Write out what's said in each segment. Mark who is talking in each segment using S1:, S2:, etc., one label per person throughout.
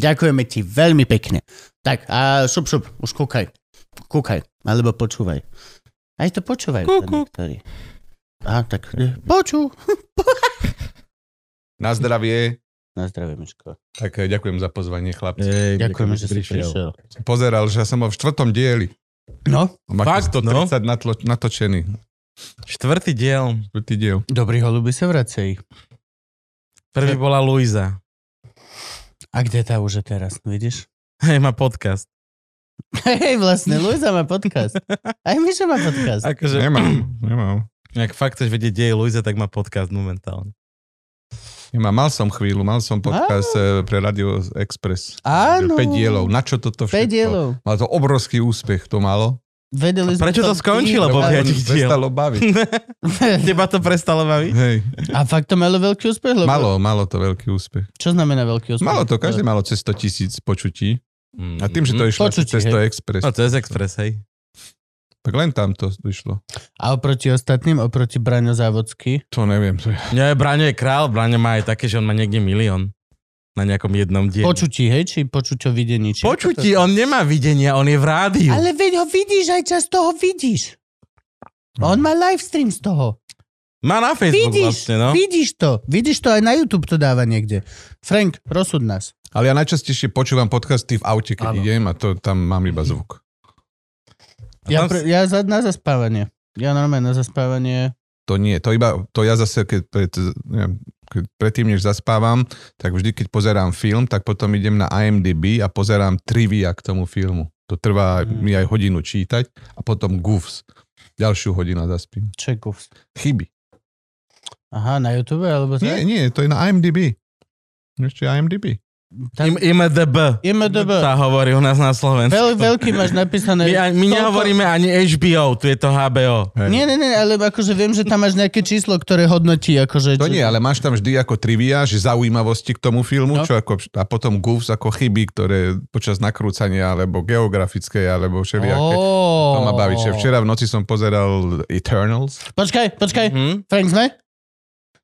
S1: Ďakujeme ti veľmi pekne. Tak a šup šup, už kúkaj. Kúkaj, alebo počúvaj. Aj to počúvajú
S2: Kú,
S1: tam
S2: kú.
S1: niektorí. Á, tak eh, poču.
S3: Na zdravie.
S1: Na zdravie, Miško.
S3: Tak eh, ďakujem za pozvanie, chlapci.
S2: Ej,
S1: Ďakujeme, že si prišiel.
S3: Pozeral, že som ho v štvrtom dieli.
S1: No.
S3: Má
S2: Fakt,
S3: 130 natlo- natočený.
S2: Štvrtý diel.
S3: Štvrtý diel.
S1: Dobrý holuby sa vracej.
S2: Prvý bola Luisa.
S1: A kde tá už je teraz, vidíš?
S2: Hej, má podcast.
S1: Hej, vlastne, Luisa má podcast. Aj Mišo má podcast.
S2: Akože,
S3: Nemám, nemám.
S2: ak fakt chceš vedieť, kde je Luisa, tak má podcast momentálne.
S3: Nemám. Mal som chvíľu, mal som podcast eh, pre Radio Express.
S1: Áno.
S3: 5 dielov. Na čo toto
S1: 5
S3: všetko?
S1: dielov.
S3: Mal to obrovský úspech, to malo.
S1: Vedeli
S2: A
S1: sme
S2: prečo to skončilo,
S1: tým-
S2: Lebo
S3: Lebo
S2: piatich diel.
S3: prestalo baviť.
S2: Teba to prestalo baviť?
S3: Hej.
S1: A fakt to malo veľký úspech? Lebo...
S3: Malo, malo to veľký úspech.
S1: Čo znamená veľký úspech?
S3: Malo to, každý malo cez 100 tisíc počutí.
S2: Mm.
S3: A tým, že to išlo
S1: Mhm. Počutí,
S3: cez
S1: hej.
S3: to Express,
S2: No, to je z Express, hej.
S3: tak len tam to išlo.
S1: A oproti ostatným, oproti Braňo Závodský.
S3: To neviem. To je...
S2: Nie, Braňo je král, Braňo má aj také, že on má niekde milión na nejakom jednom dieli.
S1: Počutí, hej? Či počuť o videní? Či...
S2: Počutí, on nemá videnia, on je v rádiu.
S1: Ale veď ho vidíš, aj čas toho vidíš. On má livestream z toho.
S2: Má na Facebook
S1: Vidíš,
S2: vlastne, no.
S1: vidíš to. Vidíš to aj na YouTube to dáva niekde. Frank, rozsud nás.
S3: Ale ja najčastejšie počúvam podcasty v aute, keď
S1: Áno.
S3: idem a to, tam mám iba zvuk.
S1: Ja,
S2: tam
S1: pre,
S2: s-
S1: ja za, na zaspávanie. Ja normálne na zaspávanie.
S3: To nie, to iba, to ja zase, keď, pred, neviem, keď predtým, než zaspávam, tak vždy, keď pozerám film, tak potom idem na IMDb a pozerám trivia k tomu filmu. To trvá
S1: Mm.
S3: mi aj hodinu čítať a potom goofs. Ďalšiu hodinu a zaspím.
S1: Čekov.
S3: Chyby.
S1: Aha, na YouTube alebo
S3: Nie,
S1: tak?
S3: nie, to je na IMDb. Ešte IMDb.
S1: tam-
S2: Im- IMDB.
S1: IMDb.
S3: No tak.
S2: Tá hovorí u nás na Slovensku.
S1: Veľ, veľký máš
S2: My,
S1: napísané.
S2: ani- my
S1: Toľko-
S2: nehovoríme ani HBO, tu je to HBO.
S3: Hej.
S1: Nie, nie, nie, ale akože viem, že tam máš nejaké číslo, ktoré hodnotí. Akože,
S3: To
S1: či-
S3: nie, ale máš tam vždy ako trivia, že zaujímavosti k tomu
S1: No.
S3: filmu, no. čo ako, a potom goofs ako chyby, ktoré počas nakrúcania, alebo geografické, alebo všelijaké.
S1: Ó.
S3: To ma baví, že včera v noci som pozeral Eternals.
S1: Počkaj, počkaj.
S2: Hm?
S1: Frank, sme?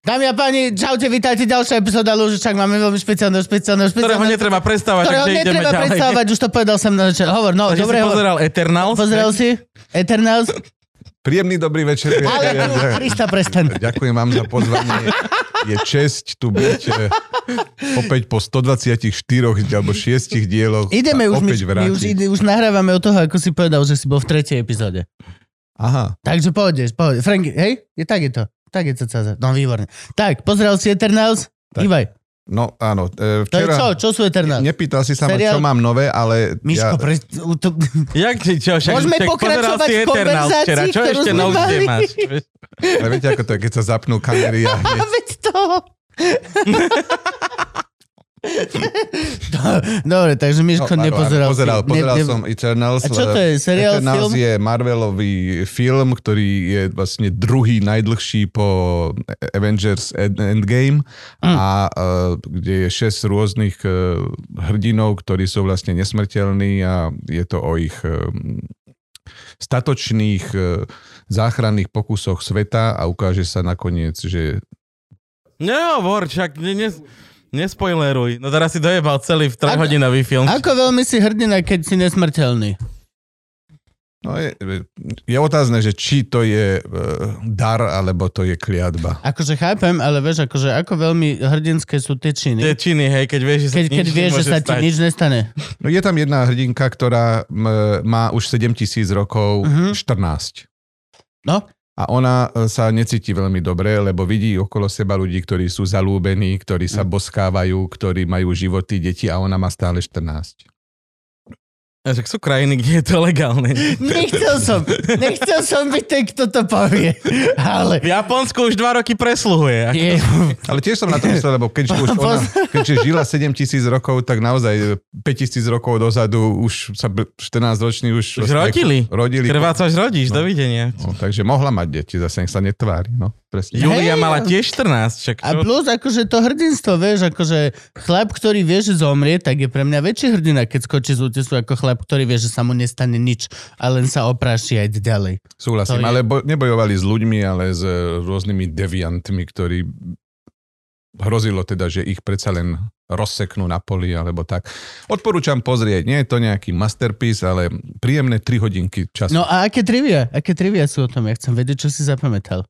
S1: Dámy a páni, čaute, vítajte, ďalšia epizóda Lúžičak. Máme veľmi špeciálneho, špeciálneho,
S2: Ktorého
S1: špeciálneho.
S2: netreba prestávať,
S1: ktorého
S2: takže ideme
S1: netreba
S2: ďalej.
S1: predstavovať, už to povedal som na začiatku. Hovor, no,
S2: Takže
S1: dobre,
S2: si
S1: hovor.
S2: pozeral Eternals.
S1: Pozeral si Eternals,
S3: Príjemný dobrý večer.
S1: ale Krista prestaň.
S3: Ďakujem vám za pozvanie. Je česť tu byť eh, opäť po 124 alebo 6 dieloch.
S1: Ideme
S3: sa
S1: už, my,
S3: opäť
S1: my už,
S3: vrátiť.
S1: ide, už nahrávame od toho, ako si povedal, že si bol v tretej epizóde.
S3: Aha,
S1: Takže pohodeš, pohode. Frank, hej, je tak je to. Tak je to celé. No, výborne. Tak, pozeral si Eternals?
S3: Tak.
S1: Ivaj,
S3: no áno. eh,
S1: to je čo?
S3: Včera...
S1: Čo sú Eternals?
S3: Nepýtal si sa ma,
S1: Seriál-
S3: čo mám nové, ale...
S1: Miško, pre... u- to-
S2: Jak ti čo, však,
S1: Môžeme
S2: však pozeral
S1: pokračovať
S2: si
S1: v
S2: Eternals
S1: konverzácii,
S2: včera, čo
S1: ktorú
S2: ešte
S1: sme
S2: na úzde
S1: mali?
S2: máš?
S3: Ale viete, ako to je, keď sa zapnú kamery a
S1: A
S3: hneď...
S1: veď to... Do- Dobre, takže Miško
S3: Oh, áno, áno,
S1: nepozeral.
S3: No, pozeral,
S1: si-
S3: pozeral
S1: ne- ne-
S3: som Eternals.
S1: A čo to je, seriál, film?
S3: Eternals je Marvelový film, ktorý je vlastne druhý najdlhší po Avengers End- Endgame
S1: Mm.
S3: a eh, kde je šesť rôznych eh, hrdinov, ktorí sú vlastne nesmrteľní a je to o ich eh, statočných eh, záchranných pokusoch sveta a ukáže sa nakoniec, že
S2: Nehovor, však ne, ne, nespoileruj. No teraz si dojebal celý v trojhodinový film.
S1: Ako veľmi si hrdina, keď si nesmrteľný?
S3: No je, je otázne, že či to je e, dar, alebo to je kliatba.
S1: Akože chápem, ale vieš, akože ako veľmi hrdinské sú tie
S2: Tie
S1: činy.
S2: činy, hej, keď vieš, že sa
S1: Keď,
S2: ti
S1: keď
S2: nič
S1: vieš, že
S2: nemôže
S1: sa ti
S2: stať.
S1: nič nestane.
S3: No je tam jedna hrdinka, ktorá m, má už 7000 rokov
S1: Mhm.
S3: 14.
S1: No.
S3: A ona e, sa necíti veľmi dobre, lebo vidí okolo seba ľudí, ktorí sú zalúbení, ktorí sa boskávajú, ktorí majú životy, deti a ona má stále 14.
S2: A Však sú krajiny, kde je to legálne.
S1: Nechcel som, nechcel som byť ten, kto to povie, ale...
S2: V Japonsku už dva roky presluhuje.
S1: Je,
S3: Ale tiež som na to myslel, lebo keď už ona, keďže žila 7 tisíc rokov, tak naozaj 5 tisíc rokov dozadu už sa 14 roční už...
S2: Už rodili.
S3: Rodili.
S2: Krvácaš rodíš, no. dovidenia.
S3: No, takže mohla mať deti, zase nech sa netvári. No, presne.
S1: Jo.
S2: Julia
S1: Hej,
S2: mala
S1: ale-
S2: tiež 14, však
S1: a
S2: čo?
S1: plus akože to hrdinstvo, vieš, akože chlap, ktorý vie, že zomrie, tak je pre mňa väčší hrdina, keď skočí z útesu ako chlap, ktorý vie, že sa mu nestane nič a len sa opráši a ide ďalej. To
S3: Súhlasím,
S1: je-
S3: ale bo, nebojovali s ľuďmi, ale s e, rôznymi deviantmi, ktorí hrozilo teda, že ich predsa len rozseknú na poli alebo tak. Odporúčam pozrieť, nie je to nejaký masterpiece, ale príjemné 3 hodinky času.
S1: No a aké trivia? Aké trivia sú o tom? Ja chcem vedieť, čo si zapamätal.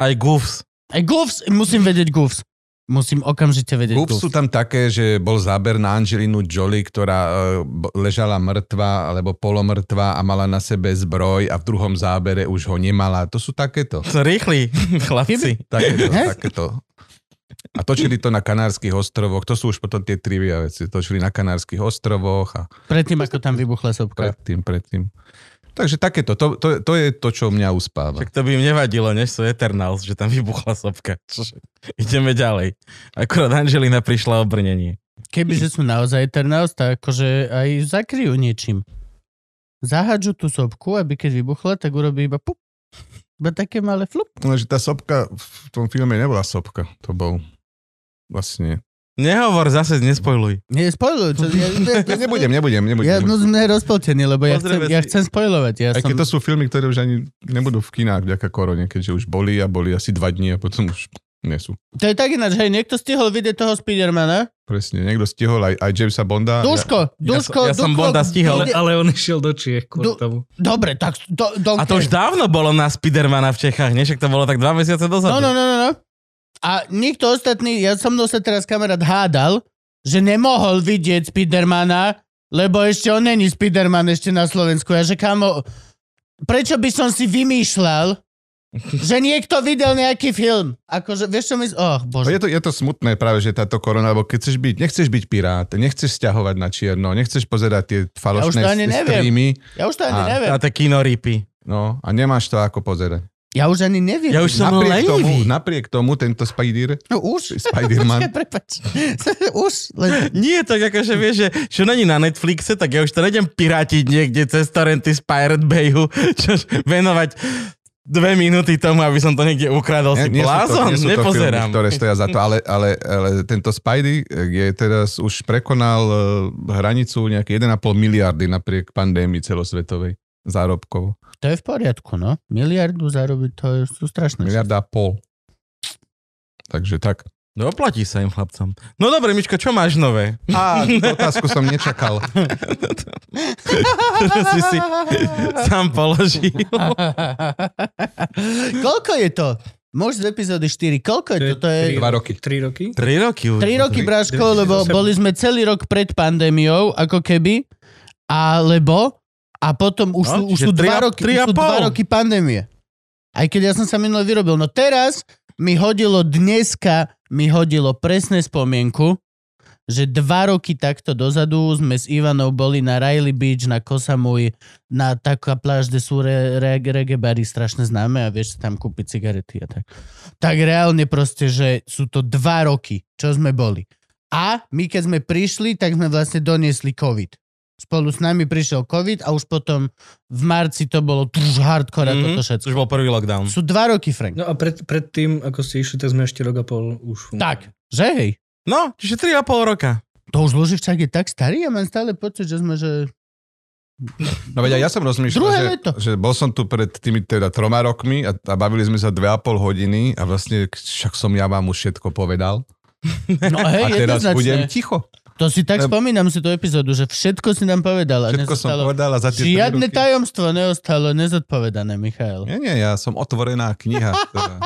S2: Aj goofs.
S1: Aj goofs, musím vedieť goofs. Musím okamžite vedieť
S3: Húb
S1: goofs.
S3: sú tam také, že bol záber na Angelinu Jolie, ktorá e, b- ležala mŕtva alebo polomrtvá a mala na sebe zbroj a v druhom zábere už ho nemala. To sú takéto.
S2: Sú Rýchli chlapci.
S3: Takéto,
S1: Hej.
S3: takéto. A točili to na Kanárskych ostrovoch. To sú už potom tie trivia veci. Točili na Kanárskych ostrovoch a
S1: Predtým, ako tam vybuchla sopka.
S3: predtým, predtým. Takže takéto. To, to, to je to, čo mňa uspáva.
S2: Však to by im nevadilo, než sú Eternals, že tam vybuchla sopka. Čože, ideme ďalej. Akurát Angelina prišla o brnenie.
S1: Kebyže sú naozaj Eternals, tak akože aj zakryjú niečím. Zahádžu tú sopku, aby keď vybuchla, tak urobí iba pup. Iba také malé flup.
S3: Lenže no, tá sopka v tom filme nebola sopka. To bol vlastne...
S2: Nehovor, zase nespojluj.
S1: Nie, spoiluj. Čo, ja, ja,
S3: Nebudem, nebudem, nebudem.
S1: Ja, no
S3: nebudem.
S1: sme rozpoltení, lebo ja chcem,
S2: Pozrieme
S1: ja
S2: si-
S1: chcem spoilovať. Ja
S3: Aj
S1: som...
S3: keď to sú filmy, ktoré už ani nebudú v kinách vďaka korone, keďže už boli a boli asi dva dní a potom už nie sú.
S1: to je tak ináč, hej, niekto stihol vidieť toho Spidermana.
S3: Presne, niekto stihol aj, aj Jamesa Bonda.
S1: Duško,
S2: ja som-
S1: Duško,
S2: ja som
S1: Duško,
S2: Bonda stihol.
S4: Ale, ale on išiel do Čiech kvôli
S1: Du-
S4: tomu.
S1: Dobre, tak do, do,
S2: A to už dávno bolo na Spidermana v Čechách, nie? Však to bolo tak dva mesiace
S1: No,
S2: dozadu.
S1: no, no, no, no. A nikto ostatný, ja som mnou sa teraz kamarát hádal, že nemohol vidieť Spidermana, lebo ešte on není Spiderman ešte na Slovensku. Ja že kamo, prečo by som si vymýšľal, že niekto videl nejaký film? Akože, vieš čo mi... Oh,
S3: No
S1: bože.
S3: Je to, je to smutné práve, že táto korona, lebo keď chceš byť, nechceš byť pirát, nechceš sťahovať na čierno, nechceš pozerať tie falošné
S1: Ja už to ani
S3: s-
S1: neviem.
S3: streamy,
S1: Ja už to ani
S3: A-
S1: neviem.
S2: A tie kino rýpy.
S3: no a nemáš to ako pozerať.
S1: Ja už ani neviem.
S2: Ja už som
S3: napriek, tomu,
S2: lenivý.
S3: napriek tomu tento Spider,
S1: No už.
S3: Spiderman,
S1: Prepač. už. Len...
S2: Nie, tak akože vieš, že čo není na Netflixe, tak ja už to nejdem pirátiť niekde cez torrenty z Pirate Bayu, čo venovať dve minúty tomu, aby som to niekde ukradol si blázon,
S3: to
S2: nepozerám.
S3: filmy, ktoré stoja za to, ale, ale, ale tento Spidey eh, je teraz už prekonal eh, hranicu nejaké 1,5 miliardy napriek pandémii celosvetovej zárobkov.
S1: To je v poriadku, no. Miliardu zarobiť, to je, sú
S2: Hm.
S1: strašné.
S3: Miliarda a pol. Takže tak.
S2: No oplatí sa im chlapcom. No dobre, Mičko, čo máš nové?
S3: Á, túto otázku som nečakal.
S2: Teraz si si sám položil.
S1: Koľko je to? Môž z epizódy 4. Koľko je to? To je
S3: Dva roky.
S4: Tri roky?
S2: Tri roky už.
S1: 3 roky,
S3: tri-
S1: Braško,
S4: tri-
S1: lebo
S4: tri-
S1: boli sme celý rok pred pandémiou, ako keby. Alebo a potom už,
S2: No,
S1: sú, už
S2: čiže
S1: sú
S2: tri
S1: dva
S2: a-
S1: roky,
S2: tri a
S1: už sú
S2: pol.
S1: dva roky pandémie. Aj keď ja som sa minule vyrobil. No teraz mi hodilo, dneska mi hodilo presné spomienku, že dva roky takto dozadu sme s Ivanou boli na Riley Beach, na Kosamuj, na taká pláž, kde sú re, re, reggae bary strašne známe a vieš si tam kúpiť cigarety a tak. Tak reálne proste, že sú to dva roky, čo sme boli. A my keď sme prišli, tak sme vlastne doniesli COVID. Spolu s nami prišiel COVID a už potom v marci to bolo tuž hardcore mm-hmm. toto všetko.
S2: Už bol prvý lockdown.
S1: Sú dva roky, Frank. No.
S4: No a pred, pred tým, ako ste išli, tak sme ešte rok a pol už fungovali.
S1: Tak, že hej.
S2: No, čiže 3,5 roka.
S1: To už Luživčák je tak starý, ja mám stále pocit, že sme, že...
S3: No veď aj ja som
S1: Druhé
S3: rozmýšľal, že,
S1: leto.
S3: že bol som tu pred tými teda troma rokmi a, a bavili sme sa dve a pol hodiny a vlastne k- však som ja vám už všetko povedal.
S1: No
S3: a
S1: hej,
S3: teraz
S1: jednoznačne.
S3: budem ticho.
S1: To si tak
S3: Lebo-
S1: spomínam si tú epizódu, že všetko si nám povedal. A
S3: Všetko som
S1: nezostalo
S3: povedal a za tie tri
S1: Žiadne
S3: roky...
S1: tajomstvo neostalo nezodpovedané, Michail.
S3: Nie, nie, ja som otvorená kniha. Teda.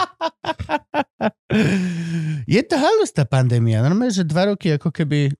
S1: Je to halus tá pandémia. Normálne, že dva roky ako keby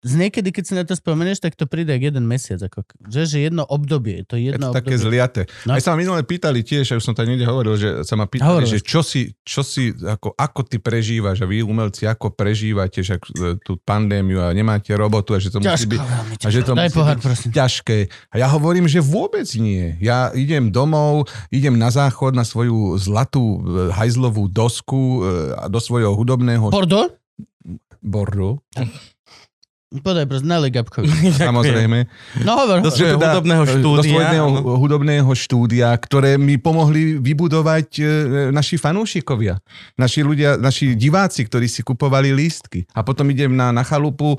S1: z niekedy, keď si na to spomenieš, tak to príde jak jeden mesiac. Ako, k- že, že jedno obdobie. Je to
S3: Je
S1: jedno
S3: to
S1: obdobie.
S3: také zliaté.
S1: No.
S3: No. Aj sa ma minule pýtali tiež, ja už som tam niekde hovoril, že sa ma pýtali,
S1: Hovoril.
S3: že čo si, čo si ako, ako ty prežívaš a vy umelci, ako prežívate však e, tú pandémiu a nemáte robotu a že to musí
S1: Ťažko,
S3: byť
S1: veľmi
S3: a že to
S1: Daj
S3: musí
S1: pohár,
S3: byť
S1: prosím.
S3: ťažké. A ja hovorím, že vôbec nie. Ja idem domov, idem na záchod na svoju zlatú e, hajzlovú dosku e, a do svojho hudobného
S1: Bordo?
S3: bordu,
S1: Podaj prosím, nalej Gabkovi.
S3: samozrejme.
S1: No hovor.
S2: Do
S1: hovor.
S2: svojho hudobného
S3: e,
S2: štúdia,
S3: Do svojho
S2: áno.
S3: hudobného štúdia, ktoré mi pomohli vybudovať e, naši fanúšikovia, naši ľudia, naši diváci, ktorí si kupovali lístky. A potom idem na, na chalupu, e,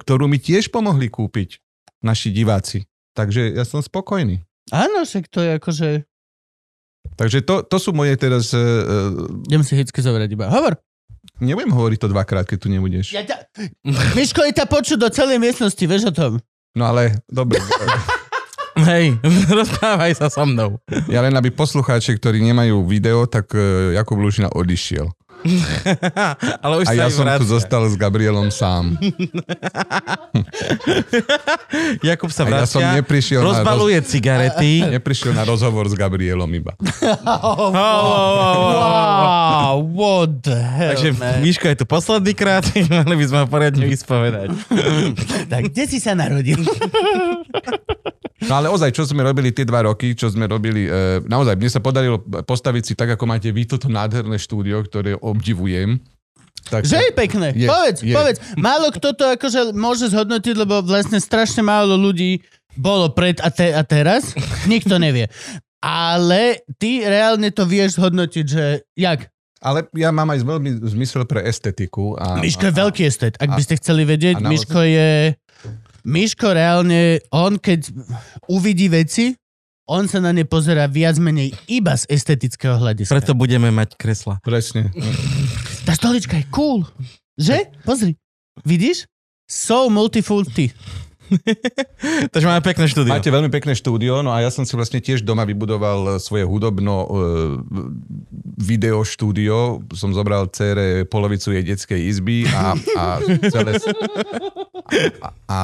S3: ktorú mi tiež pomohli kúpiť naši diváci. Takže ja som spokojný.
S1: Áno, však to je akože...
S3: Takže to, to sú moje teraz... e, e,
S1: Idem si hicky zobrať iba. Hovor.
S3: Nebudem hovoriť to dvakrát, keď tu nebudeš.
S1: Ja ťa... Miško, je ťa počuť do celej miestnosti, vieš o tom.
S3: No ale dobre.
S2: Hej, rozprávaj sa so mnou.
S3: Ja len aby poslucháči, ktorí nemajú video, tak e, Jakub Lužina odišiel.
S2: Ale už
S3: A
S2: sa
S3: ja
S2: aj
S3: som
S2: vracia.
S3: tu zostal s Gabrielom sám.
S2: Jakub sa
S3: A ja
S2: vracia,
S3: som neprišiel na roz...
S2: rozbaluje cigarety.
S3: Neprišiel na rozhovor s Gabrielom iba.
S1: Oh,
S2: Au, au, au, au, au.
S1: wow, what the hell,
S2: Takže
S1: man.
S2: Miško je tu posledný krát, mali by sme ho poriadne vyspovedať.
S1: Tak kde si sa narodil?
S3: No ale ozaj, čo sme robili tie dva roky, čo sme robili, e, naozaj, mne sa podarilo postaviť si tak, ako máte vy toto nádherné štúdio, ktoré obdivujem. Tak,
S1: Že je pekné,
S3: Je,
S1: povedz,
S3: je.
S1: povedz. Málo kto to akože môže zhodnotiť, lebo vlastne strašne málo ľudí bolo pred a, te, a teraz. Nikto nevie. Ale ty reálne to vieš zhodnotiť, že jak?
S3: Ale ja mám aj veľmi zmysel pre estetiku. A,
S1: Miško je
S3: a-
S1: veľký estet, ak
S3: a-
S1: by ste chceli vedieť.
S3: a naozaj-
S1: Miško je... Miško reálne, on keď uvidí veci, on sa na ne pozera viac menej iba z estetického hľadiska.
S2: Preto budeme mať kresla.
S3: Presne.
S1: Tá stolička je cool. Že? Pozri. Vidíš? So multifulty.
S2: Takže máme pekné štúdio.
S3: Máte veľmi pekné štúdio, no a ja som si vlastne tiež doma vybudoval e, svoje hudobno e, video štúdio. Som zobral cére polovicu jej detskej izby a, a celé... s- A, a,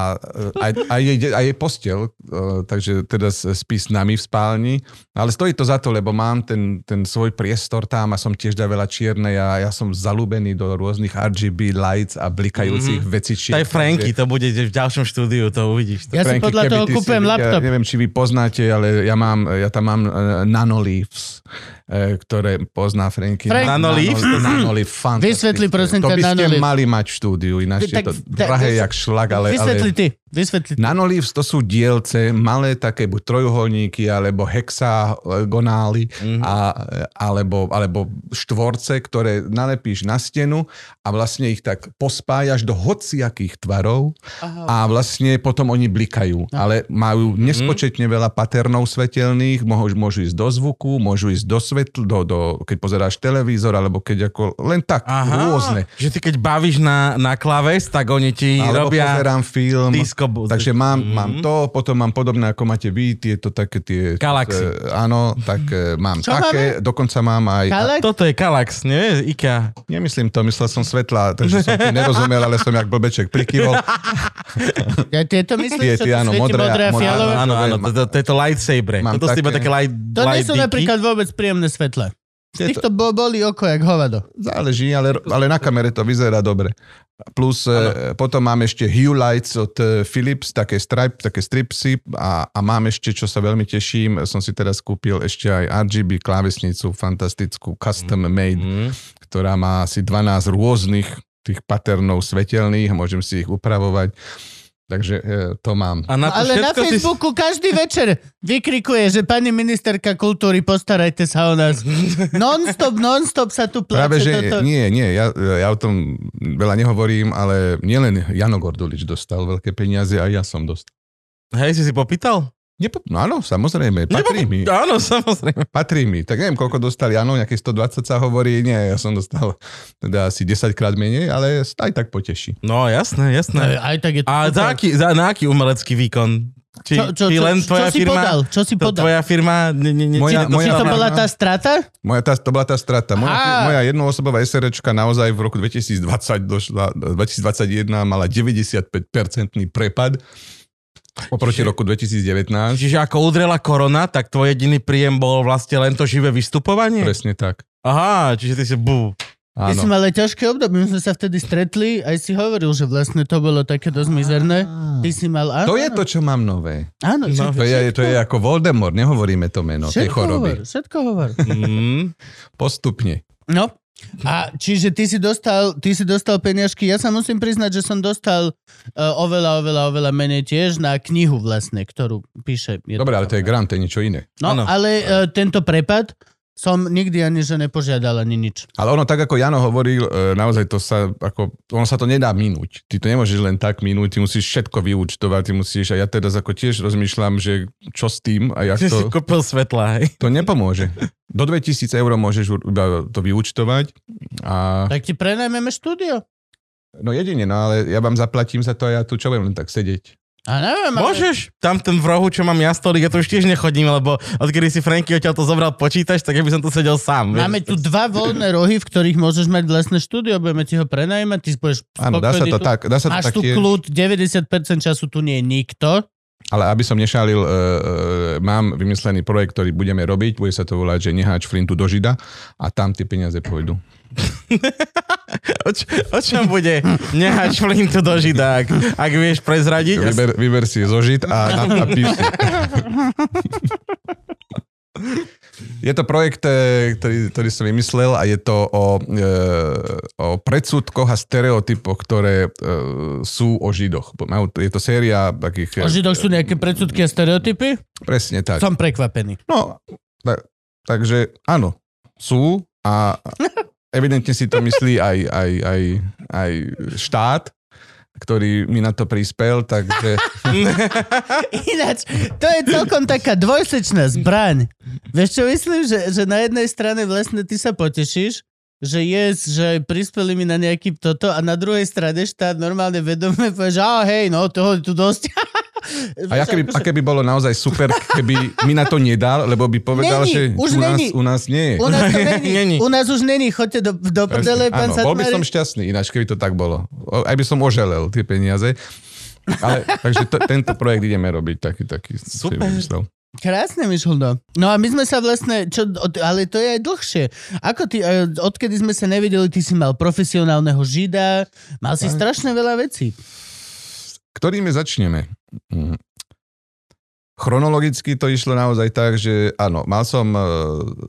S3: a, a, jej, de- a jej postel, e, takže teda s- spí s nami v spálni. Ale stojí to za to, lebo mám ten, ten svoj priestor tam a som tiež dá veľa čiernej a ja som zalúbený do rôznych RGB lights a blikajúcich mm-hmm. vecičiek.
S2: Mhm. To je Franky, to bude v ďalšom štúdiu, to uvidíš. To.
S1: Ja si
S3: Franky,
S1: podľa
S3: keby
S1: toho
S3: ty si-
S1: kúpem laptop.
S3: Ja neviem, či vy poznáte, ale ja, mám, ja tam mám uh, Nanoleafs, uh, ktoré pozná Franky.
S1: Frank-
S2: Nanoleafs?
S3: Nanoleaf, fantastické.
S1: Vysvetli, prosím
S3: To
S1: ťa,
S3: by ste
S1: Nanoleaf.
S3: mali mať v štúdiu, ináč je
S1: Tak-
S3: to
S1: tak- tak-
S3: drahé jak šlak, ale...
S1: Vysvetli
S3: ale...
S1: ty. Vysvetli ty.
S3: Nanoleafs to sú dielce, malé také buď trojuholníky, alebo hexagonály, mm-hmm. a, alebo, alebo štvorce, ktoré nalepíš na stenu a vlastne ich tak pospájaš do hociakých tvarov a vlastne potom oni blikajú. Ale majú nespočetne veľa paternov svetelných, môžu, môžu ísť do zvuku, môžu ísť do svetl, do, do, keď pozeráš televízor, alebo keď ako len tak, rôzne.
S2: že ty keď bavíš na, na klaves, tak oni ti
S3: Alebo
S2: robia...
S3: pozerám film.
S2: disco Mhm. bu-
S3: Takže mám, mm. mám to, potom mám podobné, ako máte vy, tieto také tie...
S2: Galaxy.
S3: E, áno, tak e, mám
S1: Čo
S3: také, dokonca mám aj... a,
S1: Kalak?
S2: Toto je Kalax, nie? IKEA.
S3: nemyslím to, myslel som svetla, takže som ti nerozumel, ale som jak blbeček prikývol. No.
S1: Ja tieto myslíš,
S3: Tie-
S1: čo tu
S3: tie, áno,
S1: svieti
S3: modré a-
S1: modré a
S3: modré,
S1: fialové?
S2: Áno, áno,
S3: Mám-
S2: to, to, to je to lightsaber.
S3: Mám
S2: Toto sú iba také
S3: také-
S2: light,
S1: To nie sú
S2: lightdicky.
S1: napríklad vôbec príjemné svetle. Z týchto bo- boli oko jak hovado.
S3: Záleží, ale, ale na kamere to vyzerá dobre. Plus e, potom mám ešte Hue Lights od e, Philips, také, stripe, také stripsy a, a mám ešte, čo sa veľmi teším, som si teraz kúpil ešte aj RGB klávesnicu, fantastickú, custom made,
S2: Mm.
S3: ktorá má asi 12 rôznych tých paternov svetelných, môžem si ich upravovať. Takže e, to mám.
S2: A na to
S1: Ale na
S2: všetko si...
S1: Facebooku každý večer vykrikuje, že pani ministerka kultúry, postarajte sa o nás. Non-stop, non-stop sa tu pláče
S3: Práve, že
S1: toto.
S3: nie, nie, ja, ja o tom veľa nehovorím, ale nielen Jano Gordulič dostal veľké peniaze, aj ja som dostal.
S2: Hej, si si popýtal?
S3: Nepo... No áno, samozrejme, patrí mi.
S2: Áno, samozrejme.
S3: Patrí mi. Tak neviem, koľko dostal Jano, nejaké 120 sa hovorí. Nie, ja som dostal teda asi 10 krát menej, ale aj tak poteší.
S2: No, jasné, jasné.
S1: Aj tak je to
S2: A
S1: super.
S2: za aký, za, na aký umelecký výkon? Či,
S1: Čo- čo-
S2: či
S1: čo-
S2: len
S1: čo
S2: tvoja
S1: si
S2: firma,
S1: podal? Čo si
S2: to-
S1: podal?
S2: Tvoja firma... Ne, ne, ne,
S3: Moja-
S2: či-
S1: Či
S3: moja-
S1: to
S3: Áno,
S1: bola
S3: áno.
S1: tá strata?
S3: Moja tá, to bola tá strata. Moja,
S1: Á.
S3: moja jednoosobová SRčka naozaj v roku 2020 došla, 2021 mala 95-percentný prepad oproti
S2: Čiže-
S3: roku 2019.
S2: Čiže ako udrela korona, tak tvoj jediný príjem bol vlastne len to živé vystupovanie?
S3: Presne tak.
S2: Aha, čiže ty si bu.
S1: Ty si
S3: Áno.
S1: mal aj ťažké obdobie, my sme sa vtedy stretli, aj si hovoril, že vlastne to bolo také dosť mizerné. Ty si mal... Áno,
S3: To je to, čo mám nové.
S1: Áno,
S2: No,
S1: však-
S3: To je, to je ako Voldemort, nehovoríme to meno,
S1: všetko
S3: tej
S1: hovor,
S3: choroby.
S1: všetko hovor.
S2: Mm.
S1: Mhm.
S3: Postupne.
S1: No. A čiže ty si dostal, ty si dostal peniažky, ja sa musím priznať, že som dostal uh, oveľa, oveľa, oveľa menej tiež na knihu vlastne, ktorú píše. jedna
S3: Dobre, ale to je grant, to je niečo iné.
S1: No,
S2: Áno.
S1: ale uh, tento prepad som nikdy ani že nepožiadal ani nič.
S3: Ale ono, tak ako Jano hovoril, e, naozaj to sa, ako, ono sa to nedá minúť. Ty to nemôžeš len tak minúť, ty musíš všetko vyúčtovať, ty musíš, a ja teraz ako tiež rozmýšľam, že čo s tým a
S2: Že
S3: jak
S2: si
S3: to,
S2: kúpil svetla, hej?
S3: to nepomôže. Do 2000 eur môžeš ur- iba to vyúčtovať a
S1: Tak ti prenajmeme štúdio.
S3: no jedine, no ale ja vám zaplatím za to a ja tu čo budem len tak sedieť.
S1: A neviem, ale...
S2: Môžeš? Tam ten v rohu, čo mám ja stolík, ja to už tiež nechodím, lebo odkedy si Franky odtiaľ to zobral počítač, tak ja by som tu sedel sám. vieš.
S1: Máme tu dva voľné rohy, v ktorých môžeš mať vlastné štúdio, budeme ti ho prenajímať, ty budeš
S3: Áno, dá sa
S1: spokojný
S3: to
S1: tu.
S3: tak, dá sa to
S1: Máš
S3: tak
S1: tu
S3: tiež.
S1: kľud, 90% času tu nie je nikto.
S3: Ale aby som nešalil, e, e, mám vymyslený projekt, ktorý budeme robiť, bude sa to volať, že neháč flintu do žida a tam tie peniaze pôjdu.
S2: O, č- o čom bude? Nehač flintu do židák, ak vieš prezradiť.
S3: Vyber, vyber si zo žid a, a, a píš. si. Je to projekt, e, ktorý, ktorý som vymyslel a je to o, e, o predsudkoch a stereotypoch, ktoré e, sú o židoch. Majú- Je to séria takých... eh,
S1: O židoch sú nejaké predsudky a stereotypy?
S3: Presne tak.
S1: Som prekvapený.
S3: No, tak, takže áno, sú a evidentne si to myslí aj, aj, aj, aj štát, ktorý mi na to prispel, takže
S1: Ináč, to je celkom taká dvojsečná zbraň. Vieš čo myslím, že, že na jednej strane vlastne ty sa potešíš, že yes, že prispeli mi na nejaký toto a na druhej strane štát normálne vedome povie, že a hej, no toho je tu dosť. akože-
S3: a ja keby, a keby bolo naozaj super, keby mi na to nedal, lebo by povedal,
S1: Není,
S3: že
S1: už
S3: u, nás,
S1: není.
S3: u nás nie je.
S1: U nás, to
S2: Není.
S1: není. U nás už není, choďte do, do prdele, pán
S3: Áno, bol by som
S1: Satmári.
S3: šťastný, ináč keby to tak bolo. O- Aj by som oželel tie peniaze. Ale, takže to, tento projekt ideme robiť taký, taký. som si
S2: Super.
S3: vymyslel.
S1: Krásne, Mišuldo. No a my sme sa vlastne, čo, od, ale to je aj dlhšie. Ako ty, e, odkedy sme sa nevideli, ty si mal profesionálneho žida, mal si
S3: Tak.
S1: strašne veľa vecí.
S3: ktorými začneme? Mm. Chronologicky to išlo naozaj tak, že áno, mal som eh,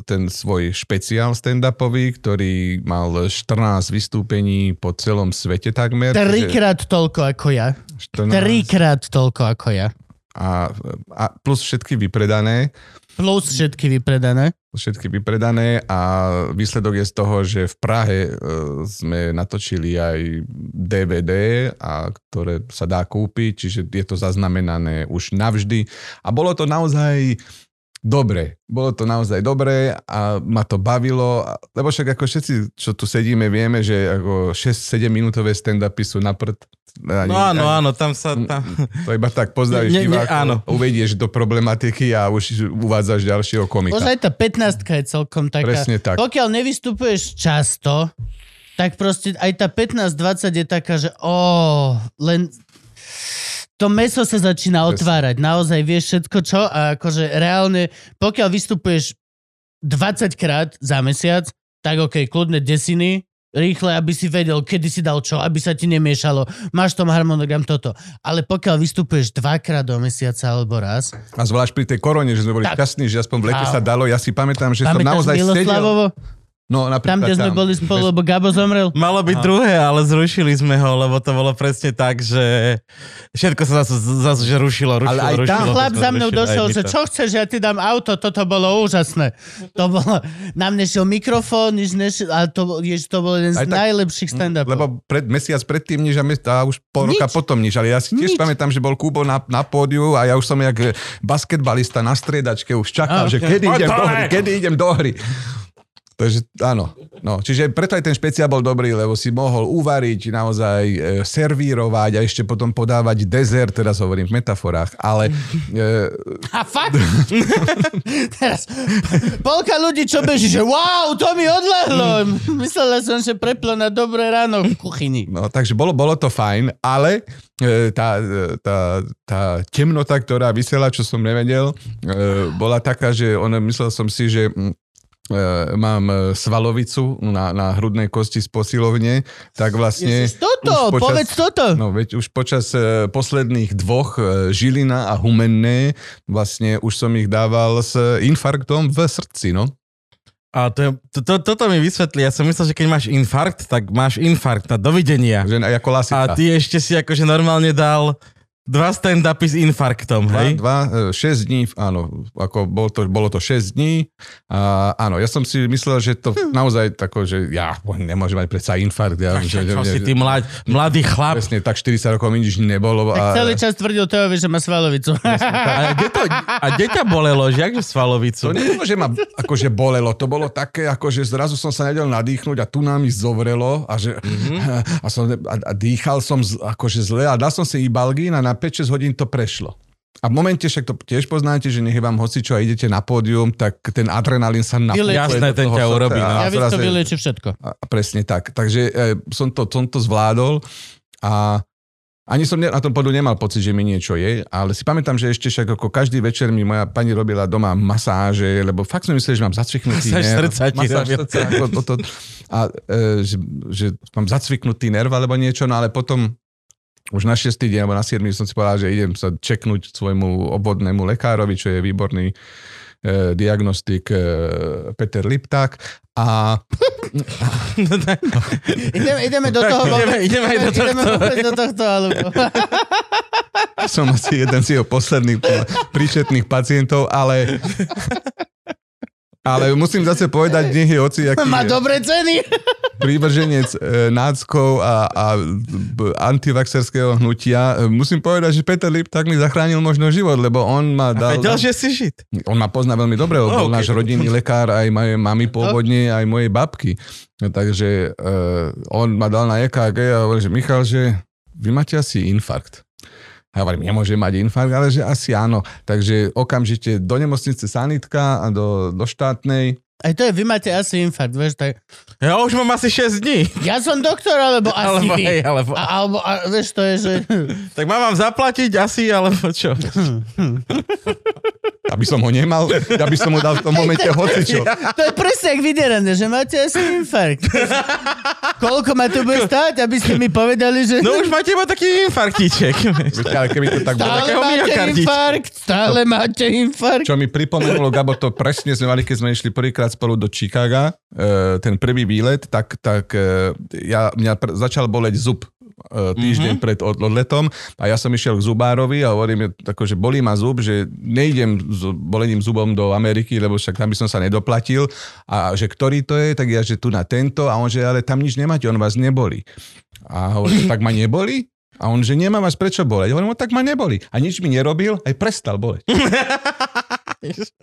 S3: ten svoj špeciál stand-upový, ktorý mal 14 vystúpení po celom svete takmer.
S1: Trikrát toľko ako ja.
S3: 14
S1: Trikrát toľko ako ja.
S3: a, a plus všetky vypredané. Mm.
S1: Plus všetky vypredané.
S3: všetky vypredané a výsledok je z toho, že v Prahe e, sme natočili aj DVD, a ktoré sa dá kúpiť, čiže je to zaznamenané už navždy. A bolo to naozaj dobre. Bolo to naozaj dobre a ma to bavilo, a- lebo však ako všetci, čo tu sedíme, vieme, že ako 6-7 minútové stand-upy sú na prd. Ani-
S2: No áno,
S3: ani-
S2: áno, tam sa... Tam...
S3: To iba tak pozdravíš
S2: Ne- ne-
S3: divákov,
S2: áno.
S3: uvedieš do problematiky a už uvádzaš ďalšieho komika.
S1: Ozaj tá 15 je celkom taká.
S3: Presne tak.
S1: Pokiaľ nevystupuješ často, tak proste aj tá 15-20 je taká, že ó, len to meso sa začína
S3: Presne.
S1: otvárať. Naozaj vieš všetko čo a akože reálne, pokiaľ vystupuješ 20 krát za mesiac, tak okej, kľudne desiny, rýchle, aby si vedel, kedy si dal čo, aby sa ti nemiešalo. Máš v tom harmonogram toto. Ale pokiaľ vystupuješ dvakrát do mesiaca alebo raz,
S3: A zvlášť pri tej korone, že sme boli
S1: Tak.
S3: šťastní, že aspoň v lete
S1: Ávo.
S3: sa dalo. Ja si pamätám, že som
S1: pamätáš
S3: naozaj sedel.
S1: Miloslavovo?
S3: No,
S1: Tam,
S3: napríklad
S1: kde sme boli spolu, lebo Gabo zomrel.
S2: Malo byť druhé, ale zrušili sme ho, lebo to bolo presne tak, že všetko sa zase, zase že rušilo, rušilo,
S3: Ale aj
S2: rušilo.
S3: tam
S2: No, to
S1: Chlap
S2: sme
S1: za mnou
S2: zrušili, aj
S1: došiel,
S2: my
S1: že
S2: to.
S1: čo chceš, ja ti dám auto, toto bolo úžasné. To bolo, nám nešiel mikrofón, nič nešiel, ale to, bol- jež, to bol jeden z
S3: Aj tak-
S1: najlepších stand-upov.
S3: Lebo pred, mesiac predtým nič a, mes, a už pol
S1: Nič.
S3: roka potom nič. Ale ja si tiež
S1: Nič.
S3: pamätám, že bol Kubo na, na pódiu a ja už som jak eh, basketbalista na striedačke už
S1: A,
S3: čakal, že
S1: okay.
S3: kedy idem do hry, kedy idem do hry. Takže áno. No, čiže preto aj ten špeciál bol dobrý, lebo si mohol uvariť, naozaj e, servírovať a ešte potom podávať dezert, teraz hovorím v metaforách, ale e,
S1: A fakt? Teraz polka ľudí, čo beží, že wow, to mi odlehlo. Myslela som, že preplo na dobré ráno v kuchyni.
S3: No, takže bolo, bolo to fajn, ale e, tá, e, tá, tá temnota, ktorá vysela, čo som nevedel, e, bola taká, že on, myslel som si, že mm, e, mám e, svalovicu na, na hrudnej kosti z posilovne, tak vlastne...
S1: Ježiš, toto,
S3: už
S1: povedz toto.
S3: No veď už počas e, posledných dvoch, e, Žilina a Humenné, vlastne už som ich dával s infarktom v srdci, no.
S2: A to, je, to, to, toto mi vysvetlí. Ja som myslel, že keď máš infarkt, tak máš infarkt a dovidenia.
S3: Že, ako
S2: A
S3: lasica.
S2: ty ešte si akože normálne dal dva stand-upy s infarktom,
S3: Dva,
S2: hej?
S3: dva, e, šesť dní, áno, ako bol to, bolo to 6 dní. A, áno, ja som si myslel, že to naozaj tako, že ja nemôžem mať predsa infarkt. Ja,
S2: Čo, čo
S3: že, že-
S2: si vlastne ty mlad, mladý chlap?
S3: Presne, tak 40 rokov mi nič nebolo.
S1: Tak celý čas tvrdil Teovi, že má svalovicu.
S2: A kde, to, a kde ťa bolelo, že akže svalovicu?
S3: To nebolo, že ma akože bolelo, to bolo také, ako že zrazu som sa nedel nadýchnuť a tu nám mi zovrelo a, že,
S2: Mhm.
S3: a, som, a, a dýchal som z, akože zle a dal som si Ibalgín a na 5-6 hodín to prešlo. A v momente však to tiež poznáte, že nech je vám hocičo a idete na pódium, tak ten adrenalín sa napúje.
S2: Jasné,
S3: do
S2: ten
S3: toho
S2: ťa
S3: srdca
S2: urobí,
S3: a
S2: no.
S1: Ja vy to
S3: zrazu-
S1: vylieči všetko.
S3: a, a presne tak. Takže e, som, to, som to zvládol a ani som ne- na tom podu nemal pocit, že mi niečo je, ale si pamätám, že ešte však ako každý večer mi moja pani robila doma masáže, lebo fakt som myslel, že mám zacviknutý
S2: Masáž srdca ti
S3: Masáž
S2: robil.
S3: srdca, ako toto. A e, že, že mám zacviknutý nerv alebo niečo, no ale potom už na 6. deň alebo na 7. som si povedal, že idem sa čeknúť svojmu obvodnému lekárovi, čo je výborný e, diagnostik e, Peter Lipták. A
S1: Ideme, ideme do toho.
S2: ideme, ideme aj do
S1: Ideme
S2: tohto.
S1: vôbec do tohto, alebo...
S3: som asi jeden z jeho posledných po- príčetných pacientov, ale... Ale musím zase povedať, nech je oci, aký
S1: Má
S3: je
S1: dobré ceny.
S3: prívrženec e, náckov a, a b- antivaxerského hnutia. E, Musím povedať, že Peter Lip tak mi zachránil možno život, lebo on ma dal...
S2: Vedel, že si žid.
S3: On ma pozná veľmi dobre, on
S2: Oh,
S3: bol
S2: okay.
S3: náš rodinný lekár, aj mojej mamy pôvodne, aj mojej babky. No, Takže uh, on ma dal na EKG a hovorí, že Michal, že vy máte asi infarkt. A ja hovorím, nemôže mať infarkt, ale že asi áno. Takže okamžite do nemocnice sanitka a do, do štátnej.
S1: Aj to je, vy máte asi infarkt, vieš, tak...
S2: Ja už mám asi 6 dní.
S1: Ja som doktor, alebo asi
S2: Alebo,
S1: vy.
S2: hej, alebo,
S1: A, alebo, a, vieš, to je, že...
S2: tak mám vám zaplatiť asi, alebo čo?
S3: Aby som ho nemal, aby som mu dal v tom momente hocičo.
S1: To je presne jak vydierané, že máte asi infarkt. Koľko ma to bude stáť, aby ste mi povedali, že...
S2: No už máte iba taký infarktíček.
S3: Viete, Ale keby to tak bolo,
S1: stále
S2: takého
S1: máte
S2: myokarditu.
S1: infarkt, stále
S3: No.
S1: máte infarkt.
S3: Čo mi pripomenulo, Gabo, to presne sme mali, keď sme išli prvýkrát spolu do Chicaga, e, ten prvý výlet, tak, tak e, ja, mňa pr- začal boleť zub e, týždeň mm-hmm. pred od- odletom a ja som išiel k zubárovi a hovorím, tako, že bolí ma zub, že nejdem s bolením zubom do Ameriky, lebo však tam by som sa nedoplatil a že ktorý to je, tak ja, že tu na tento a on, že ale tam nič nemáte, on vás neboli. A hovorím, tak ma neboli? A on, že nemá vás prečo boleť. Hovorím, no tak ma neboli. A nič mi nerobil, aj prestal boleť.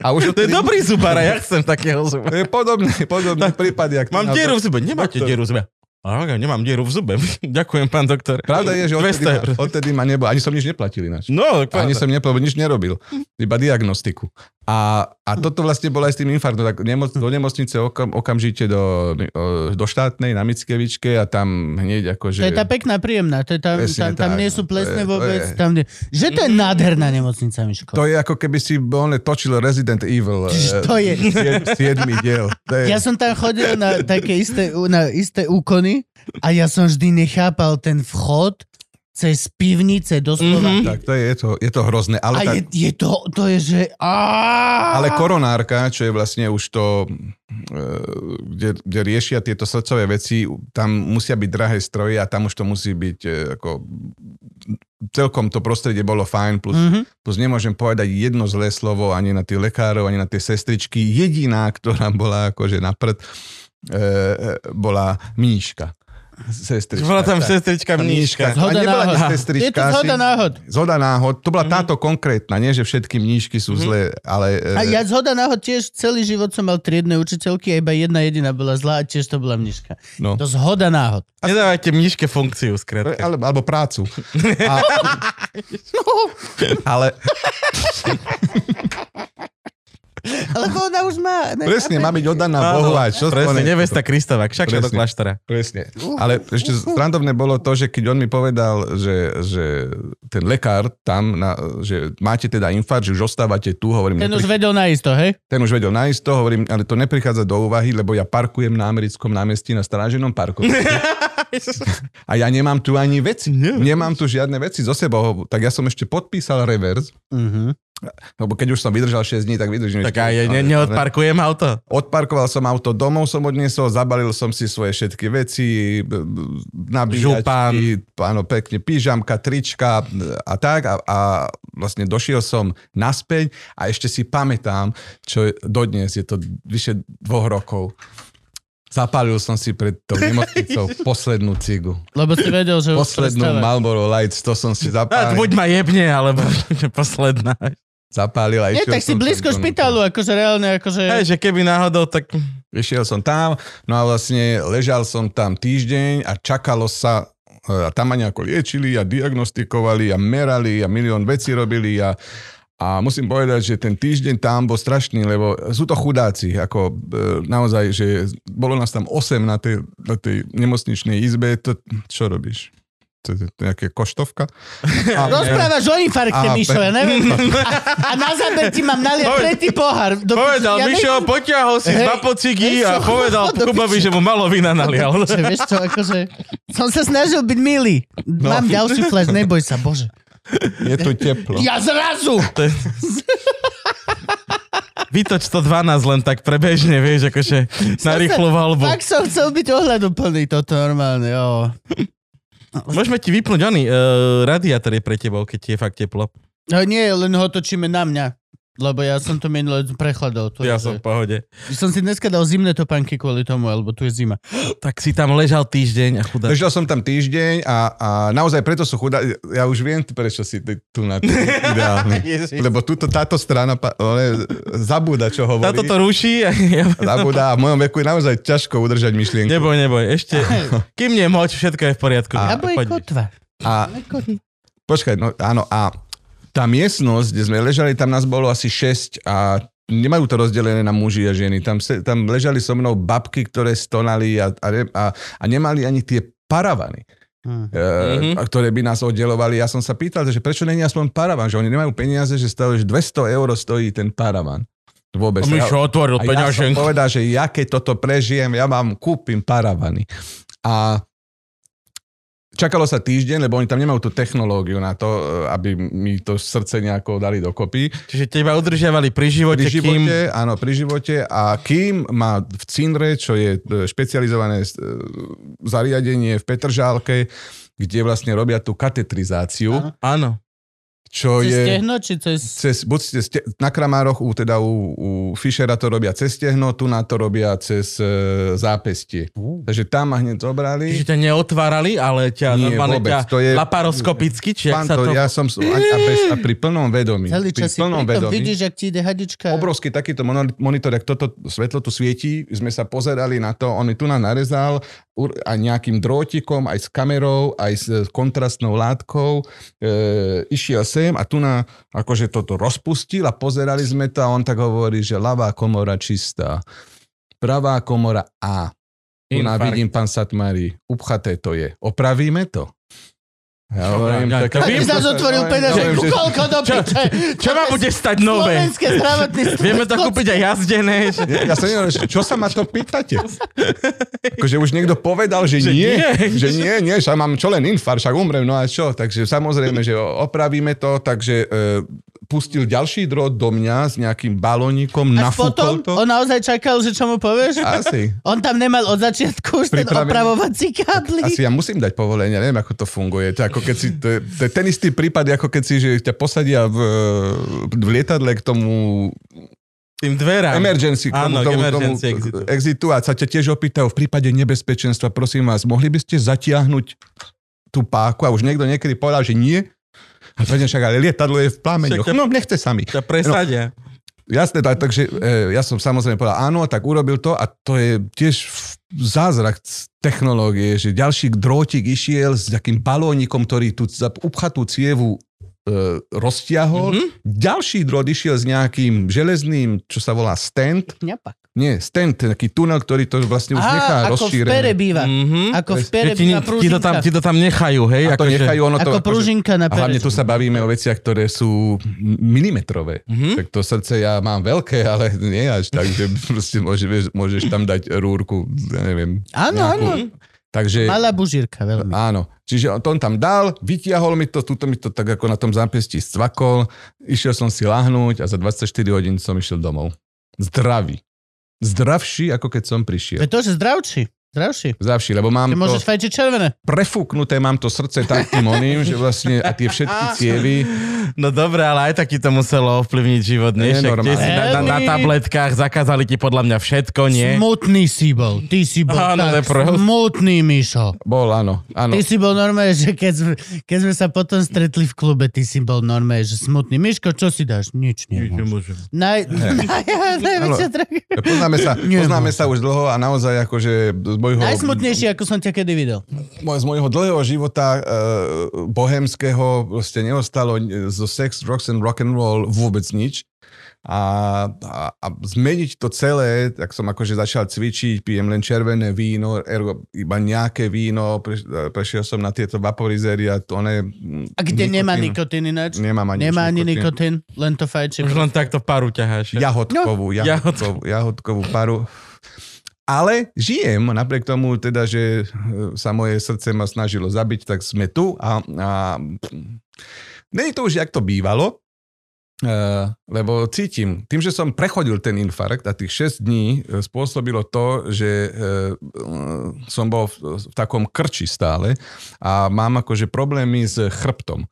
S3: A už
S2: To je dobrý zubár, a ja chcem takého zubára.
S3: To je podobný, podobný prípad, jak... ty
S2: Mám
S3: na-
S2: dieru v zube. Nemáte
S3: Doktor.
S2: dieru v zube. A ja nemám dieru v zube. Ďakujem, pán doktor.
S3: Pravda je, že
S2: 200
S3: odtedy, ma-
S2: eur.
S3: odtedy ma nebo, ani som nič neplatil ináč.
S2: No,
S3: Ani
S2: ani
S3: som nepo, nič nerobil, iba diagnostiku. A, a toto vlastne bolo aj s tým infarktom. Tak nemo, do nemocnice okam, okamžite do, o, do štátnej na Mickevičke a tam hneď
S1: To
S3: akože...
S1: je tá pekná, príjemná. To je tam, tam,
S3: Presne
S1: tam
S3: tak,
S1: nie
S3: no.
S1: sú
S3: To
S1: plesne
S3: je- to
S1: vôbec.
S3: je-
S1: Tam nie... Že to je nádherná nemocnica, Miško.
S3: To je ako keby si on točil Resident Evil. eh,
S1: Čiže to je-
S3: Siedmy diel. To je,
S1: Ja som tam chodil na také isté, na isté úkony a ja som vždy nechápal ten vchod cez pivnice doslova. Mm-hmm.
S3: tak, to je, je, to, je to hrozné. Ale
S1: A
S3: tá,
S1: je, je to, to je, že... Ale
S3: Ale koronárka, čo je vlastne už to, e, kde, kde riešia tieto srdcové veci, tam musia byť drahé stroje a tam už to musí byť e, ako... Celkom to prostredie bolo fajn, plus,
S1: Mhm.
S3: mm-hmm. plus nemôžem povedať jedno zlé slovo ani na tých lekárov, ani na tie sestričky. Jediná, ktorá bola akože na prd, e, e, bola Míška. sestrička.
S2: Bola tam
S3: tak.
S2: sestrička mníška.
S1: Zhoda
S3: A nebola
S1: náhod.
S3: ani
S1: Je
S3: sestrička.
S1: to zhoda
S3: asi.
S1: náhod.
S3: Zhoda náhod. To
S2: Mhm.
S3: bola táto konkrétna, nie že všetky mníšky sú zlé, ale... e,
S1: A ja zhoda náhod tiež celý život som mal triedne učiteľky a iba jedna jediná bola zlá a tiež to bola mniška.
S3: no.
S1: To zhoda náhod.
S2: Nedávajte mníške funkciu, skrátka.
S3: Ale, alebo prácu. A,
S1: No.
S3: ale
S1: Lebo ona už má... Ne,
S3: presne, má byť oddaná Bohu a čo
S2: Presne,
S3: spone-
S2: nevesta Kristava, však do
S3: Presne.
S2: kláštara.
S3: Presne. Ale ešte strandovné bolo to, že keď on mi povedal, že, že ten lekár tam, na, že máte teda infarkt, že už ostávate tu, hovorím,
S1: Ten už
S3: nepri-
S1: vedel naisto, hej?
S3: ten už vedel nájsť to, hovorím, ale to neprichádza do úvahy, lebo ja parkujem na americkom námestí na stráženom parku. A ja nemám tu ani veci. Nemám tu žiadne veci so sebou. Tak ja som ešte podpísal reverz,
S1: Uh-huh.
S3: lebo keď už som vydržal 6 dní, tak vydržím.
S2: Tak
S3: ešte-
S2: aj ja ne, neodparkujem auto.
S3: Odparkoval som auto, domov som odniesol, zabalil som si svoje všetky veci, b- b- nabíjačky, áno, pekne, pyžamka, trička a tak. A, a vlastne došiel som naspäť a ešte si pamätám, čo je, dodnes, je to vyše dvoch rokov. Zapálil som si pred tou nemocnicou poslednú cigu.
S1: Lebo si vedel, že už
S3: Poslednú
S1: prestáva.
S3: Marlboro Lights, to som
S2: A, buď
S3: si zapálil.
S2: ma jebne, alebo posledná.
S3: zapálil a
S1: Nie,
S3: išiel
S1: tak si
S3: som tam
S1: blízko
S3: donútra.
S1: špitalu, akože reálne, akože...
S2: Hej, že keby náhodou, tak...
S3: Išiel som tam, no a vlastne ležal som tam týždeň a čakalo sa, e, a tam ma nejako liečili a diagnostikovali a merali a milión vecí robili a, a musím povedať, že ten týždeň tam bol strašný, lebo sú to chudáci, ako e, naozaj, že bolo nás tam 8 na tej, na tej nemocničnej izbe, to čo robíš? To je nejaká koštovka? A,
S1: Rozprávaš o infarkte,
S3: Aha,
S1: Mišo, ja
S3: pe-
S1: neviem. A, a na záber ti mám naliať
S2: Povedz-
S1: tretí pohár. Do
S2: Povedal
S1: No, ja
S2: Mišo,
S1: neviem,
S2: potiahol si
S1: Hej,
S2: dva pocigy
S1: vieš
S2: a
S1: čo?
S2: povedal
S1: Do
S2: Kubovi,
S1: piče.
S2: že mu malo vína nalial.
S1: Že vieš čo, akože... Som sa snažil byť milý.
S2: No.
S1: Mám ďalší flash, neboj sa, bože.
S3: je tu
S2: No.
S3: teplo.
S1: Ja zrazu!
S2: Vytoč 112 len tak prebežne, vieš, akože na rýchlu valbu.
S1: Fakt som chcel byť ohľaduplný, toto normálne, jo.
S2: Môžeme ti vypnúť, Jony, uh, radiátor je pre tebou, keď ti je fakt teplo.
S1: No nie, len ho točíme na mňa. Lebo ja som to minulé prechladol. To je,
S2: Ja som v pohode.
S1: že- som si dneska dal zimné topánky kvôli tomu, alebo tu je zima.
S2: Tak si tam ležal týždeň a chudák.
S3: Ležal som tam týždeň a, a naozaj preto sú chudá. Ja už viem, prečo si ty tu na to
S2: Hm.
S3: ideálny.
S2: Ježiš.
S3: Lebo tuto, táto strana pa- ale zabúda, čo hovorí.
S2: Táto to ruší. A ja...
S3: Zabúda a v mojom veku je naozaj ťažko udržať myšlienku.
S2: Neboj, neboj, ešte. Kým nie moč, všetko je v poriadku.
S1: A, Abo je
S2: Poď.
S1: kotva.
S3: A
S1: Ale kotva.
S3: počkaj, no áno, a tá miestnosť, kde sme ležali, tam nás bolo asi 6 a nemajú to rozdelené na muži a ženy. Tam, se, tam ležali so mnou babky, ktoré stonali a, a, a, a nemali ani tie paravany.
S1: Hm.
S3: mm-hmm.
S2: Mhm.
S3: ktoré by nás oddelovali. Ja som sa pýtal, že prečo není aspoň paravan, že oni nemajú peniaze, že stále že 200 eur stojí ten paravan.
S2: A
S3: Vôbec.
S2: Mišo otvoril
S3: a ja som
S2: peňaženku.
S3: povedal, že ja keď toto prežijem, ja vám kúpim paravany. A čakalo sa týždeň, lebo oni tam nemajú tú technológiu na to, e, aby mi to srdce nejako dali dokopy.
S2: Čiže teba udržiavali pri živote,
S3: Pri
S2: kým...
S3: živote, áno, pri živote. A kým má v Cinre, čo je e, špecializované e, zariadenie v Petržálke, kde vlastne robia tú katetrizáciu,
S1: Áno.
S2: Áno.
S3: čo
S1: Cez
S3: je...
S1: stehno, či cez...
S3: Cez, buď ste, ste, na Kramároch, u, teda u, u Fischera to robia cez stehno, tu na to robia cez e, zápestie. Takže tam ma hneď zobrali.
S2: Čiže ťa neotvárali, ale ťa
S3: Nie,
S2: normálne
S3: vôbec,
S2: ťa
S3: to je-
S2: laparoskopicky, či jak
S3: Pán
S2: sa to...
S3: to, ja som s- a, a, bez, a pri plnom vedomí.
S1: Celý
S3: Pri
S1: čas si
S2: no,
S3: plnom
S1: pritom
S3: vedomí.
S1: vidíš, ak ti ide hadička.
S3: obrovský takýto mono- monitor, ak toto svetlo tu svietí, sme sa pozerali na to, on mi tu nám narezal ur- a nejakým drótikom, aj s kamerou, aj s e, kontrastnou látkou, e, išiel sem a tu na, akože toto rozpustil a pozerali sme to a on tak hovorí, že ľavá komora čistá, pravá komora A. Tu na
S2: Infarkt.
S3: vidím, pán Satmari, upchaté to je. Opravíme to? Ja
S2: Dobre,
S3: hovorím,
S2: ja
S3: tak...
S2: to
S1: Aby
S2: viem,
S1: sa zotvoril
S3: Hovorím,
S1: peňaženku,
S3: že-
S1: koľko do
S2: Čo-
S1: piče?
S2: Čo ma bude stať nové?
S1: Slovenské zdravotníctvo.
S2: Vieme to kúpiť aj jazdené. Že...
S3: Ja, ja som nevedel, že čo sa ma to pýtate? Akože už niekto povedal, že,
S2: Že
S3: že
S2: nie.
S3: nie, nie, že nie, nie, že mám čo len infarkt, však umrem, no a čo? Takže samozrejme, že opravíme to, takže e, pustil ďalší drôt do mňa s nejakým balónikom,
S1: Až potom
S3: nafúkol to.
S1: on naozaj čakal, že čo mu povieš?
S3: Asi.
S1: On tam nemal od začiatku už ten
S3: Pripravený.
S1: opravovací káblik.
S3: Asi ja musím dať povolenie, neviem, ako to funguje. To, je ako keď si, to, je, to je ten istý prípad, ako keď si že ťa posadia v, v lietadle k tomu
S2: tým dverám.
S3: Emergency, k tomu,
S2: Áno, k
S3: tomu,
S2: emergency
S3: tomu
S2: exitu.
S3: exitu. A sa ťa tiež opýtajú v prípade nebezpečenstva, prosím vás, mohli by ste zatiahnuť tú páku? A už niekto niekedy povedal, že nie. A povedal, však ale lietadlo je v plameňoch.
S2: Však ťa-
S3: No, nechce sami.
S2: Ťa presadia.
S1: No,
S3: Jasné, tak, takže e, ja som samozrejme povedal áno, tak urobil to a to je tiež f- zázrak c- technológie, že ďalší drôtik išiel s takým balónikom, ktorý tú zap- upchatú cievu e, roztiahol.
S2: Mhm.
S3: Mm-hmm. Ďalší drôt išiel s nejakým železným, čo sa volá stent.
S1: Kňapak.
S3: Nie, stent, taký tunel, ktorý to vlastne už
S1: Á,
S3: nechá
S1: ako v pere
S3: rozšírené.
S1: býva.
S2: Mhm.
S1: Ako v
S2: Že
S1: pere
S2: ti,
S1: býva
S2: ti, to tam,
S1: pružinka.
S2: ti to tam nechajú, hej?
S3: A to
S2: akože-
S3: nechajú ono to...
S1: Ako
S3: akože-
S1: pružinka na
S3: a hlavne
S1: pere.
S3: tu sa bavíme o veciach, ktoré sú milimetrové.
S2: Mhm.
S3: Tak to srdce ja mám veľké, ale nie až tak, že proste môže, vieš, môžeš tam dať rúrku, ja neviem.
S1: Áno, áno.
S3: nejakú- Takže,
S1: Malá bužírka veľmi.
S3: áno. Čiže on tam dal, vytiahol mi to, tuto mi to tak ako na tom zápesti scvakol, išiel som si lahnúť a za 24 hodín som išiel domov. Zdravý. Zdravší, ako keď som prišiel.
S1: Pretože zdravší. Zdravší.
S3: Zdravší, lebo mám
S1: Ty
S3: Mm, to
S1: môžeš fajčiť červené.
S3: prefúknuté, mám to srdce takým oným, že vlastne a tie všetky cievy,
S2: No dobre, ale aj tak ti to muselo ovplyvniť život, nie?
S3: Je
S2: Však
S3: normálne.
S2: tie si na, na, na
S1: Veľmi.
S2: tabletkách zakázali ti podľa mňa všetko, nie?
S1: Smutný si bol. Ty si bol
S2: Áno,
S1: tak
S2: lepros.
S1: smutný, Mišo.
S3: bol, áno, áno.
S1: Ty si bol normálne, že keď, sme- keď sme sa potom stretli v klube, ty si bol normálne, že smutný. Miško, čo si dáš? Nič nemám. Naj, naj, najväčšia droga.
S3: Poznáme sa,
S1: no.
S3: poznáme sa už dlho a naozaj akože z môjho,
S1: Najsmutnejší, ako som ťa kedy videl.
S3: mo- z môjho dlhého života e, bohemského proste neostalo e, zo sex, drugs and rock and roll vôbec nič. A, a, a zmeniť to celé, tak som akože začal cvičiť, pijem len červené víno, ergo iba nejaké víno, preš, e, prešiel som na tieto vaporizery a to ne...
S1: A kde nemá
S3: nikotín.
S1: nikotín ináč?
S3: Nemám ani,
S1: Nemá ani
S3: nič nikotín.
S1: nikotín, len to fajčí.
S2: Už len takto paru ťaháš. Ja.
S3: Jahodkovú, no, jahodkovú, jahodkovú paru. Ale žijem, napriek tomu teda, že e, sa moje srdce ma snažilo zabiť, tak sme tu a, a nie je to už, jak to bývalo, e, lebo cítim, tým, že som prechodil ten infarkt a tých 6 dní e, spôsobilo to, že e, e, som bol v, v takom krči stále a mám akože problémy s chrbtom.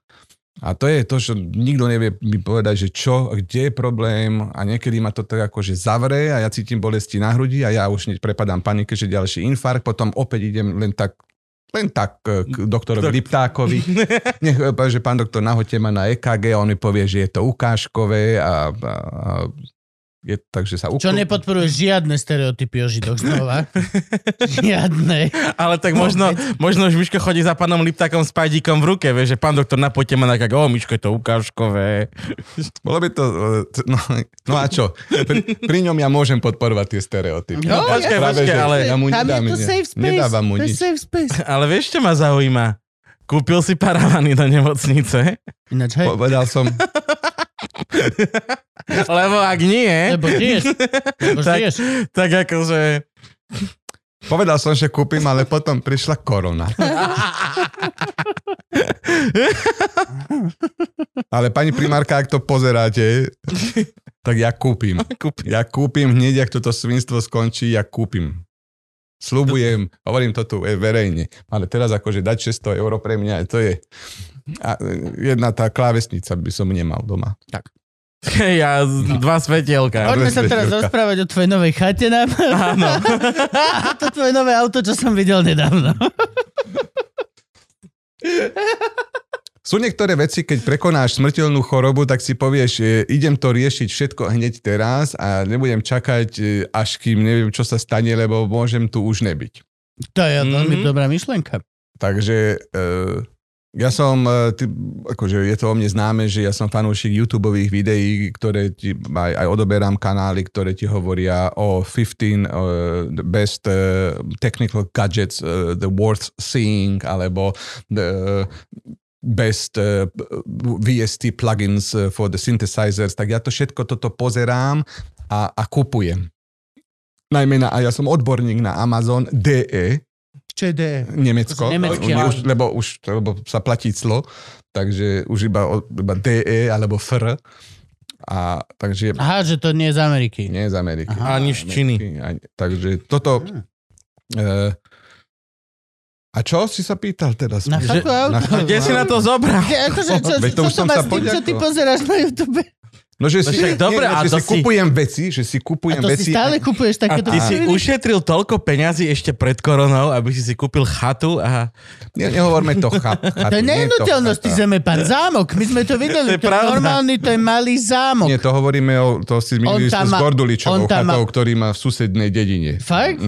S3: A to je to, čo nikto nevie mi povedať, že čo, kde je problém a niekedy ma to tak akože zavre a ja cítim bolesti na hrudi a ja už hneď prepadám panike, že ďalší infarkt, potom opäť idem len tak len tak e, k doktorovi
S2: Tak.
S3: Liptákovi. Nech, e, povie, že pán doktor, nahoďte ma na EKG a on mi povie, že je to ukážkové a, a, a je, takže sa
S1: Čo nepodporuje žiadne stereotypy o židoch znova. Žiadne.
S2: Ale tak možno, možno už Miško chodí za pánom Liptákom s pajdíkom v ruke, vieš, že pán doktor napojte ma na kak, o Miško je to ukážkové.
S3: Bolo by to... e, t- No, no a čo? Pri, pri ňom ja môžem podporovať tie stereotypy.
S1: No,
S3: Ja
S2: počkaj,
S3: práve,
S2: počkaj,
S3: že
S2: ale-
S3: ja mu
S1: Tam je
S3: nedám,
S1: to
S3: ne-
S1: safe space.
S3: Nedávam mu
S1: to je
S3: nič.
S1: safe space.
S2: Ale vieš, čo ma zaujíma? Kúpil si paravany do nemocnice?
S1: Ináč, hej.
S3: Povedal som,
S2: Lebo ak nie,
S1: Lebo žiješ. Lebo
S2: Tak-
S1: žiješ.
S2: tak akože...
S3: povedal som, že kúpim, ale potom prišla korona. Ale pani primárka, ak to pozeráte, tak ja kúpim.
S2: Kúpil.
S3: Ja kúpim hneď, ak toto svinstvo skončí, ja kúpim. Slubujem, hovorím to tu e, verejne. Ale teraz akože dať 600 eur pre mňa, to je... A e, jedna tá klávesnica by som nemal doma. Tak.
S2: Ja, dva svetielka.
S1: Poďme sa teraz
S3: Rozveselka.
S1: rozprávať o tvojej novej chate nám.
S2: Áno.
S1: A to tvoje nové auto, čo som videl nedávno.
S3: Sú niektoré veci, keď prekonáš smrteľnú chorobu, tak si povieš, e, idem to riešiť všetko hneď teraz a nebudem čakať, e, až kým neviem, čo sa stane, lebo môžem tu už nebyť.
S1: To je veľmi
S2: Mhm.
S1: dobrá myšlienka.
S3: Takže e, ja som, e, ty, akože je to o mne známe, že ja som fanúšik YouTubeových videí, ktoré ti, aj, aj odoberám kanály, ktoré ti hovoria o 15 uh, the best uh, technical gadgets uh, the worth seeing, alebo the best uh, VST plugins eh, for the synthesizers, tak ja to všetko toto pozerám a, a kupujem. Najmä na, a ja som odborník na Amazon E. DE,
S1: Čo je DE?
S2: E.
S1: To
S3: Nemecko,
S1: sú nemecké, áno.
S3: už, lebo už lebo sa platí clo, takže už iba, od- iba DE alebo FR. A takže
S1: Aha, že to nie je z Ameriky.
S3: nie z Ameriky.
S1: Aha.
S2: Ani z Číny.
S3: Ani- Takže toto... E, a čo si sa pýtal teraz?
S1: Na
S2: Že-
S1: chatu auto.
S3: na chatu.
S2: Kde si na to zobral?
S1: Ja, akože, čo,
S3: Veď to
S1: čo
S3: už
S1: to
S3: som
S1: má
S3: sa
S1: s tým, čo ty
S3: poďakoval.
S1: pozeráš na YouTube?
S3: No, že
S2: No
S3: si,
S2: však dobre,
S3: nie,
S2: a
S3: že
S2: to
S3: si
S2: si-
S3: kupujem veci, že si
S1: A
S3: kupujem
S1: to si
S3: veci.
S1: stále kupuješ
S2: A
S1: takéto
S2: ty si
S1: pičoviny?
S2: ušetril toľko peňazí ešte pred koronou, aby si si kúpil chatu a
S3: Ne, nehovorme to chap.
S1: To je nehnuteľnosť, ty zeme pán zámok. My sme to
S2: To
S1: videli,
S2: je
S1: to je
S2: pravda.
S1: normálny, to je malý zámok.
S3: Nie, to hovoríme o, to si
S1: On
S3: zmiňujú
S1: tam
S3: s
S1: má- on
S3: Gorduličovou
S1: tam má-
S3: chatou, ktorý má v susednej dedine.
S1: Fakt?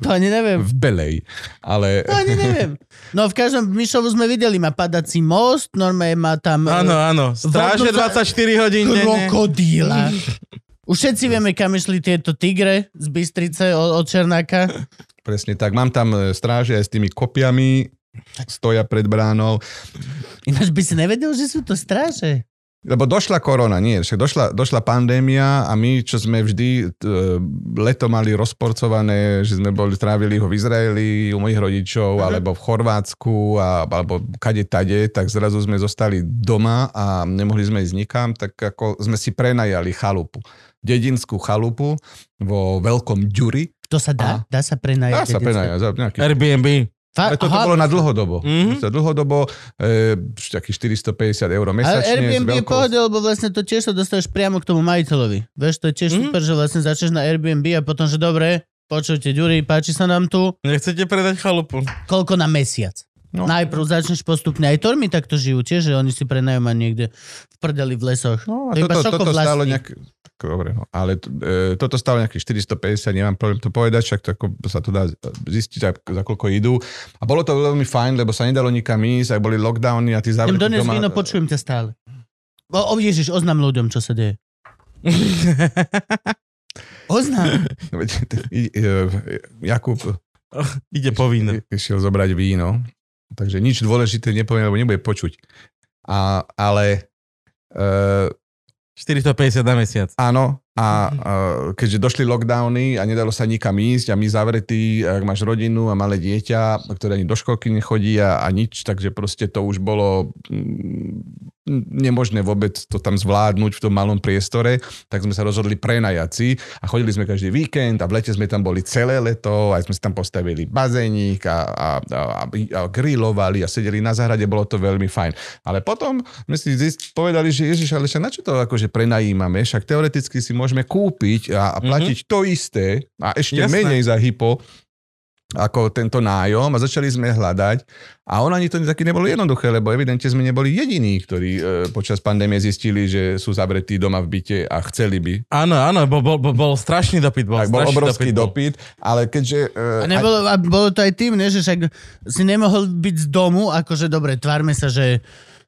S1: To ani neviem.
S3: V Belej. Ale...
S1: To ani neviem. No v každom Mišovu sme videli, má padací most, normálne má tam... e,
S2: áno, áno, stráže
S1: Vodnú za-
S2: 24 hodín denne.
S1: Krokodíla. Už všetci vieme, kam išli tieto tigre z Bystrice od, od Černáka.
S3: Presne tak. Mám tam e, stráže aj s tými kopiami, stoja pred bránou.
S1: Ináč by si nevedel, že sú to stráže.
S3: Lebo došla korona, nie, však došla, došla pandémia a my, čo sme vždy t, e, leto mali rozporcované, že sme boli, trávili ho v Izraeli, u mojich rodičov, alebo v Chorvátsku, a, alebo kade tade, tak zrazu sme zostali doma a nemohli sme ísť nikam, tak ako sme si prenajali chalupu. Dedinskú chalupu vo Veľkom Ďuri.
S1: To sa dá? Dá sa prenajať?
S3: Dá sa
S1: dedictvo?
S3: prenajať za nejaký
S2: Airbnb.
S1: Fa-
S3: ale toto
S1: aha,
S3: bolo na dlhodobo.
S2: Mhm.
S3: Mm-hmm. Za dlhodobo e, takých 450 eur
S1: ale
S3: mesačne.
S1: Airbnb je
S3: s veľkou...
S1: pohode, lebo vlastne to tiež sa dostaneš priamo k tomu majiteľovi. Vieš, to je tiež
S2: Mhm.
S1: super, že vlastne začneš na Airbnb a potom, že dobre, počujte, Ďuri, páči sa nám tu,
S2: Nechcete predať chalupu?
S1: koľko na mesiac?
S3: No.
S1: Najprv začneš postupne, aj Tormy takto žijú tiež, že oni si prenajú ma niekde v prdeli v lesoch.
S3: No,
S1: To
S3: a
S1: je iba
S3: toto,
S1: šoko
S3: toto stálo
S1: vlastný.
S3: nejak... tak Dobre, no. Ale t- e, toto stálo nejakých 450, nemám problém to povedať, však to ako sa to dá zistiť, ak- za koľko idú. A bolo to veľmi fajn, lebo sa nedalo nikam ísť, aj boli lockdowny a ty
S1: Idem
S3: zavreli
S1: doniesť víno, počujem ťa stále. O, o Ježiš, oznám ľuďom, čo sa deje. Oznám.
S3: No, Veď, i- e, Jakub
S2: Ide povinné.
S3: i- išiel zobrať víno, takže nič dôležité nepoviem, lebo nebude počuť. A, ale e,
S2: 450 na mesiac.
S3: Áno, a, a keďže došli lockdowny a nedalo sa nikam ísť a my zavretí, ak máš rodinu a malé dieťa, ktoré ani do školky nechodí a, a nič, takže proste to už bolo mm, nemožné vôbec to tam zvládnuť v tom malom priestore, tak sme sa rozhodli prenajať si a chodili sme každý víkend a v lete sme tam boli celé leto, aj sme si tam postavili bazénik a, a, a, a, a grillovali a sedeli na záhrade, bolo to veľmi fajn. Ale potom sme si zist, povedali, že Ježiš, ale však na čo to akože prenajímame? Však teoreticky si môžeme kúpiť a, a platiť to isté a ešte
S2: Jasné.
S3: Jasné. menej za hypo ako tento nájom a začali sme hľadať a on ani to taký nebolo jednoduché, lebo evidentne sme neboli jediní, ktorí e, počas pandémie zistili, že sú zavretí doma v byte a chceli by.
S2: Áno, áno, bo, bo, bo, bol strašný dopyt. Bol,
S3: Tak bol
S2: strašný
S3: obrovský
S2: bol.
S3: dopyt, ale keďže...
S1: A
S3: E,
S1: nebolo, a bolo to aj tým, ne, že však si nemohol byť z domu, akože dobre, tvárme sa, že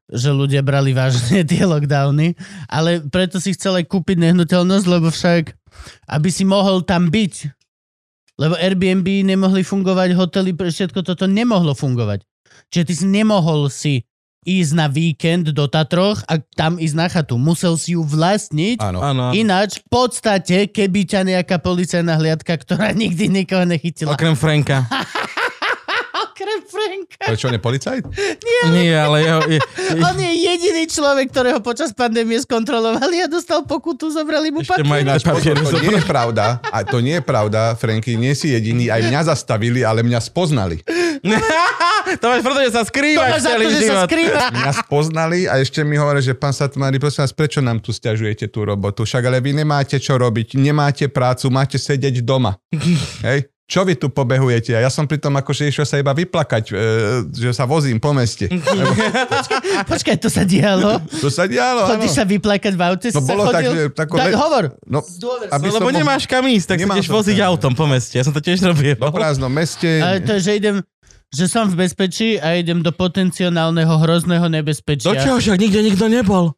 S1: že ľudia brali vážne tie lockdowny, ale preto si chcel aj kúpiť nehnuteľnosť, lebo však, aby si mohol tam byť, lebo Airbnb nemohli fungovať, hotely, pre- všetko toto nemohlo fungovať. Čiže ty si nemohol si ísť na víkend do Tatroch a tam ísť na chatu. Musel si ju vlastniť
S3: áno.
S2: Áno, áno.
S1: Ináč, v podstate, keby ťa nejaká policajná hliadka, ktorá nikdy nikoho nechytila.
S2: Okrem Franka.
S1: Okrem Franka.
S3: Prečo ne policajt?
S2: Nie, ale jeho... Je, je,
S1: On je jediný človek, ktorého počas pandémie skontrolovali a dostal pokutu, zobrali mu
S2: ešte má
S1: papier.
S2: ináč papier.
S3: To nie je pravda. A to nie je pravda, Franky, nie si jediný. Aj mňa zastavili, ale mňa spoznali.
S2: to máš preto, že sa
S1: To
S2: skrývaš
S1: máš za
S2: celý
S1: to, že sa
S2: život.
S1: skrýva.
S3: Mňa spoznali a ešte mi hovorí, že pán Satmári, prosím vás, prečo nám tu stiažujete tú robotu? Však ale vy nemáte čo robiť, nemáte prácu, máte sedieť doma. Hej? Čo vy tu pobehujete? A ja som pritom akože išiel sa iba vyplakať, e, že sa vozím po meste.
S1: Počkaj, to sa dialo.
S3: To sa dialo, áno.
S1: Chodíš sa vyplakať v aute, si sa
S3: No bolo tak, že
S1: chodil.
S3: tako
S1: tak
S3: le-
S1: hovor.
S3: No,
S1: Zdôver.
S3: aby
S2: No, lebo
S3: som mohol-
S2: nemáš kam ísť, tak sa
S3: Nemám
S2: ideš
S3: som
S2: voziť
S3: kam.
S2: autom po meste. Ja som to tiež robil.
S3: po prázdnom meste.
S1: Ale to je, že idem že som v bezpečí a idem do potenciálneho hrozného nebezpečia.
S2: Do čoho však nikde nikto nebol?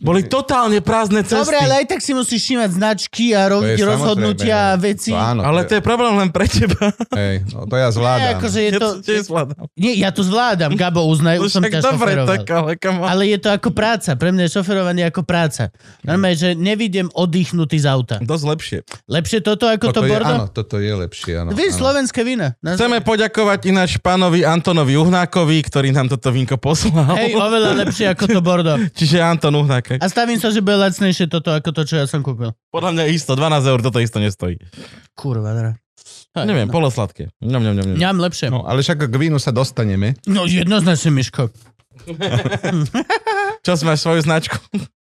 S2: Boli totálne prázdne cesty.
S1: Dobre, ale aj tak si musíš všímať značky a
S3: To
S1: robiť
S3: je samozrejme,
S1: rozhodnutia a
S3: hej.
S1: veci.
S3: No, To áno,
S2: ale to je problém len pre teba.
S3: hej, no, to ja
S1: Nie,
S3: zvládam.
S1: akože je
S2: Ja
S1: to...
S2: to tiež zvládam.
S1: Nie, ja to zvládam, Gabo, uznaj,
S2: No
S1: už som
S2: však
S1: ťa
S2: dobre,
S1: šoferoval.
S2: tak ale come on.
S1: Ale je to ako práca. Pre mňa je šoferovanie ako práca. Normálne, že nevidím oddychnutý z auta.
S2: Dosť lepšie.
S1: Lepšie toto ako
S3: toto
S1: to
S3: je,
S1: bordo?
S3: áno, toto je lepšie, áno.
S1: Vy,
S3: áno.
S1: slovenské vína. Na-
S2: Chceme poďakovať ináč pánovi Antonovi Uhnákovi, ktorý nám toto vínko poslal.
S1: Hej, oveľa lepšie ako to bordo.
S2: Čiže Anton Uhnák.
S1: A stavím sa, že bude lacnejšie toto ako to, čo ja som kúpil.
S2: Podľa mňa isto, 12 eur toto isto nestojí.
S1: Kurva, dra. Hej,
S2: Neviem, polosladké. Ňam, ňam, ňam, ňam.
S1: Ňam lepšie.
S3: No, ale však k vínu sa dostaneme.
S1: No jednoznačne, Miško.
S2: Čo si máš svoju značku?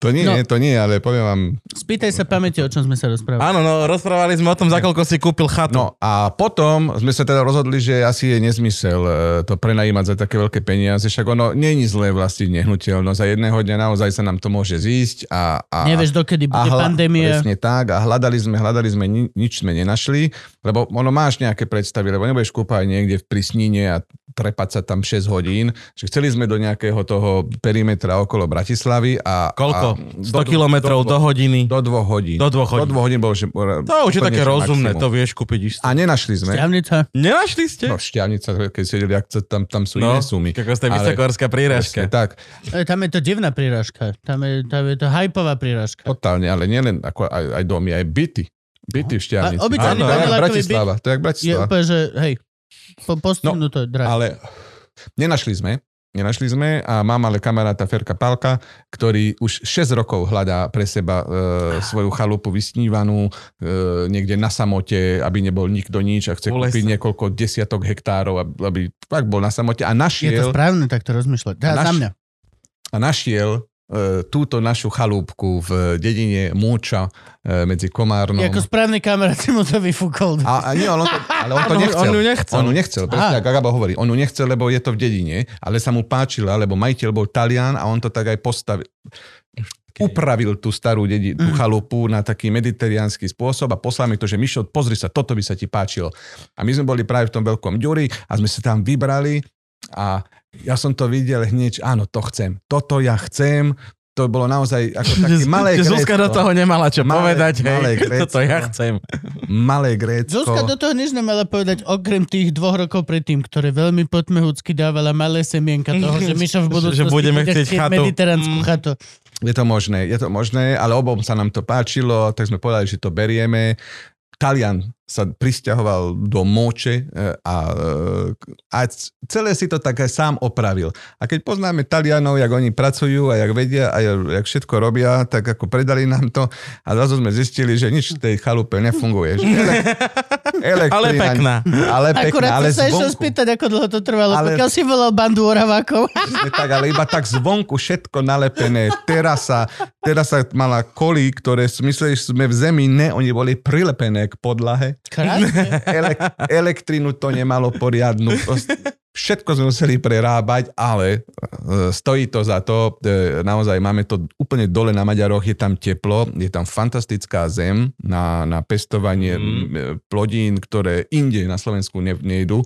S3: To nie,
S1: No.
S3: no. to nie, ale poviem vám,
S1: Spýtaj sa pamäti, o čom sme sa rozprávali.
S2: Áno, no rozprávali sme o tom, za koľko si kúpil chatu.
S3: No a potom sme sa teda rozhodli, že asi je nezmysel e, to prenajímať za také veľké peniaze, však ono není zlé vlastniť nehnuteľnosť a jedného dňa naozaj sa nám to môže zísť a... a
S1: Nevieš, dokedy bude
S3: hla-
S1: pandémia.
S3: Presne tak a hľadali sme, hľadali sme, ni- nič sme nenašli, lebo ono máš nejaké predstavy, lebo nebudeš kúpať niekde v prísnine a trepať sa tam 6 hodín, že chceli sme do nejakého toho perimetra okolo Bratislavy a...
S2: Koľko?
S3: A,
S2: 100 kilometrov do hodiny.
S3: Do dvoch hodín.
S2: Do dvoch hodín.
S3: Do dvoch hodín bol, že...
S2: To už je také
S3: konečné
S2: rozumné, to
S3: maximum.
S2: vieš kúpiť isto.
S3: A nenašli sme.
S1: Ťavnica.
S2: Nenašli ste?
S3: No, šťavnica, keď sedeli, ak sa tam, tam sú no, iné sumy.
S2: Ako ste
S3: Ale-
S2: vysokorská
S3: Presne,
S2: príražka.
S3: tak,
S1: E, Tam je to divná príražka. Tam je, tam je to hypová príražka.
S3: totálne, ale nielen ako aj, aj domy, aj byty. Byty v Šťavnici.
S1: A obyčajný
S3: Áno, to je jak
S1: panelákový
S3: Bratislava. To je jak
S1: Je
S3: Bratislava.
S1: úplne, že hej, po, postihnuté no, drahé.
S3: Ale nenašli sme. Nenašli sme a mám ale kamaráta Ferka Palka, ktorý už 6 rokov hľadá pre seba e, svoju chalupu vysnívanú e, niekde na samote, aby nebol nikto nič a chce
S2: U lesa.
S3: kúpiť niekoľko desiatok hektárov, aby- aby tak bol na samote a
S1: Je to
S3: našiel...
S1: správne takto rozmýšľať. Teda
S3: Naš-
S1: za mňa.
S3: a našiel e, túto našu chalúbku v dedine Múča e, medzi Komárnom.
S1: Ako správny kamarát si mu to vyfúkol.
S3: A, a nie, on, on to, ale on to
S2: On-
S3: nechcel.
S2: on ju nechcel.
S3: On ju nechcel, presne
S1: Á.
S3: ako Gabo hovorí. On ju nechcel, lebo je to v dedine, ale sa mu páčila, lebo majiteľ bol Talian a on to tak aj postavil. Upravil tú starú
S2: Mm.
S3: dedi, tú chalupu na taký mediteriánsky spôsob a poslal mi to, že Mišo, pozri sa, toto by sa ti páčilo. A my sme boli práve v tom veľkom ďuri a sme sa tam vybrali a ja som to videl hneď, áno, to chcem, toto ja chcem, to bolo naozaj ako také malé
S2: Že Zuzka do toho nemala čo
S3: Malé-
S2: povedať,
S3: malé
S2: hej,
S3: Grécko.
S2: toto ja chcem.
S3: malé Grécko.
S1: Zuzka do toho nič nemala povedať, okrem tých dvoch rokov predtým, ktoré veľmi potmehúcky dávala malé semienka toho, že Mišo v
S2: Že-
S1: budúcnosti
S2: že budeme
S1: bude
S2: chcieť chatu.
S1: mediteránsku
S2: Mm.
S1: chatu.
S3: Je to možné, je to možné, ale obom sa nám to páčilo, tak sme povedali, že to berieme. Talian sa prisťahoval do Moče e, a, e, a c- celé si to tak aj sám opravil. A keď poznáme Talianov, jak oni pracujú a jak vedia a jak všetko robia, tak ako predali nám to a zrazu sme zistili, že nič v tej chalupe nefunguje. Že elek- elektrina-
S2: Ale pekná.
S3: Ale pekná,
S1: Akurát
S3: ale
S1: som sa išiel
S3: zvonku.
S1: spýtať, ako dlho to trvalo,
S3: Ale-
S1: pokiaľ si volal bandu oravákov.
S3: Presne tak, ale iba tak zvonku všetko nalepené. Terasa, terasa mala kolí, ktoré si mysleli, že sme v zemi. Ne, oni boli prilepené k podlahe.
S1: Krásne.
S3: Elek- elektrinu to nemalo poriadnu. Prost- Všetko sme museli prerábať, ale e, stojí to za to. E, Naozaj máme to úplne dole na Maďaroch, je tam teplo, je tam fantastická zem na, na pestovanie
S2: Mm.
S3: mm. plodín, ktoré inde na Slovensku ne, nejdu.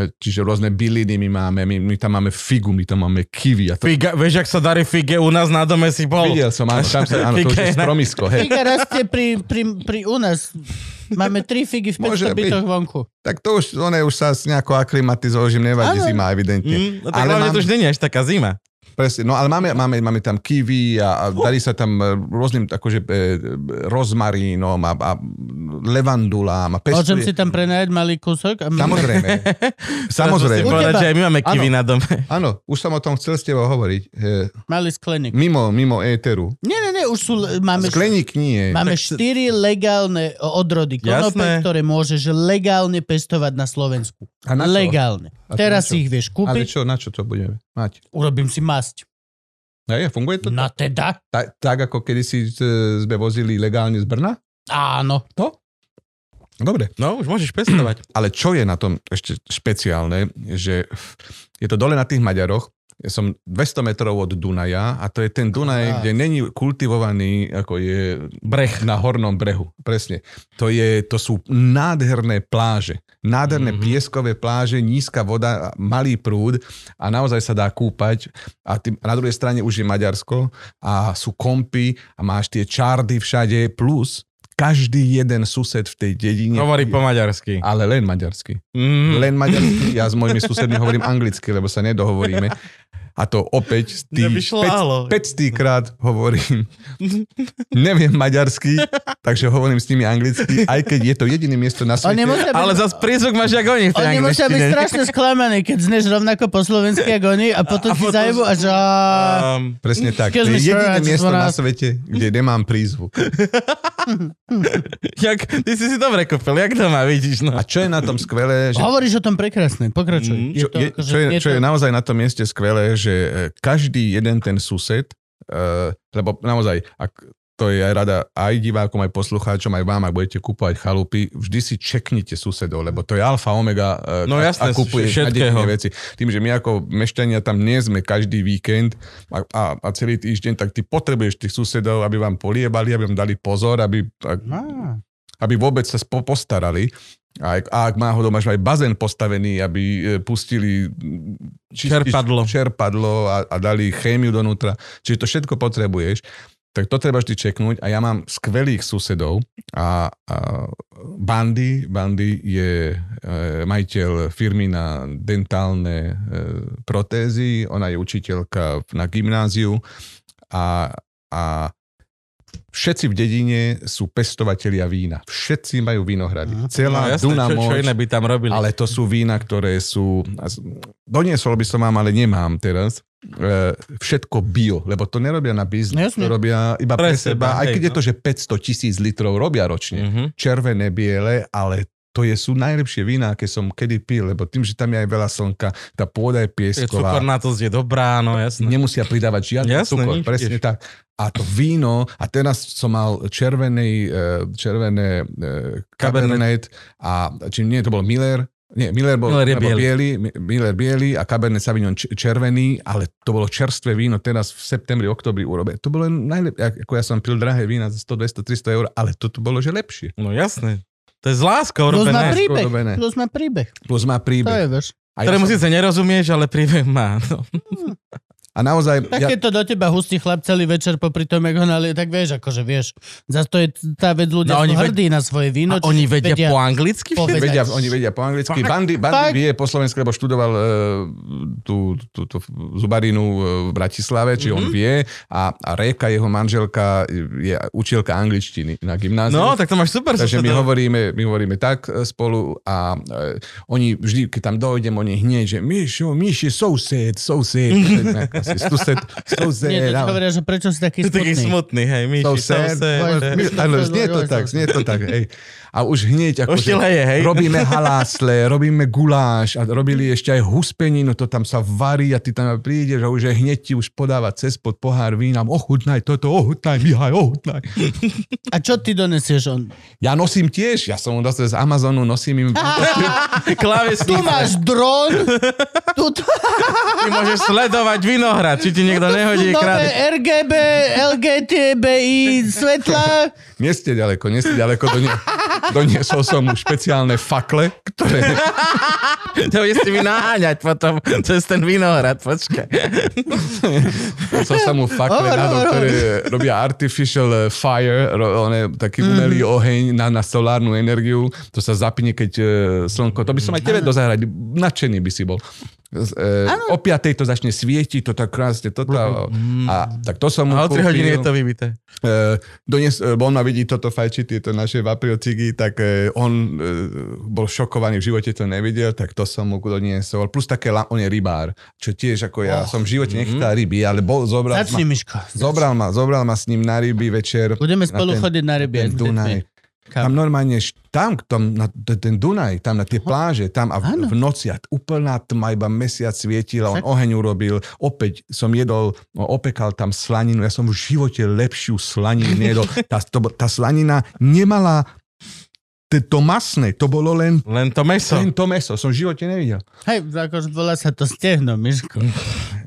S3: E, Čiže rôzne byliny my máme, my, my tam máme figu, my tam máme kiwi. A to,
S2: Figa, vieš, ak sa darí fige, u nás na dome si bol.
S3: videl som, áno, tam sa, áno, to už
S2: Figa
S3: je
S2: je na-
S3: stromisko. Hej.
S1: Figa rastie pri, pri, pri u nás. Máme tri figy v 500
S3: Môže byť.
S1: bytoch vonku.
S3: Tak to už, one už sa s nejako aklimatizujú, že im nevadí
S1: Áno.
S3: zima, evidentne.
S2: Mm, no tak hlavne to už není až taká zima.
S3: Presne, no ale máme, máme, máme tam kiwi a, a darí sa tam e, rôznym akože, e, rozmarínom a, a levandulám a
S1: Môžem si
S3: pestuje.
S1: tam prenajať malý kúsok? A
S3: Samozrejme.
S2: Musím
S3: Samozrejme.
S1: U
S2: povedať,
S1: teba.
S2: že aj my máme kivy na dome.
S3: Áno, už som o tom chcel s tebou hovoriť. E,
S1: Malý skleník.
S3: mimo, mimo éteru.
S1: Nie, nie, nie, už sú, máme,
S3: Skleník nie.
S1: máme štyri legálne odrody konope,
S2: Jasné.
S1: ktoré môžeš legálne pestovať na Slovensku.
S3: A na čo?
S1: legálne.
S3: A to
S1: Teraz
S3: na čo?
S1: si ich vieš
S3: Ale
S1: kúpiť,
S3: čo, na čo to budeme mať?
S1: urobím si masť.
S3: Hej, funguje to?
S1: Na
S3: tak?
S1: teda?
S3: Tak, tak ako kedysi e, sme vozili legálne z Brna?
S1: Áno.
S3: Dobre.
S2: No, už môžeš pestovať.
S3: Ale čo je na tom ešte špeciálne, že je to dole na tých Maďaroch, ja som 200 metrov od Dunaja a to je ten
S1: Krás.
S3: Dunaj, kde není kultivovaný, ako je
S2: Brech.
S3: na hornom brehu. Presne. To, je, to sú nádherné pláže. Nádherné
S2: Mhm.
S3: mm-hmm. pieskové pláže, nízka voda, malý prúd a naozaj sa dá kúpať. A tým, na druhej strane už je Maďarsko a sú kompy a máš tie čardy všade plus každý jeden sused v tej dedine.
S2: Hovorí po maďarsky.
S3: ale len maďarsky
S2: Mm.
S3: len maďarsky, ja s mojimi susedmi hovorím anglicky, lebo sa nedohovoríme. A to opäť z tých
S2: Nevyšlálo.
S3: 500 krát hovorím, neviem maďarsky, takže hovorím s nimi anglicky, aj keď je to jediné miesto na
S1: Oni
S3: svete.
S1: musia byť,
S2: Ale zas prízvuk máš jak oni v tej
S1: oni musia byť
S2: angličtine.
S1: strašne sklamaní, keď zneš rovnako po slovensky ako oni a potom
S2: A- a
S1: ti
S2: potom-
S1: zajebu a že...
S2: Um,
S3: Presne tak.
S1: Excuse
S3: To je
S1: me, sir, I
S3: jediné
S1: just
S3: miesto
S1: wanna-
S3: na svete, kde nemám prízvuk.
S2: jak, ty si si dobre kúpil, jak doma, vidíš, no.
S3: A čo je na tom skvelé, že
S1: Hovoríš o tom prekrásne, pokračuj.
S2: Mm.
S3: Mhm. Čo je,
S1: akože-
S3: čo, je, čo
S1: to-
S3: je naozaj na tom mieste skvelé, že e, každý jeden ten sused Eh, lebo naozaj, ak to je aj rada aj divákom, aj poslucháčom, aj vám, ak budete kupovať chalupy, vždy si čeknite susedov, lebo to je alfa, omega eh,
S2: No
S3: a,
S2: jasné,
S3: a kupuje
S2: všetkého.
S3: nadejné veci. Tým, že my ako mešťania tam nie sme každý víkend a, a, a celý týždeň, tak ty potrebuješ tých susedov, aby vám poliebali, aby vám dali pozor, aby, a-
S1: Á,
S3: aby vôbec sa spo- postarali. A, ak- a ak náhodou máš aj bazén postavený, aby e, pustili mm, čistič-
S2: Čerpadlo.
S3: čerpadlo a, a dali chémiu donútra. Čiže to všetko potrebuješ. Tak to treba vždy čeknúť. A ja mám skvelých susedov. A, a Bandy, Bandy je e, majiteľ firmy na dentálne e, protézy. Ona je učiteľka v- na gymnáziu. A, a Všetci v dedine sú pestovatelia vína. Všetci majú vinohrady. Celá no,
S2: jasné, čo, čo iné by tam robili.
S3: ale to sú vína, ktoré sú... a z- Doniesol by som vám, ale nemám teraz. E, Všetko bio, lebo to nerobia na biznis,
S1: Jasne.
S3: to robia iba pre,
S2: Pre
S3: seba.
S2: seba,
S3: Aj
S2: hej,
S3: keď je
S2: no.
S3: to, že 500 tisíc litrov robia ročne.
S2: Mhm.
S3: Červené, biele, ale to je, sú najlepšie vína, aké som kedy pil, lebo tým, že tam je aj veľa slnka, tá pôda
S2: Je
S3: je piesková.
S2: Cukornatosť je dobrá, no jasné.
S3: Nemusia pridávať žiadny
S2: Jasné,
S3: cukor,
S2: nič tiež.
S3: presne tak. A to víno, a teraz som mal červený, eh, červené eh, Cabernet a či nie, to bol Miller, nie, Miller bol
S2: Miller je
S3: alebo
S2: biely.
S3: biely, Mi- Miller biely a Cabernet Sauvignon č- červený, ale to bolo čerstvé víno teraz v septembri, oktobri urobené. To bolo najlepšie, ako ja som pil drahé vína za 100, 200, 300 eur, ale toto bolo, že lepšie.
S2: No jasné. To je s láskou
S1: Plus má
S2: robené,
S3: pri-
S1: príbeh.
S3: Podobené.
S1: Plus má príbeh.
S3: Plus má
S1: To je,
S3: príbeh.
S1: vieš.
S3: A, ja
S2: ktorému
S3: som,
S2: síce nerozumieš, ale príbeh má. No.
S3: a naozaj,
S1: Tak
S3: ja,
S1: keď to do teba hustý chlap celý večer popri tom, jak ho nalie, tak vieš, akože vieš. Zas to je tá vec, ľudia
S2: No,
S1: no,
S2: oni
S1: sú
S2: ved-
S1: hrdí na svoje víno.
S2: A
S1: čiže
S2: oni vedia po anglicky
S1: No, povedať.
S2: všetko?
S3: Vedia, oni vedia po anglicky.
S2: Fakt?
S3: Bandy,
S1: Fakt?
S3: bandy vie po slovensky, lebo študoval uh, tú, tú, tú zubarinu eh, v Bratislave, či
S1: Mhm.
S3: on vie. A, a Réka, jeho manželka, je učiteľka angličtiny na gymnáziu.
S2: No, tak to máš super.
S3: Takže my
S2: susedov.
S3: hovoríme, my hovoríme tak e, spolu a e, oni vždy, keď tam dojdem, oni hneď, že Mišo, Miši, soused, soused. Asi Sused, soused.
S1: Nie, to ti
S3: áno.
S1: hovoria, že prečo si taký
S2: Ty
S1: smutný.
S2: taký smutný, hej, Miši,
S3: So
S1: Bože.
S3: sad.
S2: sad.
S1: Miš-
S3: Áno, znie to tak, znie to tak. Hej. A už hneď ako
S2: Už ti leje, hej?
S3: robíme halásle, robíme guláš a robili ešte aj huspeninu, to tam sa varí a ty tam prídeš a už je hneď ti už podáva cez pod pohár vína, ochutnaj toto, ochutnaj, Mihaj, ochutnaj.
S1: A čo ty donesieš on?
S3: Ja nosím tiež, ja som zase z Amazonu, nosím im...
S1: Tu
S2: Klávesník.
S1: máš dron, tu to
S2: Ty môžeš sledovať vinohrad, či ti niekto
S1: sú
S2: nehodí
S1: nové
S2: krát.
S1: RGB, LGTBI svetla.
S3: Nie ste ďaleko, nie ste ďaleko, donie, doniesol som mu špeciálne fakle, ktoré
S2: To bude si mi naháňať potom cez ten vinohrad, počkaj.
S3: Som sa mu fakle
S1: Hovor,
S3: na to,
S1: hovor,
S3: ktoré robia artificial eh, fire, ro, one,
S2: Mm.
S3: taký umelý oheň na, na solárnu energiu. To sa zapne, keď e, slnko... To by som aj tebe dozahrať. Nadšený by si bol. Z, E, o piatej to začne svietiť, to tak krásne. Toto, a, a, tak to som mu
S2: Mm. A o 3
S3: kúpil.
S2: hodiny je to vybité.
S3: E, dones, e, on ma vidí toto fajči, tieto naše vapriocigy, tak e, on e, bol šokovaný, v živote to nevidel, tak to som mu doniesol. Plus také, la- on je rybár, čo tiež ako ja, som v živote
S2: Mm-hmm.
S3: nechytal ryby, ale bol, zobral,
S1: Začni,
S3: ma,
S1: Miško.
S3: zobral, ma, zobral ma s ním na ryby večer.
S1: Budeme spolu
S3: na ten,
S1: chodiť na ryby.
S3: ten
S1: aj s deťmi.
S3: Dunaj.
S1: Kam?
S3: Tam normálne, š- tam, tam na t- ten Dunaj, tam na tie pláže, tam a v, v noci a t- úplná tma, iba mesiac svietila, on oheň urobil, opäť som jedol, no, opekal tam slaninu, ja som v živote lepšiu slaninu nejedol. Tá, to, bo- tá slanina nemala t- to masné, to bolo len
S2: Len to meso.
S3: len to meso, som v živote nevidel.
S1: Hej, akože volá sa to stehno, Miško.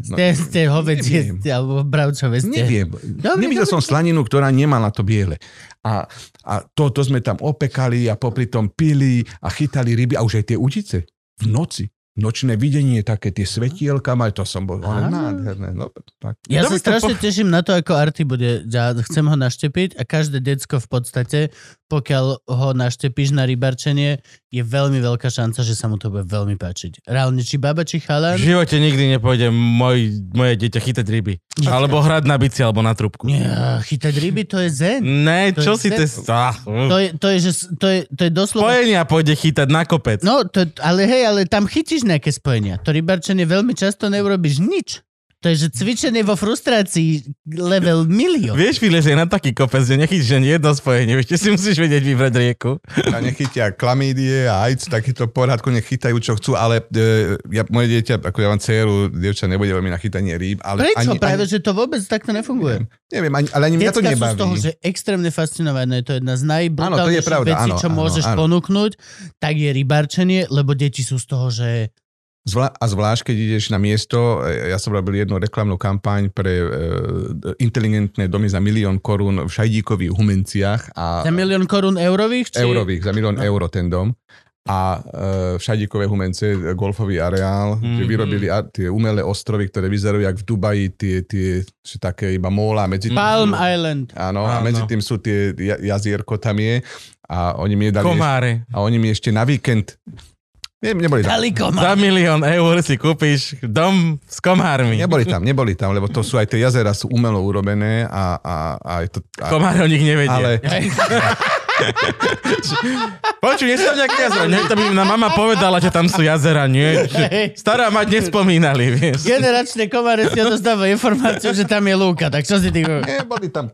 S1: Ste, ste hovedzie,
S3: neviem.
S1: ste- alebo bravčové ste.
S3: Neviem.
S1: Dobre,
S3: Nevidel
S1: dobre.
S3: som slaninu, ktorá nemala to biele. A, a to, to sme tam opekali a popri tom pili a chytali ryby a už aj tie udice v noci. Nočné videnie, také tie svetielka, maj, to som bol
S1: Á.
S3: ale nádherné. No, tak.
S1: Ja sa
S2: Dobre, to
S1: strašne teším na to, ako Arty bude, ja chcem ho naštepiť a každé decko v podstate, pokiaľ ho naštepíš na rybarčenie, je veľmi veľká šanca, že sa mu to bude veľmi páčiť. Reálne, či baba, či
S2: V
S1: chalan,
S2: živote nikdy nepôjde môj, moje dieťa chytať ryby. Alebo hrať na bici, alebo na trubku.
S1: nie, chytať ryby to je zen.
S2: Ne,
S1: To
S2: čo
S1: je
S2: si
S1: sen.
S2: to... Ah,
S3: No.
S1: To je, to je, že, s- to je, to je doslova...
S2: Spojenia pôjde chytať na kopec.
S1: No, to, ale hej, ale tam chytíš nejaké spojenia. To rybarčenie veľmi často neurobiš nič. To je, že cvičenie vo frustrácii level milión.
S2: Vieš, File, že je na taký kopec, že nechytíš ani jedno spojenie, ešte si musíš vedieť vybrať rieku.
S3: A nechytia klamídie a AIDS, takýto porádku nechytajú, čo chcú, ale e, ja, moje dieťa, ako ja mám dceru, dievča nebude veľmi na chytanie rýb, ale
S1: Prečo?
S3: ani,
S1: Práve,
S3: ani,
S1: že to vôbec takto nefunguje.
S3: neviem, ani, ale ani mňa
S1: Detská
S3: to
S1: sú
S3: nebaví.
S1: z toho, že extrémne fascinované, to je jedna z
S3: Áno, to je
S1: najbrutálnejších
S3: pravda,
S1: vecí,
S3: áno,
S1: čo
S3: áno,
S1: môžeš
S3: áno.
S1: ponúknuť, tak je rybarčenie, lebo deti sú z toho, že
S3: Zvla- a zvlášť, keď ideš na miesto, e, ja som robil jednu reklamnú kampaň pre e, inteligentné domy za milión korún v Šajdíkových humenciach a
S1: za milión korún eurových, či...
S3: eurových, za
S1: No.
S3: milión eur ten dom. A e, v Šajdíkové humence e, golfový areál, mm-hmm. kde
S2: Mhm.
S3: vyrobili a, tie umelé ostrovy, ktoré vyzerajú jak v Dubaji, tie, tie že také iba móla medzi tým.
S1: Palm Island.
S3: Áno, a
S2: Áno.
S3: medzi tým sú tie ja- jazierko tam je a oni mi dali ešte,
S2: Komáre.
S3: a oni mi ešte na víkend ne, neboli tam.
S1: Talikoma.
S2: Za milión eur si kúpiš dom s komármi.
S3: Neboli tam, neboli tam, lebo to sú aj tie jazera sú umelo urobené a, a, a je to... A,
S2: Komáre o nich nevedia.
S3: ale
S2: Počuj, nie sú tam nejaké jazera. Nie, to by nám mama povedala, že tam sú jazera, nie? Že Stará mať nespomínali, vieš.
S1: Generačné komáre si odozdávajú informáciu, že tam je lúka, tak čo si ty...
S3: neboli tam,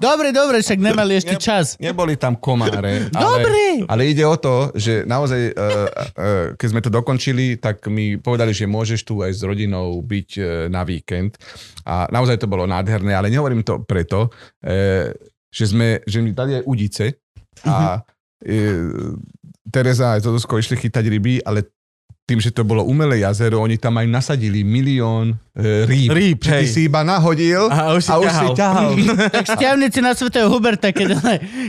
S1: Dobre, dobre, však nemali ešte čas.
S3: neboli tam komáre. Ale,
S1: Dobre.
S3: Ale ide o to, že naozaj, uh, uh, keď sme to dokončili, tak mi povedali, že môžeš tu aj s rodinou byť uh, na víkend. A naozaj to bolo nádherné, ale nehovorím to preto, uh, že, sme, že mi dali aj udice a uh, Tereza aj Zodosko išli chytať ryby, ale tým, že to bolo umelé jazero, oni tam aj nasadili milión e, rýb.
S2: Rýb,
S3: Že ty
S2: hej.
S3: si iba nahodil
S2: A už si ťahal.
S1: Tak šťavnici na svetého Huberta, keď,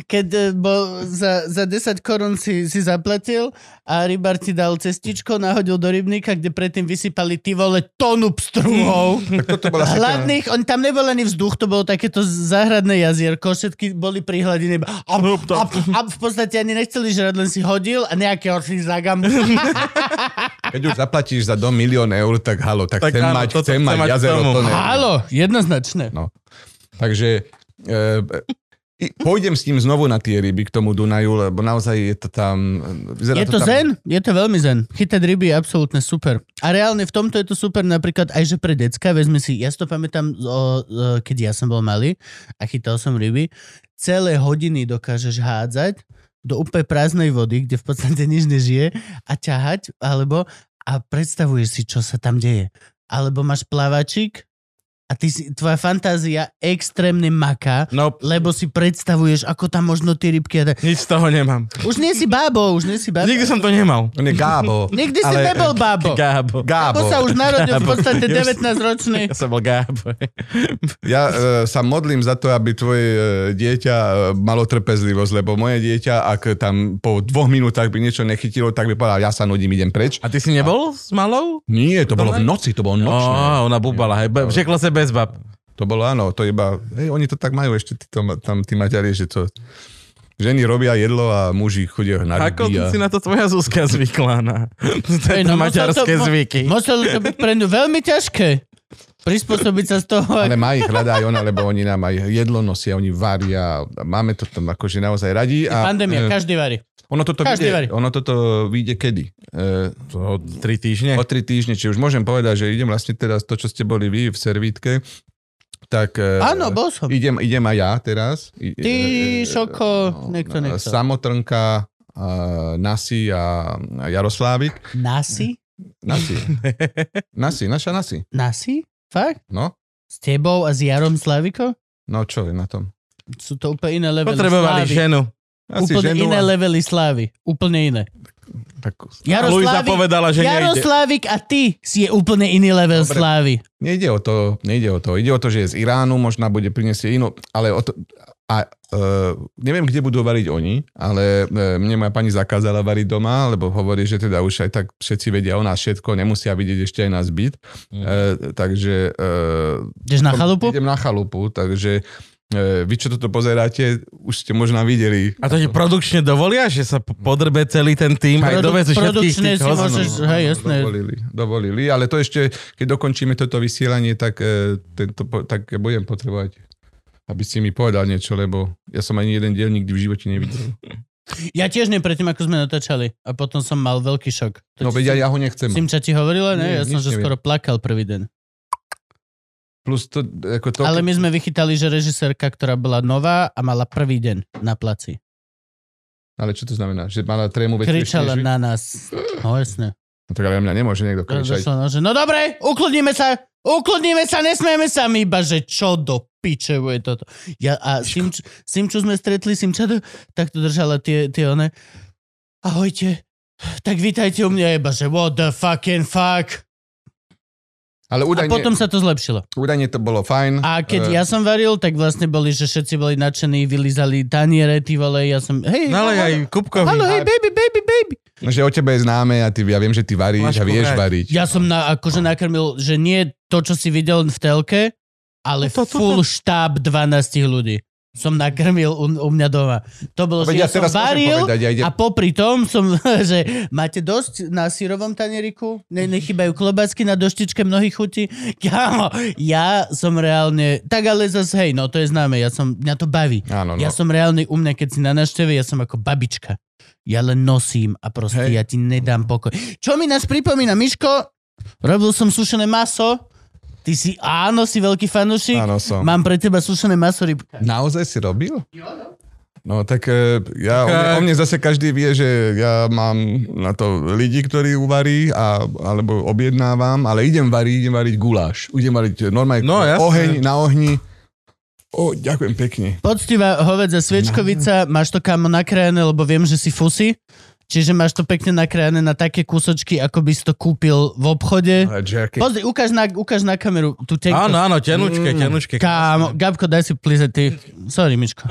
S1: keď eh, bol za, za 10 korún si, si zaplatil a rybár ti dal cestičko, nahodil do rybníka, kde predtým vysypali ty vole tonu pstruhov.
S3: tak toto bola sieťa-
S1: Hladných, on tam nebol ani vzduch, to bolo takéto záhradné jazierko, všetky boli pri hladine. iba A, a, a v podstate ani nechceli žrať, len si hodil a nejaké orfy zagam.
S3: Keď už zaplatíš za dom milión eur, tak halo, tak,
S2: Tak
S3: chcem,
S2: áno,
S3: mať,
S2: toto
S3: chcem
S2: chcem
S3: mať
S2: mať k
S3: jazero
S2: tomu.
S3: plné.
S1: Halo, jednoznačné.
S3: Takže e, e, pôjdem s ním znovu na tie ryby k tomu Dunaju, lebo naozaj je to tam... Vyzerá
S1: Je to
S3: Teda tam,
S1: zen, je to veľmi zen. Chytať ryby je absolútne super. A reálne v tomto je to super napríklad aj že pre decka, vezme si, ja si to pamätám, o, o, keď ja som bol malý a chytal som ryby, celé hodiny dokážeš hádzať do úplne prázdnej vody, kde v podstate nič nežije a ťahať, alebo a predstavuješ si, čo sa tam deje. Alebo máš plavačik a ty si, tvoja fantázia extrémne maká,
S2: No,
S1: lebo si predstavuješ, ako tam možno tie rybky... a tak.
S2: nič z toho nemám.
S1: Už nie si bábo, už nie si bábo.
S2: Nikdy som to nemal.
S3: On je gábo.
S1: Nikdy si
S3: Ale- e,
S1: nebol
S2: No.
S1: bábo. Bábo
S2: Gábo.
S3: Gábo.
S1: sa už narodil v
S2: Gábo.
S1: podstate
S2: Ja už-
S1: 19-ročný.
S2: Ja som bol Gábo.
S3: Ja e, sa modlím za to, aby tvoje e, dieťa e, malo trpezlivosť, lebo moje dieťa, ak tam po dvoch minútach by niečo nechytilo, tak by povedal, ja sa nudím, idem preč.
S2: A ty si nebol s malou?
S3: Nie, to bolo v
S2: Dobre.
S3: noci, to bolo
S2: Ó,
S3: nočné.
S2: ona bubala, hej. Be- V žekle sa bez bab.
S3: To bolo áno, to iba, hej, oni to tak majú ešte títo, tam tí maďari, že to... Ženy robia jedlo a muži chodia na
S2: Ako
S3: ryby.
S2: si na
S3: A...
S2: to tvoja Zuzka zvyklá na tieto
S1: no,
S2: maďarské
S1: musel to-
S2: zvyky.
S1: Muselo to byť pre ňu veľmi ťažké. Prispôsobiť sa z toho,
S3: Ale
S1: ale...
S3: má ich rada aj ona, lebo oni nám aj jedlo nosia, oni varia. a Máme to tam akože naozaj radi. A,
S1: pandémia,
S3: e,
S1: každý varí.
S3: ono toto,
S1: každý varí.
S3: vyjde, ono toto vyjde kedy? E,
S2: To No, tri týždne.
S3: o tri týždne, či už môžem povedať, že idem vlastne teraz to, čo ste boli vy v servítke, tak... e,
S1: Áno, bol som.
S3: Idem, idem aj ja teraz. I-
S1: Ty,
S3: e, e,
S1: Šoko, niekto,
S3: e,
S1: niekto.
S3: Samotrnka, a Nasi a a Jaroslávik.
S1: Nasi?
S3: Nasi. Nasi, naša Nasi.
S1: Nasi? Fakt?
S3: No,
S1: S tebou a s Jarom Slaviko?
S3: no čo je na tom?
S1: Sú to úplne iné levely
S2: Potrebovali
S1: slávy.
S2: ženu.
S3: Asi
S1: Úplne
S3: ženu
S1: iné
S3: a-
S1: levely slávy. Úplne iné.
S3: tak,
S2: Luisa
S1: Jaroslávik,
S2: povedala, že nejde.
S1: Jaroslávik a ty si je úplne iný level
S3: Dobre.
S1: slávy.
S3: nejde, o to, nejde o to. Ide o to, že je z Iránu, možná bude priniesie inú, ale o to, a e, neviem, kde budú variť oni, ale e, mne moja pani zakázala variť doma, lebo hovorí, že teda už aj tak všetci vedia o nás všetko, nemusia vidieť ešte aj nás byt.
S1: Mm.
S3: E, takže e,
S1: Ideš na
S3: Tom-
S1: chalupu?
S3: Idem na chalupu, takže e, vy, čo toto pozeráte, už ste možno videli.
S2: A to ti produkčne dovolia, že sa po- podrbe celý ten tým aj
S1: Produ-
S2: dovezú všetkých
S1: produkčne
S2: tých
S1: si
S2: hoznov.
S1: môžeš- hej, jasné.
S3: No, Dovolili, dovolili, ale to ešte, keď dokončíme toto vysielanie, tak, e, tento, po- tak budem potrebovať, aby si mi povedal niečo, lebo ja som ani jeden diel nikdy v živote nevidel.
S1: Ja tiež nie predtým, ako sme natáčali. A potom som mal veľký šok. To
S3: No
S1: ti-
S3: veď ja, ja ho nechcem.
S1: Simča ti hovorila, ne? ja
S3: Nie,
S1: som,
S3: nič
S1: že
S3: neviem.
S1: skoro plakal prvý deň.
S3: Plus to, ako to...
S1: Ale my sme vychytali, že režisérka, ktorá bola nová a mala prvý deň na placi.
S3: ale čo to znamená? Že mala trému väčšiu
S1: Kričala
S3: štíži?
S1: na nás. No jasne.
S3: No, tak ale na mňa nemôže niekto kričať.
S1: Došla, no, že, no dobre, ukludníme sa, ukludníme sa, nesmieme sa my, iba že čo do piče bude toto. Ja, a s tým, čo- s tým, čo sme stretli, s tým čado, tak to držala tie, tie one. Ahojte, tak vítajte u mňa iba, že what the fucking fuck. A
S3: Ale údajne,
S1: potom sa to zlepšilo.
S3: údajne to bolo fajn. E,
S1: A keď
S2: Eh.
S1: ja som varil, tak vlastne boli, že všetci boli nadšení, vylizali taniere, ty vole, ja som, hej,
S2: No ale aj Kupkovi.
S1: halo, hej, baby, baby, baby.
S3: Že o tebe je známe a ty, ja viem, že ty varíš
S2: Máš
S3: a vieš
S2: kovrať.
S3: variť.
S1: Ja som na, akože nakrmil, že nie to, čo si videl v telke, ale
S2: No To, to, to,
S1: full štáb 12 ľudí som nakrmil u, u mňa doma. To
S2: No,
S1: bolo, že
S3: Veď
S1: ja, som
S3: môžem
S1: varil
S3: povedať, ja idem...
S1: a popri tom som, že máte dosť na sírovom tanieriku? Ne, nechybajú klobásky na doštičke mnohých chutí? Kámo, ja som reálne... Tak ale zase, hej, no to je známe, ja som, mňa to baví.
S3: Áno, no.
S1: Ja som reálny u mňa, keď si na návšteve, ja som ako babička. Ja len nosím a proste
S3: Hej.
S1: hey. ja ti nedám pokoj. Čo mi nás pripomína, Miško? Robil som sušené maso. Ty si, áno, si veľký fanúšik.
S3: Áno, som.
S1: Mám pre teba sušené maso rybka.
S3: Naozaj si robil? No tak e, ja, o, mne,
S2: Tak.
S3: o mne zase každý vie, že ja mám na to lidi, ktorí uvarí a, alebo objednávam, ale idem variť, idem variť guláš. Idem variť e, normálne
S2: No, jasne.
S3: oheň na ohni. O, ďakujem pekne.
S1: Poctivá hovedza sviečkovica,
S3: No.
S1: máš to kam nakrájane, lebo viem, že si fusy. Čiže máš to pekne nakrájane na také kúsočky, ako by si to kúpil v obchode.
S3: Ale jerky.
S1: Pozri, ukáž na, ukáž na kameru tú tenko.
S2: Áno, áno, tenučke, tenučke.
S1: Mm, Kámo, Gabko, daj si plize, ty. Sorry, Mičko.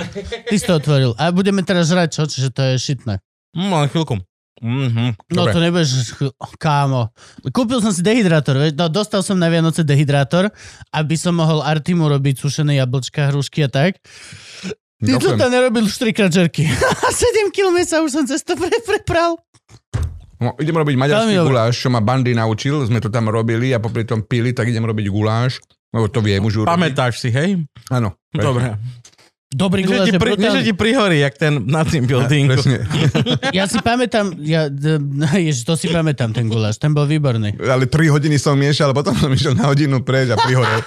S1: Ty si to otvoril. A budeme teraz žrať, čo? Čiže to je šitné.
S2: Mm, len chvíľku. Mhm,
S1: No
S2: dobre.
S1: to nebudeš... chv- Kámo. Kúpil som si dehydrátor, vieš? No, dostal som na Vianoce dehydrátor, aby som mohol Artimu robiť sušené jablčka, hrušky a tak. Ty to tam nerobil už trikrát žerky. 7 km sa už som cez to pre- prepral.
S3: No, idem robiť
S1: Veľmi
S3: maďarský
S1: dobre.
S3: guláš, čo ma Bandy naučil, sme to tam robili a popri tom pili, tak idem robiť guláš, lebo to viem už urobiť.
S2: Pamätáš si, hej?
S3: Áno.
S2: Dobre.
S1: Dobrý
S2: Nie, že
S1: guláš je
S2: ti, pri, nie, že
S1: brutálny.
S2: ti prihorí, jak ten na tým buildingu.
S3: Presne.
S1: Ja si pamätám, ja, d- ježiš, to si pamätám ten guláš, ten bol výborný.
S3: Ale 3 hodiny som miešal, potom som išiel na hodinu preč a prihorel.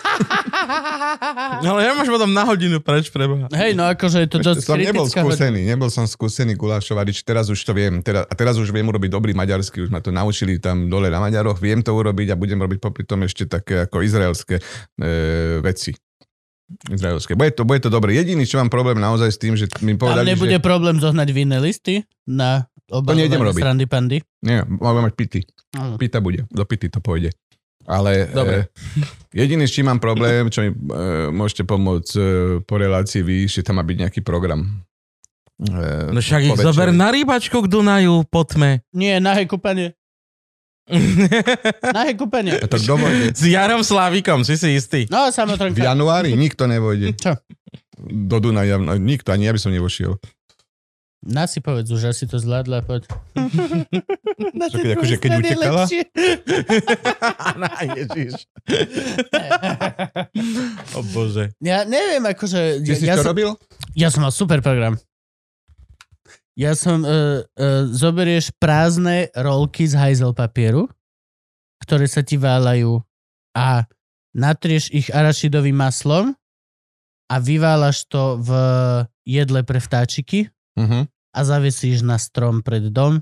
S2: Ale ja máš potom na hodinu preč preba.
S1: Hej, no akože je to dosť
S3: som nebol
S1: kritická hodina.
S3: skúsený, nebol som skúsený gulášovarič, teraz už to viem. Teraz, a teraz už viem urobiť dobrý maďarský, už ma to naučili tam dole na Maďaroch, viem to urobiť a budem robiť popri tom ešte také ako izraelské e, veci. Izraelské. Bude to, bude to dobré. Jediný, čo mám problém naozaj s tým, že mi
S1: Tam
S3: povedali,
S1: nebude
S3: že...
S1: problém zohnať vinné listy na
S3: nejdem
S1: obalovanie
S3: robiť.
S1: srandy pandy.
S3: Nie, máme mať pity. Pita bude, do pity to pôjde. Ale
S2: Dobre.
S3: e, jediné, s čím mám problém, čo mi e, môžete pomôcť e, po relácii vy, že tam má byť nejaký program. E,
S2: No však ich
S3: Po večeri.
S2: zober na rybačku k Dunaju po tme.
S1: Nie, nahé kúpanie. Nahé kúpanie.
S3: a to kto vojde?
S2: S Jarom Slavikom, si si istý.
S1: No,
S3: V
S1: samotrnka.
S3: januári nikto nevojde.
S1: Čo?
S3: Do Dunaja, no, nikto, ani ja by som nevošiel.
S1: Na si povedz už, asi to zvládla, poď. Na
S3: Čo, keď
S1: tej
S3: akože,
S1: druhej
S3: keď
S1: strane je
S3: utekala?
S1: lepšie.
S2: Ježiš. O bože.
S1: Ja neviem, akože...
S3: Ty si
S1: ja, ja,
S3: to
S1: som,
S3: robil?
S1: ja som mal super program. Ja som... Uh, uh, zoberieš prázdne rolky z hajzel papieru, ktoré sa ti váľajú a natrieš ich arašidovým maslom a vyváľaš to v jedle pre vtáčiky
S3: Uh-huh.
S1: a zavesíš na strom pred dom.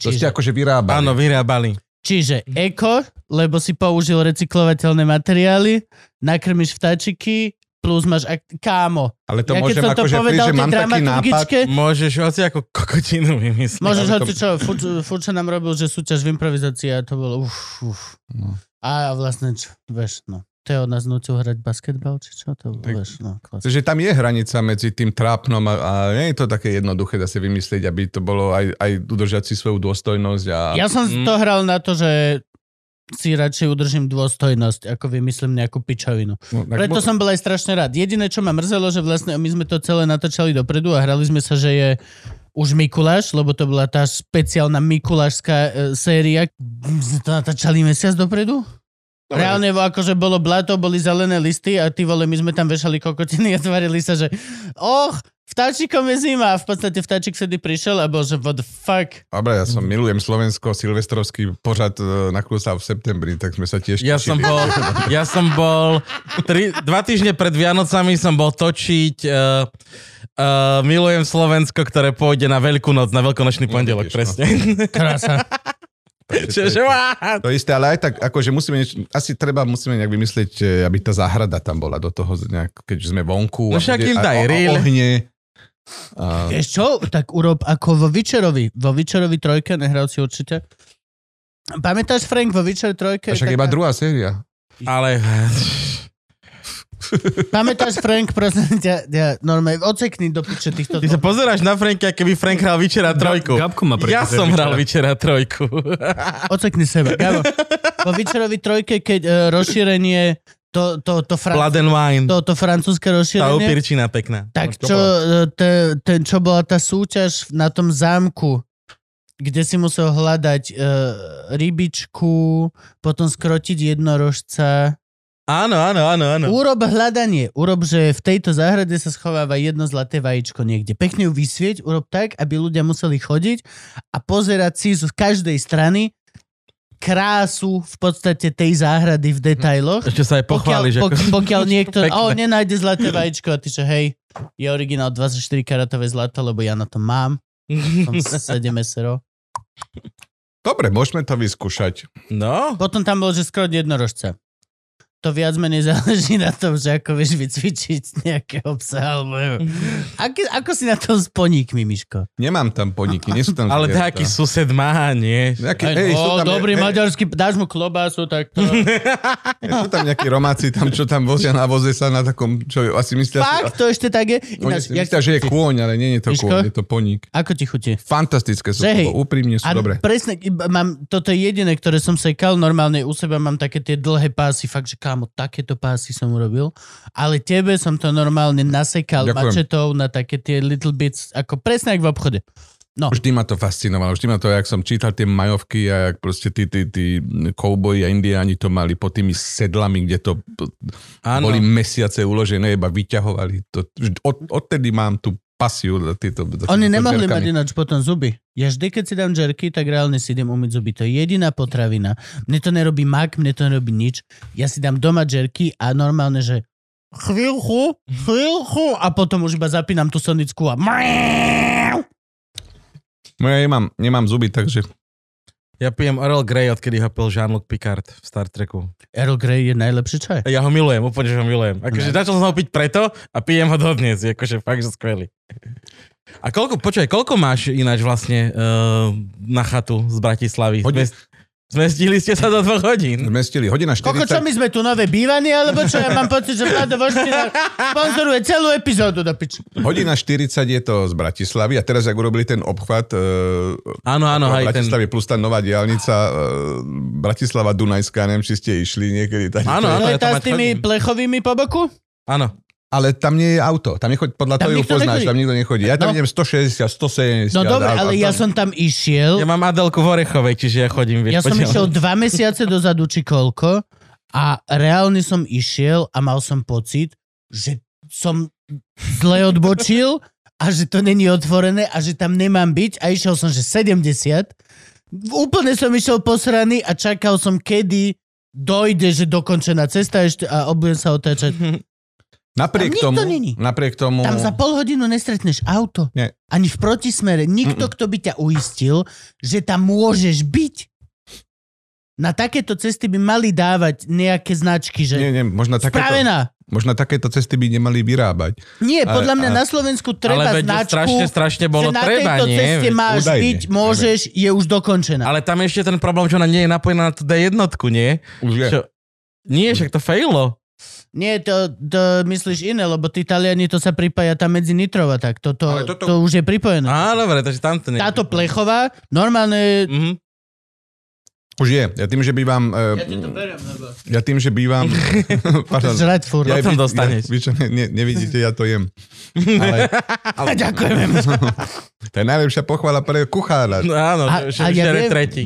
S3: To ste akože vyrábali.
S2: Áno, vyrábali.
S1: Čiže eko, lebo si použil recyklovateľné materiály, nakrmiš vtáčiky, plus máš... Ak- kámo,
S3: Ale to
S1: ja keď
S3: môžem
S1: som to
S3: akože prísť,
S1: povedal
S3: že
S1: tej
S3: mám taký nápad.
S1: dramaturgičke,
S2: Môžeš hoci ako kokotinu vymyslieť.
S1: môžeš
S3: ale to-
S1: hoci čo, Furč- Furča nám robil, že súťaž v improvizácii a to bolo uf, uf.
S3: No.
S1: A vlastne, čo, vieš, no. To je od nás nutil hrať basketbal, či čo? To
S3: Tak-
S1: tak, vieš, no, klas.
S3: Že tam je hranica medzi tým trápnom a, a nie je to také jednoduché zase vymyslieť, aby to bolo aj, aj udržať si svoju dôstojnosť a
S1: Ja som
S2: Mm.
S1: to hral na to, že si radšej udržím dôstojnosť, ako vymyslím nejakú pičovinu.
S3: No, tak
S1: Preto
S3: mo-
S1: som bol aj strašne rád. Jediné, čo ma mrzelo, že vlastne my sme to celé natáčali dopredu a hrali sme sa, že je už Mikuláš, lebo to bola tá špeciálna Mikulášská e, séria. My sme to natáčali mesiac dopredu? Reálne, vo- akože bolo blato, boli zelené listy a ty vole, my sme tam vešali kokotiny a tvarili sa, že och, vtáčikom je zima. A v podstate vtáčik vtedy prišiel a bol, že what the fuck.
S3: Dobre, ja som milujem Slovensko, silvestrovský pořad e, nakrúsal v septembri, tak sme sa tiež
S2: Ja som
S3: tešili.
S2: bol, ja som bol tri, dva týždne pred Vianocami som bol točiť uh, uh, Milujem Slovensko, ktoré pôjde na Veľkú noc, na Veľkonočný pondelok,
S3: vidíš, no.
S2: presne.
S4: Krása.
S3: Takže
S2: Čiže,
S3: to je-
S2: wow.
S3: To isté, ale aj tak, akože musíme, nieč- asi treba, musíme nejak vymyslieť, e, aby tá záhrada tam bola do toho, nejak, keď sme vonku.
S2: No
S3: a
S2: však
S3: bude-
S2: im
S3: a-
S2: daj
S3: a- a
S2: reel.
S3: Ohne. A,
S1: Vieš čo? Tak urob ako vo Witcherovi. Vo Witcherovi trojke, nehral si určite. Pamätáš, Frank, vo Witcher
S3: a
S1: trojke? je
S3: však
S1: taká-
S3: iba druhá séria.
S2: Ale
S1: Pamätáš, Frank, prosím ťa, ja, normálne, ocekni do piče týchto...
S2: ty sa pozeráš na Franka, keby Frank hral Vyčera trojku.
S4: Gabko ma
S2: Ja som hral Vyčera trojku.
S1: Ocekni seba, Gabo. Vo Witcherovi trojke, keď uh, rozšírenie, to, to, to,
S2: Blood
S1: fran-
S2: and Wine.
S1: to, to francúzske
S2: Tá
S1: rozšírenie,
S2: upírčina pekná.
S1: tak
S3: No, čo
S1: čo, e, te, ten, čo bola tá súťaž na tom zámku, kde si musel hľadať uh, rybičku, potom skrotiť jednorožca.
S2: Áno, áno, áno, áno.
S1: Urob hľadanie. Urob, že v tejto záhrade sa schováva jedno zlaté vajíčko niekde. Pekne ju vysvieť, urob tak, aby ľudia museli chodiť a pozerať si z každej strany krásu v podstate tej záhrady v detailoch.
S2: Ešte sa aj
S1: Pokiaľ,
S2: pochváliš.
S1: pok,
S2: Ako...
S1: pokiaľ niekto...
S2: Pekné.
S1: O, nenájde zlaté vajíčko a ty čo, hej, je originál 24 karatové zlato, lebo ja na to mám. Som 7 SRO.
S3: Dobre, môžeme to vyskúšať.
S2: No,
S1: Potom tam bol, že skrot jednorožca. To viac menej záleží na tom, že ako vieš vycvičiť nejakého psa. Alebo... Aký, ako si na tom s poníkmi, Miško?
S3: Nemám tam podniky, nie sú tam
S2: ale
S3: zvieratá.
S2: taký sused má, nie?
S3: Nejaký,
S1: Aj,
S3: hej, sú
S1: o,
S3: tam,
S1: dobrý
S3: hej,
S1: maďarský, dáš mu klobásu, tak to...
S3: sú tam nejakí romáci, tam, čo tam vozia na voze sa na takom, čo asi myslia,
S1: Fakt, to ešte tak je.
S3: oni
S1: Ináč,
S3: si
S1: jak,
S3: myslia že je kôň, ale nie je to
S1: Miško?
S3: kôň, je to poník.
S1: ako ti chutí?
S3: Fantastické sú,
S1: Že hej.
S3: to, úprimne sú,
S1: A
S3: dobre.
S1: presne, iba mám, toto je jediné, ktoré som sekal, normálne u seba mám také tie dlhé pásy, fakt, že kámo, takéto pásy som urobil, ale tebe som to normálne nasekal
S3: Ďakujem.
S1: mačetou na také tie little bits, ako presne ako v obchode.
S3: Vždy ma to fascinovalo, vždy ma to, jak som čítal tie majovky a jak proste tí, tí, tí kouboji a indiáni to mali pod tými sedlami, kde to ano. boli mesiace uložené, iba vyťahovali to. Vždy- Od, odtedy mám tú pasiu za tieto... Za
S1: Oni
S3: týmito
S1: nemohli mať
S3: džerkami.
S1: ináč potom zuby. Ja vždy, keď si dám džerky, tak reálne si idem umyť zuby. To je jediná potravina. Mne to nerobí mak, mne to nerobí nič. Ja si dám doma džerky a normálne, že chvíľku, chvíľku a potom už iba zapínam tú sonickú a
S3: No ja nemám, nemám zuby, takže...
S2: Ja pijem Earl Grey, odkedy ho pil Jean-Luc Picard v Star Treku.
S1: Earl Grey je najlepší čaj.
S2: A Ja ho milujem, úplne, že ho milujem. Akože začal som ho piť preto a pijem ho dodnes. Je akože fakt, že skvelý. A koľko, počkaj, koľko máš ináč vlastne uh, na chatu z Bratislavy?
S3: Hodin.
S2: Zmes- Zmestili ste sa do dvoch hodín.
S3: Zmestili hodina
S1: Koko, čo
S3: 40...
S1: my sme tu nové bývanie, alebo čo? Ja mám pocit, že Vlado Voština sponzoruje celú epizódu do piči.
S3: Hodina 40 je to z Bratislavy a teraz, ak urobili ten obchvat e,
S2: Áno,
S1: No
S2: áno, aj
S3: okolo
S2: ten...
S3: Bratislavy plus tá nová diálnica e, Bratislava Dunajská, neviem, či ste išli niekedy. Tady,
S2: Áno,
S3: to je-
S1: To
S2: áno,
S1: je
S2: ja tam
S1: tá
S2: aj
S1: s tými
S2: chodím.
S1: plechovými po boku?
S2: Áno.
S3: Ale tam nie je auto. Tam nechod, podľa
S1: Tam
S3: toho ju
S1: nikto
S3: poznáš,
S1: nechodí.
S3: tam nikto nechodí. Ja
S1: No.
S3: tam idem 160, 170.
S1: No dobre,
S3: a- a
S1: ale
S3: tam-
S1: ja som tam išiel.
S2: Ja mám Adelku v Orechovej, čiže ja chodím,
S1: Ja
S2: vieš.
S1: som
S2: poďme.
S1: išiel dva mesiace dozadu, či koľko. A reálne som išiel a mal som pocit, že som zle odbočil a že to není otvorené a že tam nemám byť. A išiel som, že 70. Úplne som išiel posraný a čakal som, kedy dojde, že dokončená cesta ešte a obudem sa otáčať. Tam
S3: Napriek
S1: nikto
S3: tomu,
S1: není.
S3: napriek tomu,
S2: No.
S1: Tam za pol hodinu nestretneš auto.
S3: Nie.
S1: Ani v protismere. Nikto, kto by ťa uistil, že tam môžeš byť. Na takéto cesty by mali dávať nejaké značky, že...
S3: nie, nie, možno takéto,
S1: Spravená.
S3: možno takéto cesty by nemali vyrábať.
S1: Nie,
S3: Ale-
S1: podľa mňa
S3: ale-
S1: na Slovensku
S2: Ale
S1: treba
S2: veď
S1: značku,
S2: strašne, strašne bolo
S1: že na
S2: treba,
S1: tejto
S2: nie?
S1: ceste
S2: Veď-
S1: máš
S3: Údajne.
S1: byť, môžeš, je už dokončená.
S2: Ale tam je ešte ten problém, že ona nie je napojená na tú D1, nie?
S3: Už je.
S2: Čo? Nie, však to failo.
S1: Nie, to, to myslíš iné, lebo tí Taliani to sa pripája tam medzi Nitrova, tak toto,
S3: Ale
S1: toto...
S3: toto-
S1: to už je pripojené.
S2: Á, dobre, takže tam to nie.
S1: Táto plechová, normálne...
S2: Mhm.
S3: Už je. Ja tým, že bývam... Ja,
S1: beriem, lebo...
S3: ja tým, že bývam... pardon.
S1: Žrať furt.
S3: Ja,
S2: To tam dostaneš.
S3: Ja, vy čo ne, ne, nevidíte, ja to jem. Ale, ale,
S1: Ďakujeme.
S3: To je najlepšia pochvala pre kuchára.
S2: No áno,
S1: A-
S2: a, že,
S1: a
S2: že
S1: ja
S2: ja
S1: viem-
S2: tretí.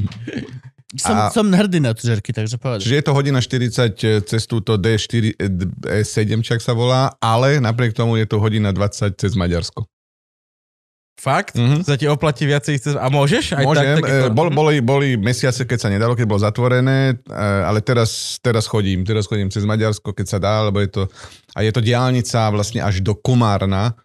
S1: Som,
S3: A-
S1: som hrdý na tužerky, takže povedz.
S3: Čiže je to hodina 40 cez túto D4, e, d- E7, čak sa volá, ale napriek tomu je to hodina 20 cez Maďarsko.
S2: Fakt?
S3: Mhm.
S2: Za ti oplatí viacej chceš... A môžeš? Aj
S3: Môžem,
S2: Tak,
S3: e,
S2: takéto-
S3: bol, boli, boli mesiace, keď sa nedalo, keď bolo zatvorené, e, ale teraz, teraz chodím, teraz chodím cez Maďarsko, keď sa dá, lebo je to, a je to diálnica vlastne až do Komárna,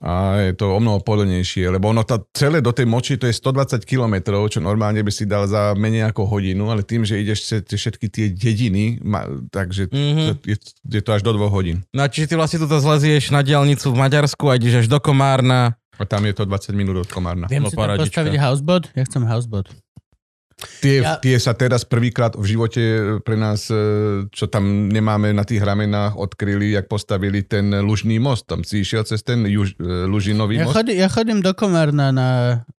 S3: a je to o mnoho pohodlnejšie, lebo ono tá, celé do tej moči to je 120 km, čo normálne by si dal za menej ako hodinu, ale tým, že ideš cez tie všetky tie dediny, ma, takže
S2: Mhm.
S3: to,
S1: Hm.
S3: je, je to až do dvoch hodín.
S2: No a čiže ty vlastne tuto zlezieš na diálnicu v Maďarsku a ideš až do Komárna.
S3: A tam je to 20 minút od Komárna.
S1: Viem si
S2: No,
S1: tam
S2: paradička.
S1: postaviť houseboat? Ja chcem houseboat.
S3: Tie,
S1: Ja-
S3: ja... tie sa teraz prvýkrát v živote pre nás, e, čo tam nemáme na tých ramenách, odkryli, jak postavili ten lužný most. Tam si išiel cez ten juž, e, lužinový
S1: Ja,
S3: most.
S1: chodí, ja chodím do Komárna na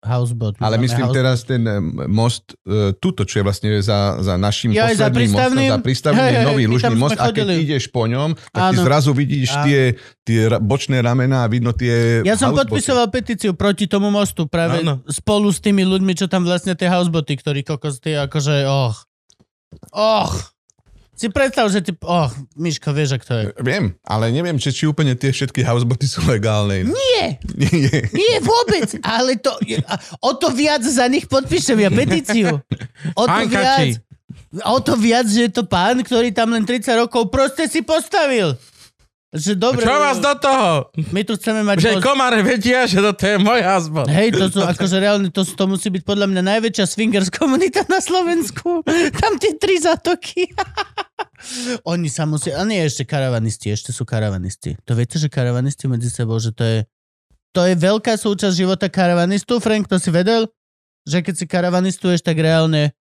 S1: houseboat. My
S3: Ale
S1: máme
S3: myslím
S1: house-
S3: teraz ten e, most e, tuto, čo je vlastne za, za našim
S1: Ja, aj
S3: ja,
S1: za
S3: posledným
S1: prístavným?
S3: mostom, za prístavným
S1: Hej,
S3: hey,
S1: hej,
S3: nový
S1: my tam
S3: lužný
S1: sme
S3: most a keď
S1: chodili.
S3: ideš po ňom, tak ty
S1: Áno.
S3: zrazu vidíš
S1: Áno.
S3: tie, tie ra- bočné ramená a vidno tie
S1: Ja som
S3: houseboty.
S1: podpisoval petíciu proti tomu mostu práve
S2: Áno.
S1: spolu s tými ľuďmi, čo tam vlastne tie houseboty, ktorí kokos, tie akože, och. Och. Si predstav, že ty, och, Miško, vieš, ak to je.
S3: Viem, ale neviem, či, či úplne tie všetky houseboty sú legálne.
S1: Nie,
S3: Nie.
S1: nie vôbec, ale to, je- a o to viac za nich podpíšem ja petíciu. O to
S2: Pankači.
S1: viac. O to viac, že je to pán, ktorý tam len 30 rokov proste si postavil. Že dobre,
S2: Čo vás do toho?
S1: my tu chceme mať...
S2: Že aj
S1: host-
S2: komáre vedia, že toto je môj hazbot.
S1: Hej, to sú akože reálne, to, sú- to musí byť podľa mňa najväčšia swingers komunita na Slovensku. Tam tie tri zatoky. Oni sa musia... A nie, ešte karavanisti, ešte sú karavanisti. To viete, že karavanisti medzi sebou, že to je... To je veľká súčasť života karavanistu. Frank, to si vedel? Že keď si karavanistuješ, tak reálne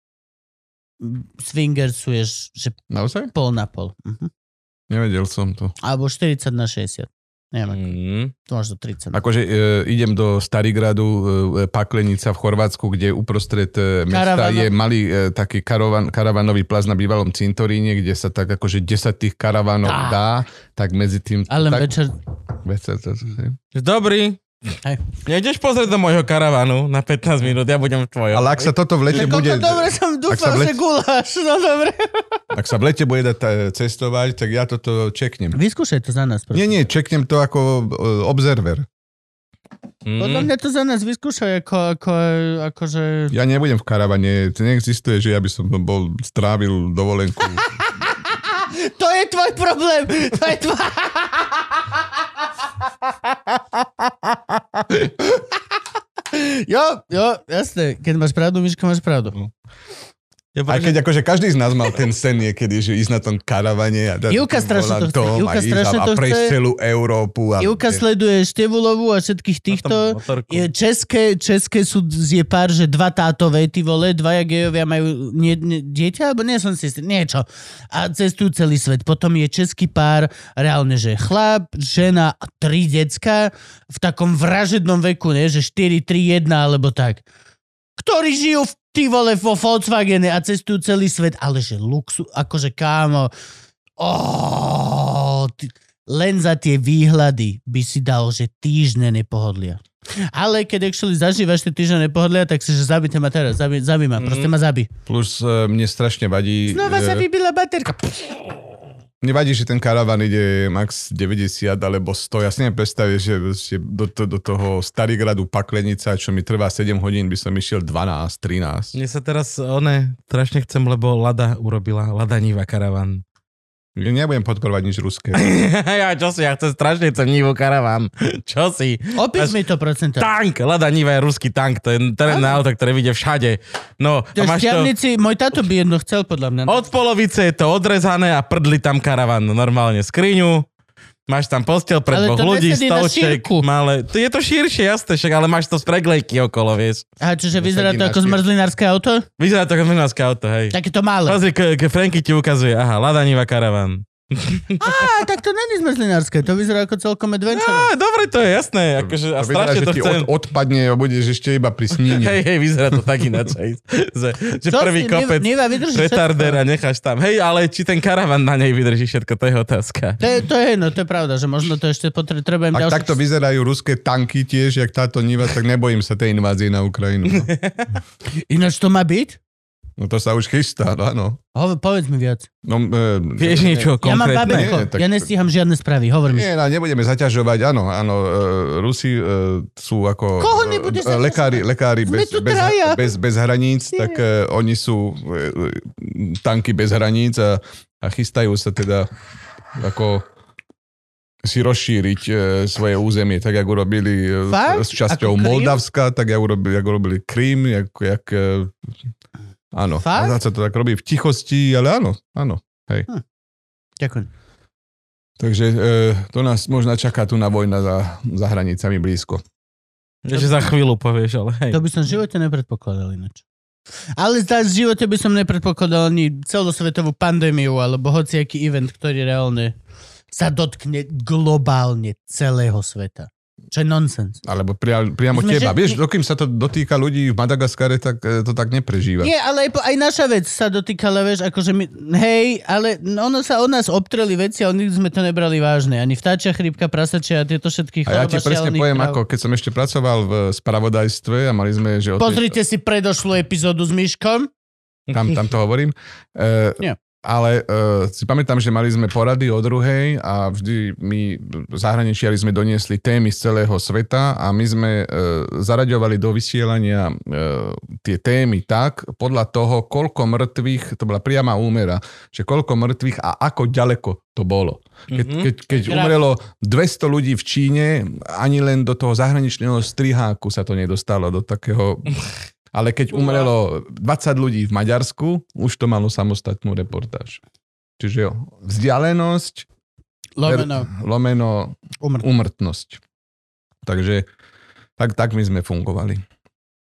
S1: mm, swingersuješ, že
S3: Naozaj?
S1: pol na pol. Mhm.
S3: Nevedel som to.
S1: Alebo 40 na 60. Neviem,
S2: Mm.
S1: možno 30. na-
S3: Akože e, idem do Starigradu, e, Paklenica v Chorvátsku, kde uprostred e, mesta
S1: Karavana.
S3: je malý e, taký karavan, karavanový plaz na bývalom cintoríne, kde sa tak akože 10 tých karavanov
S1: Á.
S3: dá, tak medzi tým...
S1: Ale
S3: tak,
S1: večer...
S3: večer to, to, to,
S2: Že Dobrý.
S1: Hej.
S2: Nejdeš pozrieť do môjho karavanu na 15 minút, ja budem v tvojom.
S3: ale ak sa toto v lete
S1: Tak
S3: bude...
S1: bude... dobre som dúfal,
S3: sa
S1: že
S3: vlec-
S1: guláš. No dobre.
S3: Ak sa v lete bude dať e, cestovať, tak ja toto čeknem.
S1: Vyskúšaj to za nás, prosím.
S3: Nie, nie, čeknem to ako e, observer.
S2: Mm.
S1: Podľa mňa to za nás vyskúšaj ako, ako, akože...
S3: Ja nebudem v karavane, to neexistuje, že ja by som bol, strávil dovolenku.
S1: To je tvoj problém! To je tvoj... jo, jo, jasné. Keď máš pravdu, Miško, máš pravdu.
S2: Ja
S3: Aj
S2: budem-
S3: keď akože každý z nás mal ten sen niekedy, že ísť na tom karavane a dať
S1: Júka
S3: ten
S1: strašne to chce,
S3: volantom
S1: Júka
S3: a, ísť
S1: strašne
S3: a,
S1: to
S3: a prejsť
S1: chce.
S3: celú Európu. A,
S1: Ivka sleduje Števulovu a všetkých
S2: na tom
S1: týchto.
S2: motorku.
S1: Je, české, české sú, je pár, že dva tátové, ty vole, dvaja gejovia majú nie, nie, dieťa, alebo nie som si istý, niečo. A cestujú celý svet. Potom je český pár, reálne, že chlap, žena a tri decka v takom vražednom veku, ne, že 4, 3, 1 alebo tak. Ktorí žijú v ty vole vo Volkswagene a cestujú celý svet, ale že luxu, akože kámo, oh, ty, len za tie výhľady by si dal, že týždne nepohodlia. Ale keď actually zažívaš tie týždne nepohodlia, tak si, že zabite ma teraz, zabij, zabij ma,
S2: Mhm.
S1: proste ma zabij.
S3: Plus e, mne strašne vadí,
S1: Znova sa
S3: e,
S1: vybila baterka.
S3: mne vadí, že ten karavan ide max 90 alebo 100. Ja si neviem predstaviť, že že do, to, do toho Starigradu Paklenica, čo mi trvá 7 hodín, by som išiel 12, 13.
S2: Mne sa teraz, one, strašne chcem, lebo Lada urobila, Lada Niva karavan.
S3: Ja nebudem podporovať nič ruské.
S2: ja čo si, ja chcem strašne chcem Nivu karavan. Čo si?
S1: Opíš
S2: Až-
S1: mi to procento.
S2: Tank, Lada Niva je ruský tank, to je terénne auto, ktoré vidie všade. No, a
S1: To je
S2: máš to...
S1: šťavnici, môj tato by jedno chcel podľa mňa.
S2: Od polovice je to odrezané a prdli tam karavan. no, Normálne skriňu, máš tam postel pre
S1: Ale
S2: dvoch
S1: to
S2: ľudí,
S1: nesedí na
S2: stolček,
S1: šírku.
S2: malé. To je to širšie, jasné, však, ale máš to z preglejky okolo, vieš.
S1: A čiže vyzerá to
S3: Sedí na
S1: ako
S3: štyri.
S1: zmrzlinárske auto?
S2: Vyzerá to ako menárske auto, hej.
S1: Takéto malé.
S2: Pozri, ke, ke Franky ti ukazuje, aha, Lada Niva karavan.
S1: Á, tak to není zmrzlinárske, to vyzerá ako celkom adventure.
S2: Á, dobre to je, jasné, akože, a
S3: vyzerá,
S2: strašne
S3: že
S2: to
S3: ti
S2: chcem.
S3: od, odpadne a budeš ešte iba pri sníne.
S2: Hej, hej, vyzerá to tak ináč, že, že
S1: Čo
S2: prvý
S1: si,
S2: kopec
S1: Niva- Niva vydrží
S2: retarder
S1: všetko.
S2: a necháš tam. Hej, ale či ten karavan na nej vydrží všetko, to je otázka.
S1: To je, to je, no to je pravda, že možno to ešte potre- treba im
S3: Ak
S1: ďalšie
S3: takto vyzerajú ruské tanky tiež, jak táto Niva, tak nebojím sa tej invázie na Ukrajinu. No.
S1: Ináč to má byť?
S3: No to sa už chystá, áno.
S1: Hov, povedz mi viac.
S3: No, e,
S2: Vieš
S3: nie-
S2: niečo
S1: Ja mám
S2: konkrétne?
S1: babetko,
S3: Nie, tak-
S1: ja nestíham žiadne správy, hovor mi.
S3: Nie, no, nebudeme zaťažovať, áno, áno, e, Rusi e, sú ako
S1: Koho
S3: e,
S1: nebudeš
S3: e, lekári, lekári
S1: Sme
S3: bez,
S1: tu
S3: bez,
S1: traja.
S3: bez, bez hraníc, tak e, oni sú e, e, tanky bez hraníc a, a chystajú sa teda ako si rozšíriť e, svoje územie, tak jak urobili e,
S1: Fakt?
S3: s časťou
S1: Ako Krym?
S3: Moldavska, tak jak urobili, jak urobili Krím, jak, jak e, áno,
S1: Fakt?
S3: a sa to tak robí v tichosti, ale áno, áno.
S1: Ďakujem.
S3: Takže e, to nás možno čaká tu na vojna za, za hranicami blízko.
S2: Že za chvíľu povieš, ale hej.
S1: To by som v živote nepredpokladal ináč. Ale zdá, v živote by som nepredpokladal ani celosvetovú pandémiu alebo hociaký event, ktorý reálne sa dotkne globálne celého sveta. Čo je nonsens.
S3: Alebo pria, priamo
S1: Sme,
S3: Sme teba.
S1: že-
S3: Vieš, dokým sa to dotýka ľudí v Madagaskare, tak e, to tak neprežíva.
S1: Nie, ale aj, po, aj naša vec sa dotýkala, vieš, akože my, hej, ale ono sa od nás obtreli veci a nikdy sme to nebrali vážne. Ani vtáčia chrípka, prasačia a tieto všetky
S3: A ja ti
S1: choroba
S3: presne
S1: šialených
S3: poviem,
S1: kráv.
S3: ako keď som ešte pracoval v spravodajstve a mali sme, že... o tej-
S1: Pozrite si predošlú epizódu s Myškom.
S3: tam, tam to hovorím. E,
S1: Nie.
S3: Ale e, si pamätám, že mali sme porady o druhej a vždy my zahraničiari sme doniesli témy z celého sveta a my sme e, zaraďovali do vysielania e, tie témy tak, podľa toho, koľko mŕtvych, to bola priama úmera, že koľko mŕtvych a ako ďaleko to bolo. Keď,
S2: Mhm.
S3: keď, keď umrelo 200 ľudí v Číne, ani len do toho zahraničného striháku sa to nedostalo, do takého ale keď umrelo 20 ľudí v Maďarsku, už to malo samostatnú reportáž. Čiže jo, vzdialenosť,
S1: Lomeno,
S3: Er, lomeno
S1: umr.
S3: umrtnosť. Takže tak, tak my sme fungovali.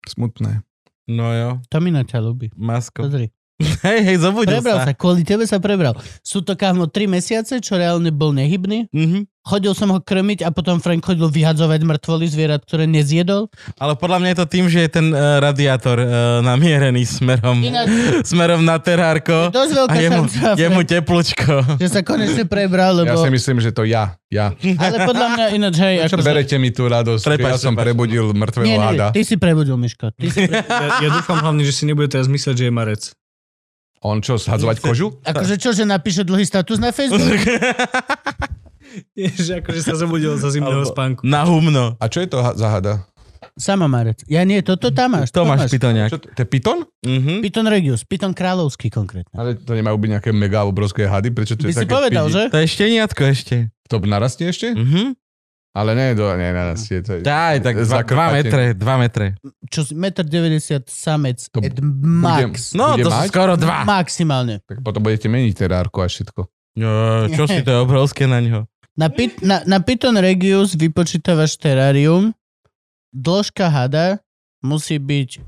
S3: Smutné.
S2: No jo,
S1: To mi na ťa ľúbi.
S2: masko.
S1: Pozri.
S2: Hej, hej, zobudil
S1: Prebral sa,
S2: sa.
S1: kvôli tebe sa prebral. Sú to kámo 3 mesiace, čo reálne bol nehybný.
S2: Mhm.
S1: Chodil som ho krmiť a potom Frank chodil vyhadzovať mŕtvoly zvierat, ktoré nezjedol.
S2: Ale podľa mňa je to tým, že je ten eh, radiátor eh, namierený smerom,
S1: Ináč,
S2: smerom na terárko
S1: dosť
S2: a
S1: veľká
S2: je mu,
S1: šanca,
S2: je mu
S1: Frank,
S2: teplúčko.
S1: že sa konečne prebral,
S3: Lebo... Ja
S1: lebo...
S3: si myslím, že to ja. ja.
S1: Ale podľa mňa ináč, hej,
S3: Čo
S1: akože-
S3: berete mi tú radosť? že
S2: Prepáč,
S3: ja som
S2: prepáč.
S3: prebudil mŕtvého
S1: Nie, nie,
S3: hada.
S1: ty si prebudil, Miško. Ty si pre...
S4: Ja, ja dúfam hlavne, že si nebude teraz mysleť, že je marec.
S3: On čo, zhadzovať kožu?
S1: Akože čo, že napíše dlhý status na Facebook?
S4: Je, že akože sa zobudil za zimného
S2: Alebo-
S4: spánku.
S2: Na humno.
S3: A čo je to ha- za hada?
S1: Samomarec. Ja nie, toto tam máš. to máš.
S2: Tomáš Pitoňák.
S3: Čo, to to je pyton?
S2: Mhm.
S1: Python Regius, Python Kráľovský konkrétne.
S3: Ale to nemajú byť nejaké mega obrovské hady? Prečo
S1: By
S3: to je
S1: si
S3: také
S1: povedal,
S3: pidi-
S1: že? Mm.
S2: To je šteniatko ešte.
S3: To narastie ešte?
S2: Mhm.
S3: Ale nie, do, nie, narastie. To je...
S2: Daj, tak 2
S3: Zakrpate.
S2: metre, 2 metre.
S1: Čo, 1,90 m samec
S3: To
S1: at max.
S2: No,
S3: Bude
S2: to sú
S3: mať?
S2: skoro 2.
S1: Maximálne.
S3: Tak potom budete meniť terárko a všetko.
S2: No, Čo si to je obrovské na ňo.
S1: Na, pit, na, na Python Regius vypočítavaš terárium. Dĺžka hada musí byť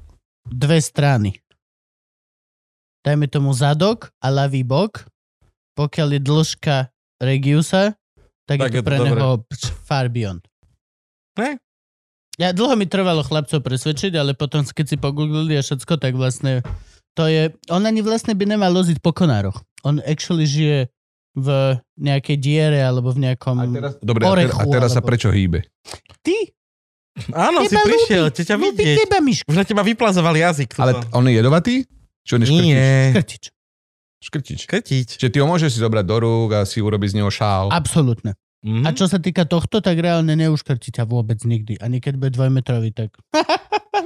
S1: dve strany. Dajme tomu zadok a ľavý bok. Pokiaľ je dĺžka Regiusa, tak, tak je to pre
S2: dobre.
S1: neho pč- far beyond.
S2: Ne?
S1: Ja, dlho mi trvalo chlapcov presvedčiť, ale potom keď si pogooglili a všetko, tak vlastne to je... On ani vlastne by nemal loziť po konároch. On actually žije v nejakej diere alebo v nejakom...
S3: A teraz, dobre, a,
S1: Mm, orechu,
S3: ter- a teraz sa
S1: alebo-
S3: prečo hýbe?
S1: Ty?
S2: Áno, si
S1: Teba
S2: prišiel,
S1: ľúbi.
S2: chce ťa
S1: Ľúbi
S2: vidieť.
S1: teba, Miško.
S2: Už na teba vyplazoval jazyk.
S3: Ale t- on je jedovatý? Čo neškrtič?
S2: Nie,
S1: Krtič.
S3: Škrtič.
S2: krtiť.
S3: Čiže ty ho môžeš si zobrať do rúk a si urobiť z neho šál.
S1: Absolutne.
S2: Mhm.
S1: A čo sa týka tohto, tak reálne neuškrti ťa vôbec nikdy. Ani keď bude dvojmetrový, tak...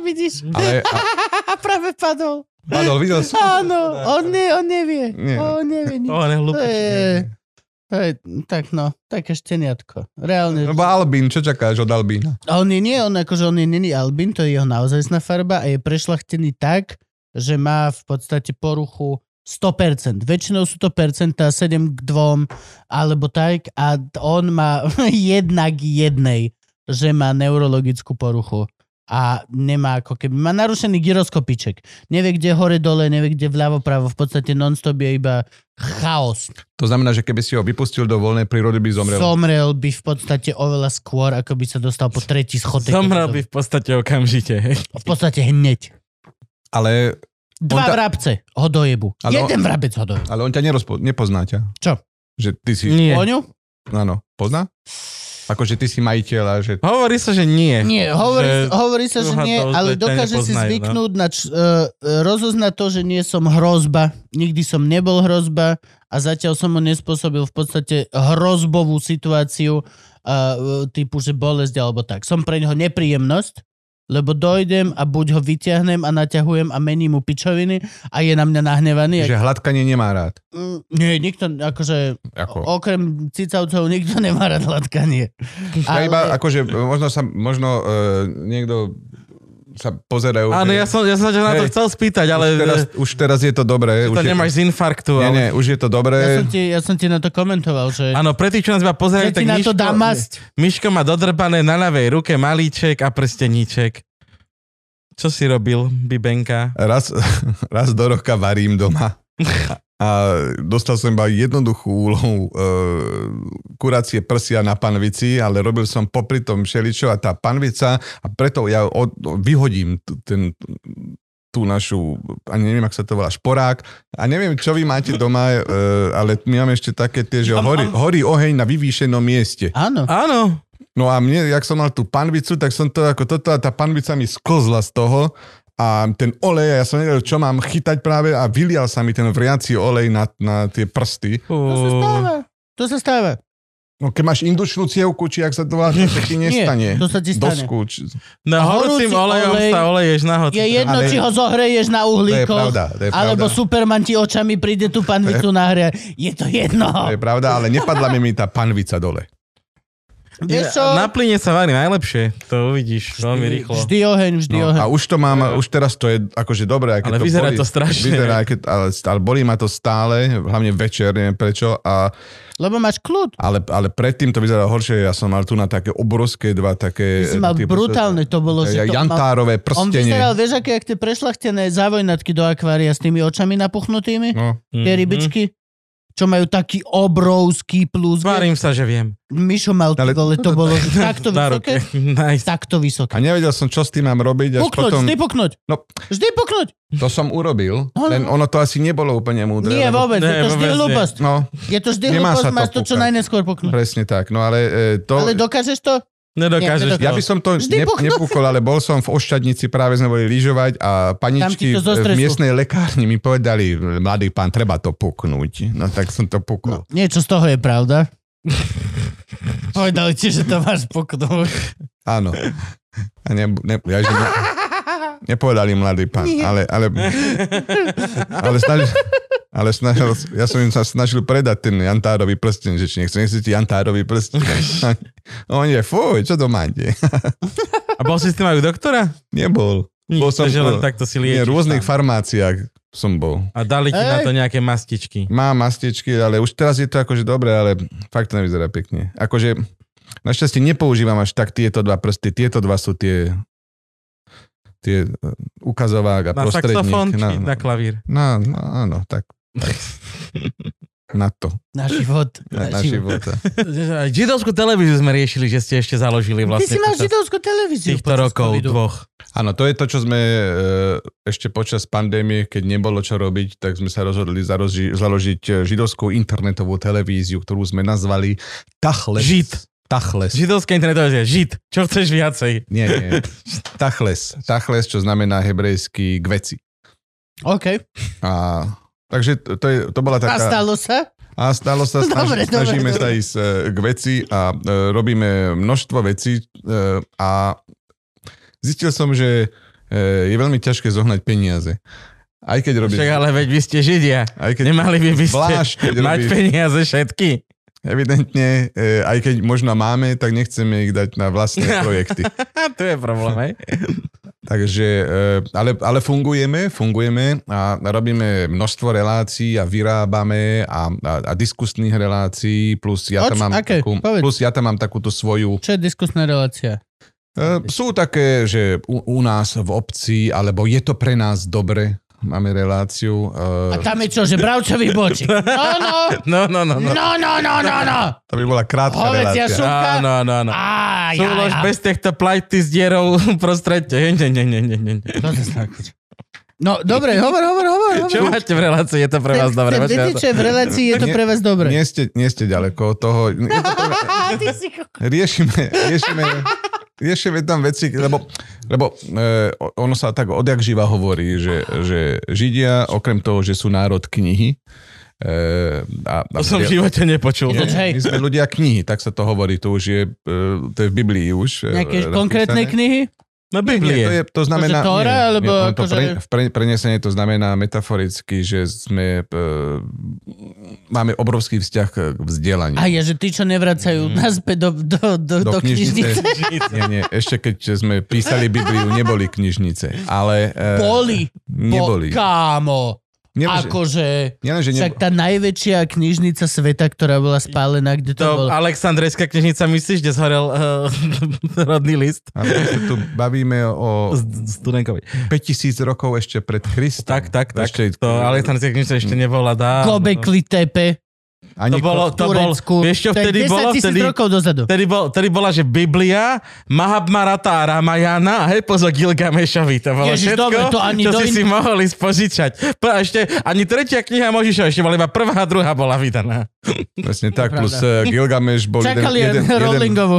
S1: Vidíš?
S3: Ale a,
S1: Práve padol.
S3: padol, videl som.
S1: Áno, on, ne, on nevie.
S3: Nie.
S1: On nevie nič.
S2: O,
S1: To
S2: nehlúpi.
S1: je, to je, tak no, také šteniatko.
S2: No,
S1: Reálne.
S3: Lebo No, Albin, čo čakáš od Albína?
S1: A on je nie, on akože on je není albin, to je jeho naozajstná farba a je prešlachtený tak, že má v podstate poruchu 100%. Väčšinou sú to percentá 7 k 2 alebo tak a t- on má jedna k jednej, že má neurologickú poruchu a nemá ako keby, má narušený gyroskopiček. Nevie, kde je hore, dole, nevie, kde vľavo, pravo. V podstate non-stop je iba chaos.
S3: To znamená, že keby si ho vypustil do voľnej prírody, by zomrel.
S1: Zomrel by v podstate oveľa skôr, ako by sa dostal po tretí schodek.
S2: Zomrel by v podstate okamžite. hej.
S1: V podstate hneď.
S3: Ale,
S1: Dva
S3: On ta-
S1: vrabce ho dojebu.
S3: Ale on-
S1: Jeden vrabec ho dojebu.
S3: ale on ťa nerozpo- nepozná ťa.
S1: Čo?
S3: Že ty si...
S2: Nie.
S1: Oňu?
S3: Áno. Pozná? Akože ty si majiteľ a že...
S2: Hovorí sa, že nie.
S1: Nie, hovorí,
S2: Eh, Že-
S1: hovorí sa, že
S2: Aha,
S1: nie,
S2: to už
S1: ale
S2: ťa
S1: dokáže si
S2: nepoznajú, no.
S1: zvyknúť na č- uh, rozoznať to, že nie som hrozba. Nikdy som nebol hrozba a zatiaľ som mu nespôsobil v podstate hrozbovú situáciu uh, typu, že bolesť alebo tak. Som pre neho nepríjemnosť, lebo dojdem a buď ho vyťahnem a naťahujem a mením mu pičoviny a je na mňa nahnevaný.
S3: Že hladkanie nemá rád.
S1: Mm, Nie, nikto, akože,
S3: Ako,
S1: okrem cicavcov nikto nemá rád hladkanie.
S3: Ja iba, akože, možno sa, možno uh, niekto sa pozerajú.
S2: Áno,
S3: že-
S2: ja som, ja som sa ťa na to
S3: Hej.
S2: chcel spýtať, ale
S3: Už teraz,
S2: teraz,
S3: už teraz je to dobré.
S2: to
S3: už je
S2: nemáš z infarktu.
S3: To, nie,
S2: ale...
S3: nie, už je to dobré.
S1: Ja som, ti, ja som ti na to komentoval, že...
S2: Áno, pre tých, čo nás iba
S1: Že
S2: pozerajú, tak
S1: ti na to dá masť.
S2: Miško má dodrbané na ľavej ruke malíček a prsteníček. Čo si robil, Bibenka?
S3: Raz, raz do roka varím doma. A dostal som iba jednoduchú úlohu e, kurácie prsia na panvici, ale robil som popri tom všeličo a tá panvica a preto ja od, vyhodím t- ten, tú našu, ani neviem, ak sa to volá, šporák a neviem, čo vy máte doma, e, ale my máme ešte také tie, že horí, horí oheň na vyvýšenom mieste.
S1: Áno.
S2: Áno,
S3: No a mne, jak som mal tú panvicu, tak som to ako toto a tá panvica mi sklzla z toho a ten olej, ja som nevedel, čo mám chytať práve a vylial sa mi ten vriaci olej na, na tie prsty.
S1: To sa stáva. To sa stáva.
S3: No keď máš indučnú cievku, či ak sa to volá, to sa ti
S1: Nie,
S3: nestane.
S1: to sa ti stane.
S3: Dosku, či,
S2: na
S1: Horúci
S2: horúcim olejom
S1: olej
S2: No, sa oleješ na hoci.
S1: Je jedno,
S3: Ale-
S1: či ho zohreješ na
S3: to je
S1: uhlíkoch,
S3: pravda, to je
S1: alebo
S3: pravda.
S1: Superman ti očami príde tú panvicu nahrie. Je to jedno.
S3: To je pravda, ale nepadla mi mi tá panvica dole.
S1: Vieš čo?
S2: Na plyne sa varí najlepšie, to uvidíš veľmi rýchlo.
S1: Vždy oheň, vždy
S3: No,
S1: oheň.
S3: a už to mám, už teraz to je akože dobré. aj keď
S2: Ale vyzerá
S3: bolí.
S2: to strašne.
S3: Vyzerá, aj keď, ale, ale bolí ma to stále, hlavne večer, neviem prečo. A
S1: Lebo máš kľud.
S3: Ale, ale predtým to vyzeralo horšie, ja som mal tu na také obrovské dva také... eh,
S1: Ty si mal
S3: tie-
S1: brutálne, to bolo, že
S3: Ja,
S1: to mal...
S3: jantárové
S1: On
S3: prstenie.
S1: vyzeral, vieš, aké, jak tie prešlachtené závojnatky do akvária s tými očami napuchnutými?
S3: No,
S2: Mhm.
S1: Tie rybičky, čo majú taký obrovský plus.
S2: Zvarím sa, že viem.
S1: Mišo mal,
S3: Ale-
S1: ale... to bolo že takto
S2: Na
S1: vysoké.
S2: ruke. Nice.
S1: takto
S3: a
S1: vysoké.
S3: nevedel som, čo s tým mám robiť, až
S1: Puknúť,
S3: potom...
S1: vždy puknúť.
S3: No.
S1: Vždy puknúť.
S3: To som urobil,
S1: No, no.
S3: len ono to asi nebolo úplne múdre.
S1: Nie,
S3: lebo-
S1: vôbec, je to vždy
S2: Ne, vôbec nie.
S1: hlúposť.
S3: No,
S1: Je to vždy
S3: Nemá
S1: hlúposť,
S3: sa to
S1: máš to čo
S3: púkať.
S1: najneskôr puknúť.
S3: presne tak. No ale e, to...
S1: Ale dokážeš to?
S2: Nedokážeš
S1: Nie,
S3: Ja
S2: to.
S3: by som to
S1: Vždy
S3: ne,
S1: puknú.
S3: nepúkol, ale bol som v Ošťadnici, práve sme boli lyžovať a
S1: Tam ti
S3: paničky
S1: to zo
S3: v
S1: stresu.
S3: miestnej lekárni mi povedali, mladý pán, treba to puknúť. No tak som to pukol.
S1: Niečo z toho je pravda. Povedali ti, že to máš puknúť.
S3: Áno. A ne, ne, ja, že ne, nepovedali mladý pán, ale, ale, ale, snažil, ale snažil, ja som im sa snažil predať ten jantárový prsten, že či nechce, nechcete jantárový prsten. A Oni, že fuj, čo to máte?
S2: A bol si s tým aj u doktora?
S3: Nebol.
S2: Nič,
S3: Bol som
S2: že len
S3: bol.
S2: takto si
S3: V
S2: liečiš.
S3: rôznych
S2: sám.
S3: farmáciách som bol.
S2: A dali ti na
S1: Ej.
S2: to nejaké mastičky.
S3: Mám mastičky, ale už teraz je to akože dobré, ale fakt to nevyzerá pekne. Akože našťastie nepoužívam až tak tieto dva prsty. Tieto dva sú tie tie eh, ukazovák a
S2: Na saxofón
S3: prostredník.
S2: či na klavír?
S3: na, na, áno, tak. Na to.
S1: Na život.
S3: Na, na života.
S2: Aj Židovskú televíziu sme riešili, že ste ešte založili
S1: Ty
S2: vlastne
S1: si máš
S2: počas
S1: židovskú televíziu.
S2: týchto
S1: počas
S2: rokov
S1: covidu.
S2: dvoch.
S3: Áno, to je to, čo sme eh, ešte počas pandémie, keď nebolo čo robiť, tak sme sa rozhodli zaroži, založiť eh, židovskú internetovú televíziu, ktorú sme nazvali Tachles.
S2: Žid.
S3: Tachles.
S2: Židovská internetová je žid. Čo chceš viacej?
S3: Nie, nie. Tachles. Tachles, čo znamená hebrejský k veci.
S1: OK.
S3: A, takže to, to, je, to bola
S1: A
S3: taká...
S1: stalo sa?
S3: A stalo sa, snaž,
S1: Dobre, dobre,
S3: snažíme
S1: dobre.
S3: sa ísť e, k veci a e, robíme množstvo vecí e, a zistil som, že e, je veľmi ťažké zohnať peniaze. Aj keď robíš...
S2: Však ale veď vy ste židia.
S3: Aj keď,
S2: Nemali by by ste
S3: Zvlášť, keď
S2: mať
S3: robíš-
S2: peniaze všetky.
S3: Evidentne, e, aj keď možno máme, tak nechceme ich dať na vlastné projekty.
S2: A to je problém, hej?
S3: Takže, e, ale, ale fungujeme, fungujeme a robíme množstvo relácií a vyrábame a, a, a diskusných relácií, plus ja,
S1: O
S3: tam
S1: čo-
S3: mám
S1: aké?
S3: takú,
S1: Povedz.
S3: plus ja tam mám takúto svoju.
S1: Čo je diskusná relácia?
S3: E, sú také, že u, u nás v obci, alebo je to pre nás dobre, máme reláciu.
S1: A
S3: E,
S1: tam je čo, že bravčový bočík. No, no,
S2: No, no, no. no.
S1: no, no, no, no, no.
S3: to by bola krátka
S1: Hovecia
S3: relácia.
S1: sú- Šumka.
S2: Áno, áno, áno.
S1: Á, ja,
S2: no, Súlož
S1: ja.
S2: bez týchto plajty s dierou prostredte. Nie, nie, nie, nie, nie. nie.
S1: To sa snažíš. No, dobre, hovor, hovor, hovor. hovor.
S2: Čo máte v relácii? Je to pre vás dobré?
S1: no. Chcem- Viete,
S2: počkaj,
S1: čo je v relácii, je to
S3: Nie-
S1: pre vás dobré.
S3: Nie ste, nie ste ďaleko od toho. Je to pre-
S1: Á, ty si...
S3: riešime, riešime, riešime tam veci, lebo, lebo e, ono sa tak odjak živa hovorí, že, že Židia, okrem toho, že sú národ knihy, e, a, a
S2: To som v živote nepočul.
S3: nie,
S1: Hej.
S3: my sme ľudia knihy, tak sa to hovorí, to už je, e, to je v Biblii už. e,
S1: Nejaké
S3: napísané.
S1: konkrétne knihy?
S2: Na
S3: Nie, to, je,
S2: No, Biblie.
S3: to znamená...
S1: Tóra,
S3: nie, nie,
S1: alebo
S3: on to
S1: akože-
S3: pre, v pre, prenesení to znamená metaforicky, že sme... E, máme obrovský vzťah k vzdelaniu. No,
S1: A je, že tí, čo nevracajú nazpäť do, do, do, do, knižnice.
S3: Nie, nie, ešte keď sme písali Bibliu, neboli knižnice, ale... e,
S1: Boli.
S3: Neboli.
S1: Bo, kámo.
S3: Nemôže-
S1: Akože...
S3: Nielen, že
S1: Však
S3: nebo...
S1: tá najväčšia knižnica sveta, ktorá bola spálená, kde to,
S2: To
S1: bolo.
S2: Aleksandrejská knižnica, myslíš, kde zhorel uh, rodný list?
S3: A my sa tu bavíme o
S2: Z, z Turenkovi.
S3: 5000 rokov ešte pred Kristom.
S2: Tak, tak, tak.
S3: Ešte-
S2: to Aleksandrejská knižnica ešte nebola dá.
S1: Gobekli Tepe,
S3: Ani
S2: To bolo,
S1: v
S2: to bol,
S1: Turecku.
S2: vieš čo
S1: To je
S2: vtedy
S1: 10
S2: bolo?
S1: 000
S2: Vtedy,
S1: rokov dozadu.
S2: vtedy, bol, vtedy bola, že Biblia, Mahabharata a Ramayana a hej, pozor Gilgamešovi. To bolo
S1: Ježiš,
S2: všetko,
S1: dobre, to ani
S2: čo
S1: do
S2: si
S1: in-
S2: si mohol ísť požičať. Po, a ešte ani tretia kniha Možiša, ešte bola iba prvá a druhá bola vydaná.
S3: Presne tak,
S1: Pravda.
S3: plus eh, Gilgameš bol, jeden,
S1: Čakali
S3: jeden,
S1: jeden,
S3: jeden,
S1: Rowlingovu.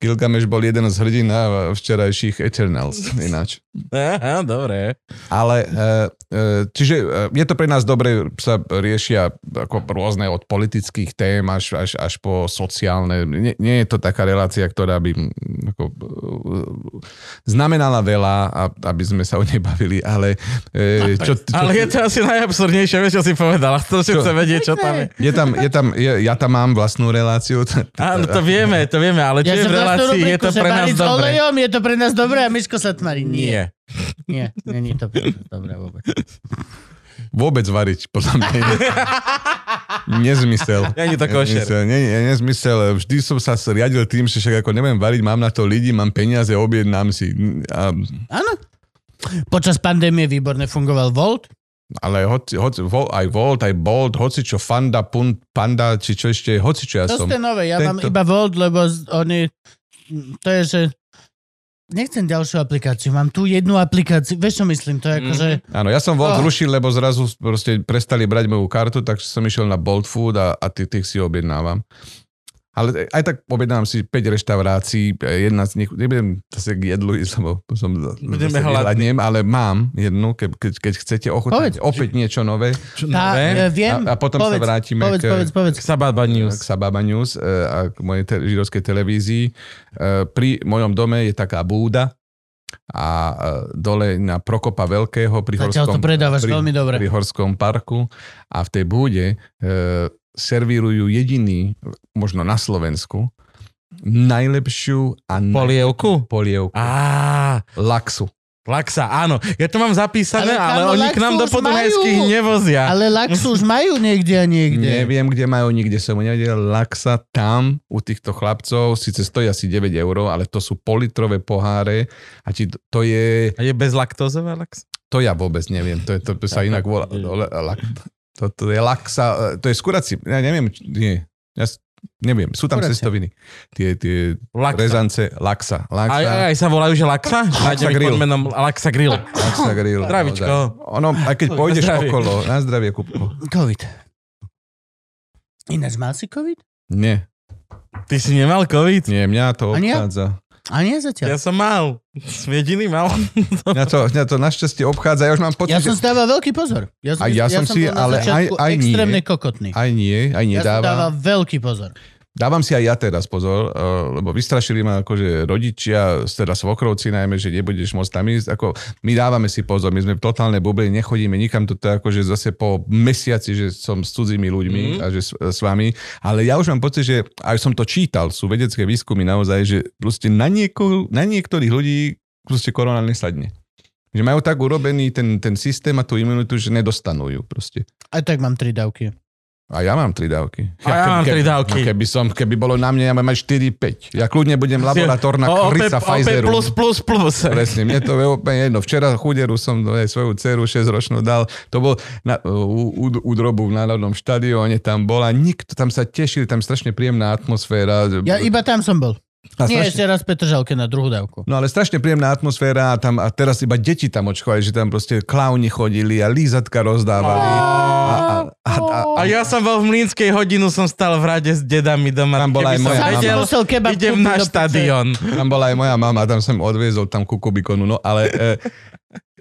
S3: Gilgameš bol jeden z hrdina včerajších Eternals ináč.
S2: Aha, dobre.
S3: Ale, e, e, čiže e, je to pre nás dobre, sa riešia ako rôzne od politických tém až, až, až po sociálne. Nie, nie je to taká relácia, ktorá by mm, ako, e, znamenala veľa, a, aby sme sa o nej bavili, ale e, čo, čo,
S2: Ale je to asi najabsurdnejšie, vieš, čo si povedala. To si
S3: Čo?
S2: chce vedieť, čo tam je.
S3: je tam, je tam je, ja tam mám vlastnú reláciu. t- t-
S2: Áno, to vieme, to vieme, ale čo
S1: Ja
S2: je
S1: som vlastnú
S2: v relácii, je
S1: rubriku,
S2: to
S1: že
S2: pre nás
S1: variť s
S2: dobré.
S1: olejom, je to pre nás dobré a Miško sa tmarí. Nie.
S2: Nie.
S1: Nie, nie, nie to pre nás dobré vôbec.
S3: Vôbec variť, podľa mňa. je- Nezmysel.
S2: Není to košer.
S3: Nezmysel, nie, nie, nezmysel. Vždy som sa riadil tým, že však ako neviem variť, mám na to lidi, mám peniaze, objednám si. A,
S1: Áno. Počas pandémie výborne fungoval Volt.
S3: ale hoci, hoci, vo, aj Volt, aj Bolt, hoci čo, Fanda, Punt, Panda, či čo ešte, hoci čo ja
S1: To
S3: som.
S1: ste nové, ja mám
S3: tento-
S1: iba Volt, lebo z- oni... To je, že... Nechcem ďalšiu aplikáciu, mám tu jednu aplikáciu. Vieš, čo myslím? To je ako, že...
S3: Áno, ja som Volt
S1: Oh.
S3: zrušil, lebo zrazu proste prestali brať moju kartu, takže som išiel na Bolt Food a, a tých, tých si objednávam. Ale aj tak objednám si 5 reštaurácií, jedna z nich, nebudem zase k jedlu ísť, lebo som
S2: Budeme hladní.
S3: zase vyhľadnem, ale mám jednu, ke, keď, keď chcete
S1: Povedz.
S3: ochutnať opäť niečo nové.
S2: Čo,
S1: Tá,
S2: nové?
S1: e, viem,
S3: A- a potom sa
S1: povedz,
S3: vrátime
S1: povedz,
S3: k-
S1: povedz, povedz.
S2: Sababa
S3: k
S2: News.
S3: Sababa News e, a k mojej te- židovskej televízii. E, Pri mojom dome je taká búda a e, dole na Prokopa Veľkého pri
S1: Zatiaľ to
S3: Horskom,
S1: predávaš
S3: pri,
S1: veľmi dobre.
S3: pri Horskom parku a v tej búde e, servírujú jediný, možno na Slovensku, najlepšiu a naj...
S2: Polievku?
S3: polievku.
S2: Á,
S3: Laxu.
S2: Laxa, áno. Ja to mám
S1: Ale
S2: zapísané, ale,
S1: kámo,
S2: oni
S1: Laxu
S2: k nám do
S1: už
S2: podunajských
S1: majú.
S2: nevozia.
S1: Ale lax už majú niekde a niekde.
S3: Neviem, kde majú, nikde som ho nevedel. Laxa tam u týchto chlapcov síce stojí asi 9 eur, ale to sú politrové poháre a ti to, to je...
S2: A je bezlaktozová Laxa?
S3: To ja vôbec neviem, to, je, to sa inak volá. dole- lak- To, to je laxa, e, to je skurací, ja neviem, či- nie, ja s- neviem, sú tam
S1: Skuracia.
S3: cestoviny, tie, tie
S2: Laxa.
S3: rezance, laxa, laxa,
S2: Aj, aj, aj sa volajú, že Laxa? Nájdeme ich
S3: grill.
S2: pod menom Laxa Grill.
S3: laxa grill.
S2: Zdravičko.
S3: naozaj. Ono, aj keď pôjdeš
S2: zdravie.
S3: okolo, na zdravie, Kupko.
S1: COVID. Ináč mal si COVID?
S3: Nie,
S2: Ty si nemal COVID?
S3: nie, mňa to
S1: Ani ja?
S3: obchádza.
S1: A nie zatiaľ.
S2: Ja som mal. Som jediný mal.
S3: Mňa to, mňa to našťastie obchádza, ja už mám pocit,
S1: Ja som
S3: že...
S1: si dával veľký pozor. Ja som,
S3: A ja som
S1: bol
S3: si,
S1: na
S3: ale aj-
S1: začiatku
S3: aj nie.
S1: extrémne kokotný.
S3: Aj nie, aj
S1: Ja som dával
S3: nedávam.
S1: veľký pozor.
S3: Dávam si aj ja teraz pozor, eh, lebo vystrašili ma akože rodičia, teda svokrovci najmä, že nebudeš môcť tam ísť. Ako, my dávame si pozor, my sme v totálnej bubli, nechodíme nikam, toto je akože zase po mesiaci, že som s cudzími ľuďmi
S2: Mhm.
S3: a že s, s vami. Ale ja už mám pocit, že aj som to čítal, sú vedecké výskumy naozaj, že proste na, nieko, na niektorých ľudí proste korona nesadne. Že majú tak urobený ten, ten systém a tú imunitu, že nedostanú ju proste.
S1: Aj tak mám tri dávky.
S3: A ja mám tri dávky.
S2: A ja mám tri dávky.
S3: no Keby, som, keby bolo na mne, ja mám mať 4-5. Ja kľudne budem laboratórna
S2: O-
S3: krysa
S2: OP
S3: Pfizeru.
S2: plus, plus, plus.
S3: Presne, mne to je úplne jedno. Včera chuderu som no, aj svoju dceru 6-ročnú dal. To bol na, u, u, u drobu v Národnom štadióne, tam bola nikto, tam sa tešili, tam strašne príjemná atmosféra.
S1: Ja iba tam som bol.
S3: A
S1: Nie,
S3: strašne-
S1: ešte raz Petržalke na druhú dávku.
S3: No ale strašne príjemná atmosféra a, tam, a teraz iba deti tam očkovali, že tam proste klauni chodili a lízatka rozdávali. A, a, a, a,
S2: A ja som bol v Mlínskej hodinu, som stal v rade s dedami doma.
S3: Tam bola
S2: Keby
S3: aj
S2: som
S3: moja mama.
S2: vedel,
S1: Sám som musel kebab
S2: idem
S1: kúpiť
S2: na
S1: do piče.
S2: štadión.
S3: tam bola aj moja mama, tam som odviezol tam kukubikonu, no ale... E,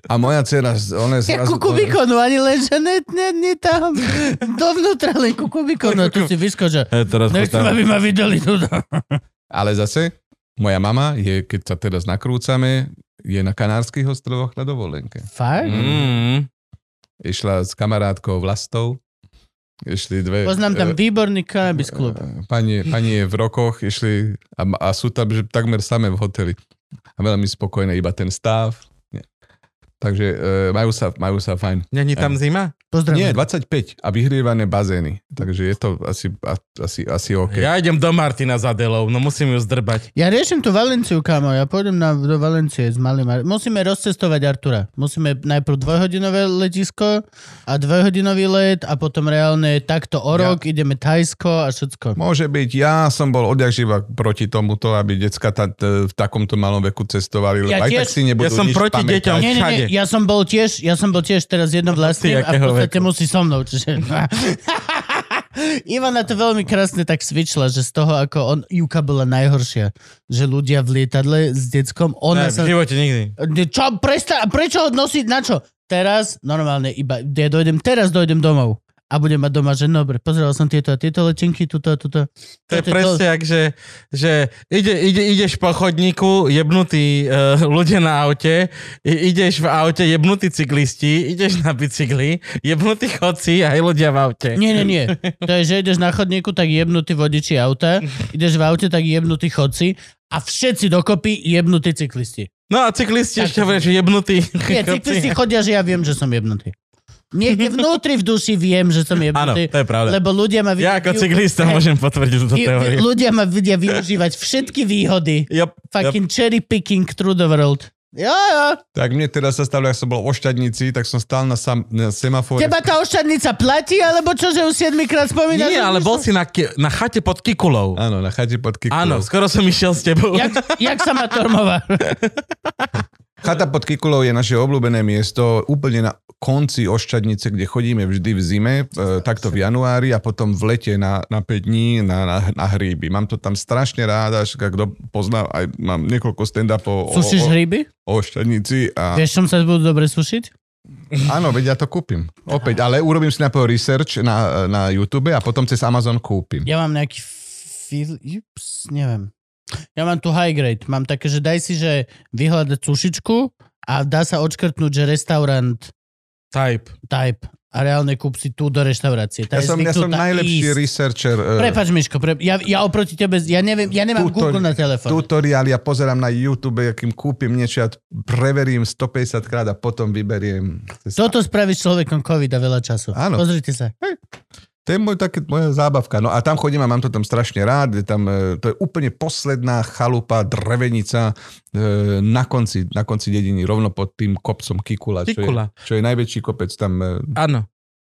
S3: a moja dcera, ona
S1: Ja
S3: zrazu...
S1: kukubikonu, ani len, že ne, ne, ne tam. Dovnútra len kukubikonu. Tu si vyskočil.
S2: E, teraz
S1: Nechcem, aby ma videli tu.
S3: Mm. Ale zase, moja mama je, keď sa teraz nakrúcame, je na Kanárskych ostrovoch na dovolenke.
S1: Fakt?
S2: Mm.
S3: Išla s kamarátkou Vlastou, išli dve...
S1: Poznám tam
S3: e,
S1: výborný cannabis klub.
S3: Pani, pani je v rokoch, išli a, ma- a sú tam že takmer samé v hoteli. A veľmi spokojné, iba ten stav. Nie. Takže e, majú, sa, majú sa fajn.
S2: Není tam zima?
S3: Nie,
S1: Pozdravím.
S3: 25 a vyhrievané bazény. Takže je to asi, a- asi, asi OK.
S2: Ja idem do Martina za Delou, no musím ju zdrbať.
S1: Ja riešim tú Valenciu, kámo. Ja pôjdem na, do Valencie s malým... Ar- Musíme rozcestovať Artura. Musíme najprv dvojhodinové letisko a dvojhodinový let a potom reálne takto o
S3: Ja.
S1: rok ideme Tajsko a všetko.
S3: Môže byť, ja som bol odjakživa proti tomuto, aby decka ta, t- v takomto malom veku cestovali,
S1: Ja
S3: lebo aj
S1: tiež-
S3: tak si
S2: Ja
S3: nebudú
S2: som
S3: nič
S2: proti
S3: pamätať.
S2: deťom.
S1: Nie, nie,
S2: všade. No,
S1: nie, ja som bol tiež, ja som bol tiež teraz jedno vlastným a v
S2: jakého
S1: podstate
S2: veku?
S1: musí so mnou, čiže... Ivana to veľmi krásne tak svičla, že z toho, ako on, Juka bola najhoršia, že ľudia v lietadle s deckom, ona
S2: Ne,
S1: sa...
S2: v živote nikdy.
S1: Ne, Čo, presta- prečo ho nosiť, na čo? Teraz, normálne, iba, ja dojdem, teraz dojdem domov a budem mať doma, že dobre, pozeral som tieto a tieto letenky, tuto a tuto.
S2: To je
S1: Toto,
S2: presne jak, že, že ide, ide, ideš po chodníku, jebnutí uh, ľudia na aute, i, ideš v aute, jebnutí cyklisti, ideš na bicykli, jebnutí chodci a aj ľudia v aute.
S1: Nie, nie, nie. To je, že ideš na chodníku, tak jebnutí vodiči auta, ideš v aute, tak jebnutí chodci a všetci dokopy jebnutí cyklisti.
S2: No a cyklisti
S1: Tak.
S2: ešte hovoria, že jebnutí
S1: Nie, cyklisti
S2: chodci.
S1: chodia, že ja viem, že som jebnutý. Niekde vnútri v duši viem, že som
S2: Áno,
S1: jebnutý,
S2: to je pravda.
S1: lebo ľudia ma
S2: Ja ako
S1: využívajú-
S2: cyklista
S1: Hej,
S2: môžem potvrdiť túto
S1: i-
S2: teóriu.
S1: Ľudia ma vedia využívať všetky výhody.
S2: Yep, yep.
S1: Fucking cherry picking through the world. Jo, jo.
S3: Tak mne teda sa stalo, ak som bol o šťadnici, tak som stál na, sam, na semafore.
S1: Teba tá ošadnica platí, alebo čo, že už 7 krát spomínaš?
S2: Nie, ale bol si na, ki- na chate pod Kikulou.
S3: Áno, na chate pod Kikulou.
S2: Áno, skoro som išiel s tebou.
S1: Jak, jak sa má Tormová?
S3: Chata pod Kikulou je naše obľúbené miesto úplne na konci Oščadnice, kde chodíme vždy v zime, e, takto v januári a potom v lete na, na 5 dní na, na, na hríby. Mám to tam strašne rád, až kto pozná, aj mám niekoľko stand-upov o,
S1: Sušíš
S3: o,
S1: hryby?
S3: o Oščadnici a
S1: Vieš, čom sa budú dobre sušiť?
S3: Áno, veď ja to kúpim. Opäť, ale urobím si najprv research na, na YouTube a potom cez Amazon kúpim.
S1: Ja mám nejaký Philips, neviem. Ja mám tu high grade. Mám také, že daj si, že vyhľadať sušičku a dá sa odškrtnúť, že restaurant
S2: Type.
S1: type a reálne kúp si tu do reštaurácie. Tá
S3: Ja
S1: je
S3: som, ja
S1: zvyknutá
S3: som najlepší
S1: ísť.
S3: researcher. e,
S1: Prepač, Miško, pre... ja, ja oproti tebe, ja neviem, ja nemám
S3: Tutor-
S1: Google na telefóne.
S3: tutoriál, ja pozerám na YouTube, akým kúpim niečo, ja t- preverím 150 krát a potom vyberiem.
S1: Toto spravíš človekom COVID a veľa času.
S3: Áno.
S1: Pozrite sa.
S3: To je môj, také, moja zábavka. No a tam chodím a mám to tam strašne rád. Je tam, e, to je úplne posledná chalupa, drevenica e, na konci, na konci dediny, rovno pod tým kopcom Kikula, čo je,
S2: Kikula.
S3: čo je najväčší kopec tam. e,
S2: Áno.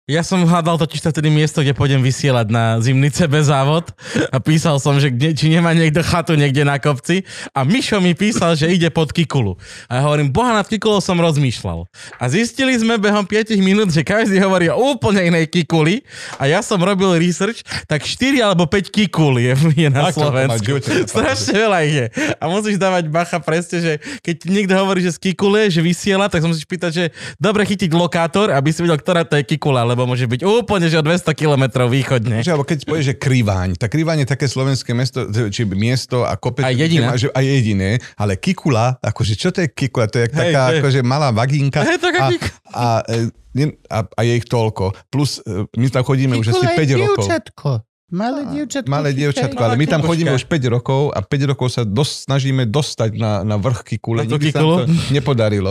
S2: Ja som hľadal totiž tedy miesto, kde pôjdem vysielať na zimný CB závod a písal som, že kde, či nemá niekto chatu niekde na kopci a Mišo mi písal, že ide pod Kikulu. A ja hovorím, boha nad Kikulou som rozmýšľal. A zistili sme behom 5 minút, že každý hovorí o úplne inej Kikuli a ja som robil research, tak 4 alebo 5 Kikul je, je na
S3: Tak to má
S2: Slovensku.
S3: živote napadlo.
S2: Strašne veľa ich je. A musíš dávať bacha presne, že keď ti niekto hovorí, že z Kikule, že vysiela, tak sa musíš pýtať, že dobre chytiť lokátor, aby si vedel, ktorá to je Kikula, lebo môže byť úplne, že o 200 km východne.
S3: Že, alebo keď povieš, že Kriváň, tak Kriváň je také slovenské mesto, či miesto a kopec.
S2: A jediné.
S3: Že, má- že, a jediné, ale Kikula, akože čo to je Kikula? To je
S2: Hej, to
S3: taká
S2: je-
S3: akože malá vaginka.
S2: Hej, taká
S3: a,
S2: kik-
S3: a, e, nie- a, a je ich toľko. Plus, e, my tam chodíme už asi
S1: Kikula je
S3: 5 rokov.
S1: dievčatko. Malé dievčatko.
S3: Malé
S1: kikaj.
S3: dievčatko, ale my tam chodíme už 5 rokov a 5 rokov sa dos, snažíme dostať na, na vrch Kikule.
S2: Na tú
S3: Nikdy sa
S2: Kikulu?
S3: nám to nepodarilo,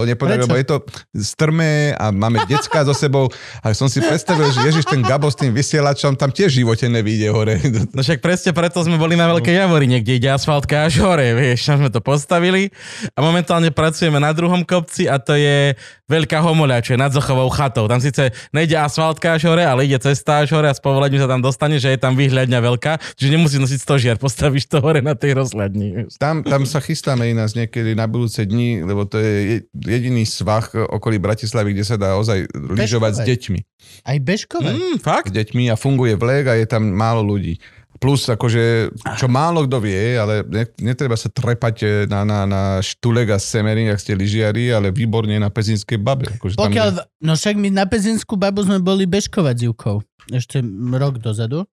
S1: Prečo?
S3: nepodarilo, lebo je to strmé a máme decka so sebou. A som si predstavil, že Ježiš, ten Gabo s tým vysielačom tam tiež v živote nevíde hore.
S2: No však presne preto sme boli na Veľkej Javori, niekde ide asfaltka až hore, vieš, tam sme to postavili a momentálne pracujeme na druhom kopci a to je Veľká Homoľa, čo je nad Zochovou chatou. Tam síce nejde asfaltka až hore, ale ide cesta až hore a s povolením sa tam dostane, že je tam výhľadňa veľká, čiže nemusí nosiť stožiar, postavíš to hore na tej rozhľadni.
S3: Tam, tam sa chystáme ináč niekedy na budúce dni, lebo to je je- jediný svah okolí Bratislavy, kde sa dá ozaj lyžovať s
S1: Bežkové.
S3: deťmi.
S1: Aj bežkové?
S2: Mm,
S3: s
S2: fakt?
S3: deťmi a funguje vlek a je tam málo ľudí. Plus, akože, čo málo kto vie, ale ne- netreba sa trepať eh, na, na, na štulek a semery, ak ste lyžiari, ale výborne na pezinskej babe. Akože tam
S1: Pokiaľ,
S3: je-
S1: v- no však my na Pezinskú babu sme boli bežkovať s Jukou. Ešte rok dozadu.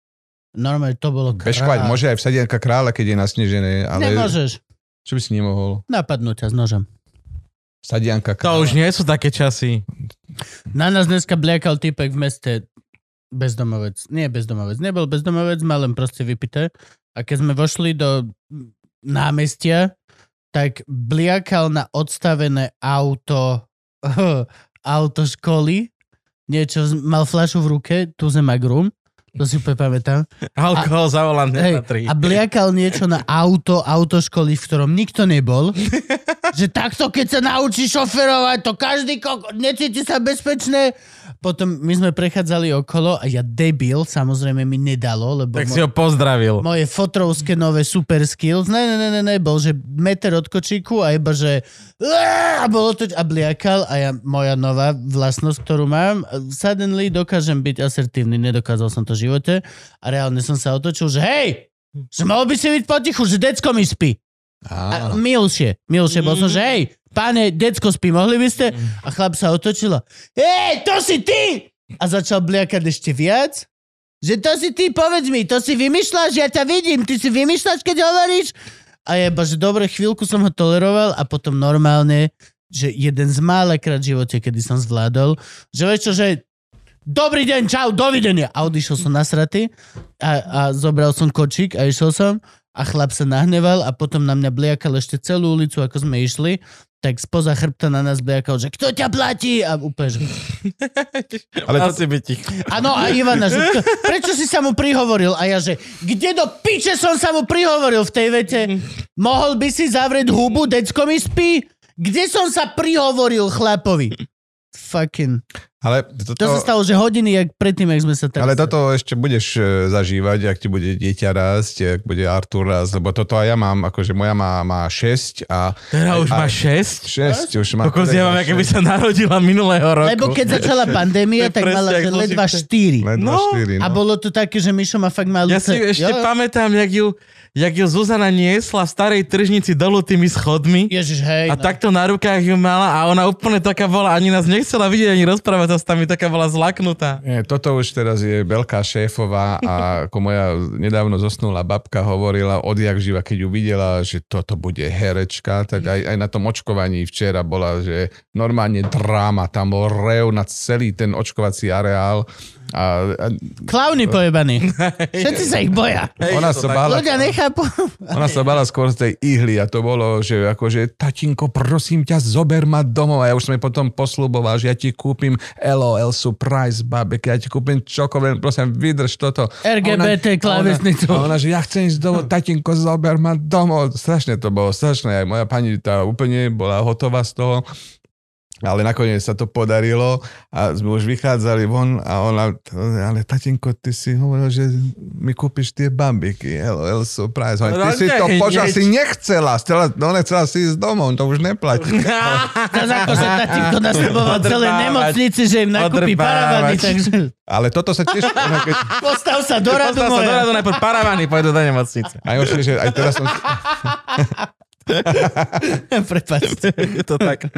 S1: Normálne to bolo krá...
S3: Beškovať môže aj vsadienka kráľa, keď je nasnežené, ale
S1: Nemôžeš.
S3: čo by si nemohol?
S1: Napadnú ťa s nožom.
S3: Vsadienka
S2: To už
S3: kráľa.
S2: nie sú také časy.
S1: Na nás dneska bliakal typek v meste bezdomovec. Nie bezdomovec, nebol bezdomovec, mal len proste vypité. A keď sme vošli do námestia, tak bliakal na odstavené auto auto školy. Niečo, z- mal flašu v ruke, tu sme magrum, to si úplne pamätám.
S2: Alkohol za volant
S1: Hej,
S2: nepatrí.
S1: a bliakal niečo na auto, autoškoly, v ktorom nikto nebol. že takto, keď sa naučí šoferovať, to každý koko, necíti sa bezpečné. Potom my sme prechádzali okolo a ja debil, samozrejme mi nedalo, lebo
S2: Tak
S1: mo-
S2: si ho pozdravil.
S1: moje fotrovské nové super skills, ne, ne, ne, ne, ne, bol, že meter od kočíku a iba, že a bolo to a bliakal a ja, moja nová vlastnosť, ktorú mám, suddenly dokážem byť asertívny, nedokázal som to v živote a reálne som sa otočil, že hej, že mal by si byť potichu, že decko mi spí. A
S3: Á,
S1: milšie, milšie, bol som, že hej, páne, decko spí, mohli by ste? A chlap sa otočila. Hej, to si ty! A začal bliakať ešte viac. Že to si ty, povedz mi, to si vymýšľaš, ja ťa vidím, ty si vymýšľaš, keď hovoríš? A jeba, že dobre, chvíľku som ho toleroval a potom normálne, že jeden z mála krát v živote, kedy som zvládol, že vieš čo, že dobrý deň, čau, dovidenia. A odišiel som nasratý a, a zobral som kočík a išiel som a chlap sa nahneval a potom na mňa bliakal ešte celú ulicu, ako sme išli, tak spoza chrbta na nás bliakal, že kto ťa platí? A úplne, že...
S2: Ale to...
S3: Ale to-
S2: Asi by ticho.
S1: Áno, a Ivana, že kto, prečo si sa mu prihovoril? A ja, že kde do piče som sa mu prihovoril v tej vete? Mohol by si zavrieť hubu, decko mi spí? Kde som sa prihovoril chlapovi? Fucking.
S3: ale
S1: To sa
S3: toto,
S1: stalo, že hodiny, jak predtým, jak sme sa teraz...
S3: No. ale toto ešte budeš eh, zažívať, ak ti bude dieťa rásť, ak bude Artur rásť, lebo toto aj ja mám, akože moja má, má 6 a
S2: Teraz už
S3: A-
S2: má 6?
S3: 6 už má.
S2: Kokos, ja mám, aké by sa narodila minulého roku.
S1: Lebo keď začala pandémia,
S2: To je
S1: tak
S2: presne,
S1: mala
S2: jak
S1: že
S2: zložité.
S1: ledva 4.
S3: Len
S2: No,
S3: no, 4, no.
S1: A bolo to také, že Mišo má fakt malú...
S2: Ja si
S1: ce-
S2: ešte
S1: Jo.
S2: pamätám, jak ju, jak ju Zuzana niesla v starej tržnici dolu tými schodmi.
S1: Ježiš, hej.
S2: A
S1: no.
S2: takto na rukách ju mala a ona úplne taká bola, ani nás nechcela vidieť, ani rozprávať sa s nami, taká bola zlaknutá.
S3: Nie, toto už teraz je veľká šéfová a ako moja nedávno zosnula babka hovorila odjak živa, keď ju videla, že toto bude herečka, tak aj, aj na tom očkovaní včera bola, že normálne dráma, tam bol reu na celý ten očkovací areál a, a
S1: Klauny pojebaní. Všetci sa ich boja.
S3: ona
S2: to
S3: sa
S2: tak.
S3: bála,
S1: Ľudia nechápu.
S3: ona sa bála skôr z tej ihly a to bolo, že akože tatinko, prosím ťa, zober ma domov a ja už som jej potom posľuboval, že ja ti kúpim LOL surprise, babek, ja ti kúpim čokoľvek, prosím, vydrž toto.
S1: LGBT klávesnicu.
S3: Ona, ona, že ja chcem ísť domov, tatinko, zober ma domov. Strašne to bolo, strašné. Aj moja pani tá úplne bola hotová z toho. Ale nakoniec sa to podarilo a sme už vychádzali von a ona, ale tatinko, ty si hovoril, že mi kúpiš tie bambiky, LOL surprise. Hovorím, ty si to
S2: Rozbehni
S3: počasí nechcela, chcela, no, ona chcela si ísť domov, to už neplatí.
S1: Zas ako sa tatínko nasľuboval
S2: Odrbávať.
S1: celé nemocnici, že im nakúpi
S2: Odrbávať.
S1: paravany, takže
S3: Ale toto sa tiež... Ona, keď,
S1: postav sa do radu
S2: Dostal sa do
S1: moja.
S2: radu najprv paravany, pôjdu do nemocnice.
S3: najhoršie, že aj teraz som...
S1: Prepačte.
S2: Je to tak.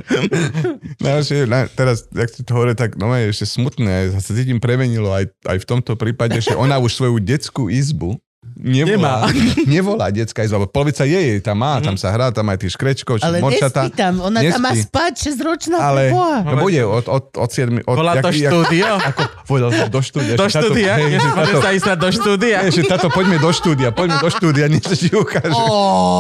S3: Najhoršie, na, teraz, jak si to hovorí, tak no je ešte smutné, ja sa cítim premenilo aj, aj v tomto prípade, že ona už svoju detskú izbu nevolá, nevolá detská izba, lebo polovica je jej tam má, tam sa hrá, tam aj tí škrečkov, či
S1: Ale
S3: morčatá.
S1: nespí tam, ona tam má
S3: nespí.
S1: spať 6-ročná
S3: Ale
S1: boha.
S3: no, bude od, od, od 7... Od,
S2: Bola to štúdio?
S3: povedal, som, do štúdia.
S2: Do
S3: že táto-
S2: štúdia?
S3: hej,
S2: Ja
S3: že
S2: som
S3: táto-
S2: sa ísť do štúdia.
S3: hej, že táto, poďme do štúdia, poďme do štúdia, niečo ti ukáže.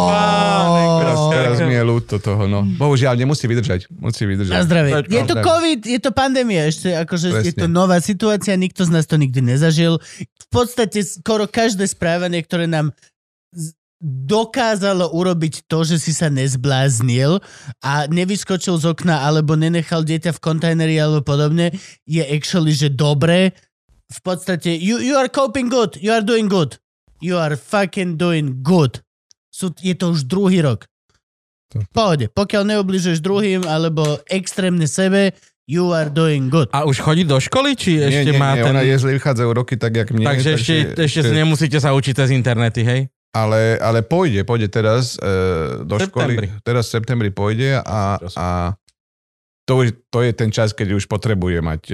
S3: Teraz,
S1: Oh.
S3: teraz mi je ľúto toho, no. Bohužiaľ, nemusí vydržať. Musí vydržať.
S1: Mm. Na zdravie. Je to
S3: Dobre.
S1: COVID, je to pandémia, ešte akože je
S3: Presne.
S1: to nová situácia, nikto z nás to nikdy nezažil. V podstate skoro každé správanie, ktoré nám z- dokázalo urobiť to, že si sa nezbláznil a nevyskočil z okna alebo nenechal dieťa v kontajneri alebo podobne, je actually, že dobré v podstate you, you are coping good, you are doing good. You are fucking doing good. Sú, je to už druhý rok.
S3: To-
S1: Pohode, pokiaľ neobližuješ druhým alebo extrémne sebe, you are doing good.
S2: A už chodí do školy, či
S3: Nie,
S2: ešte
S3: nie,
S2: má
S3: nie,
S1: no.
S2: ten...
S3: ona jezdí, vychádzajú roky tak, jak mne.
S2: takže ešte, ešte si nemusíte sa učiť cez internety, hej?
S3: Ale, ale pôjde, pôjde teraz e, do
S2: Septembri.
S3: školy. Teraz v septembri pôjde a, a to, už- to je ten čas, keď už potrebuje mať e,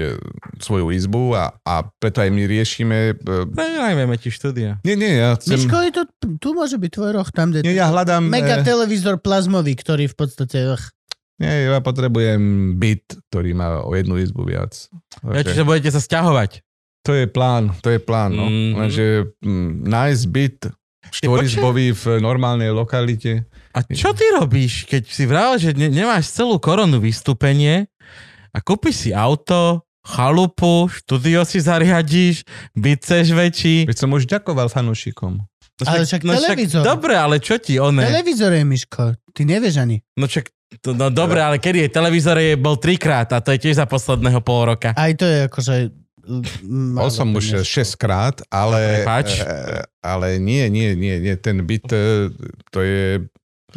S3: svoju izbu a, a preto aj my riešime... E,
S2: Najvieme No, ti štúdia.
S3: nie, nie, ja chcem...
S1: Miško, je to, tu môže byť tvoj roh, tam, kde...
S3: Nie, ja hľadám...
S1: Mega
S3: e,
S1: televízor plazmový, ktorý v podstate... Ach,
S3: nie, ja potrebujem byt, ktorý má o jednu izbu viac.
S2: Ja,
S3: Takže-
S2: čiže budete sa sťahovať.
S3: To je plán, to je plán, no.
S2: Mhm.
S3: Mm-hmm. Lenže mm, nájsť byt štvorizbový v normálnej lokalite.
S2: A čo ty robíš, keď si vravel, že ne- nemáš celú koronu vystúpenie a kúpiš si auto, chalupu, štúdio si zariadíš, byt chceš väčší.
S3: Veď som už ďakoval fanúšikom.
S2: No
S1: Ale však
S2: no
S1: televízor.
S2: Dobre, ale čo ti one?
S1: Televízor je, Miško. Ty nevieš ani.
S2: No však, to, no dobre, ale kedy je? Televízor je, bol trikrát a to je tiež za posledného pol roka.
S1: Aj to je akože... m-
S3: Bol
S1: málo
S3: som už
S1: peňazí.
S3: 6 krát, ale,
S2: Prepáč.
S3: e, ale nie, nie, nie, nie, ten byt, e, to je,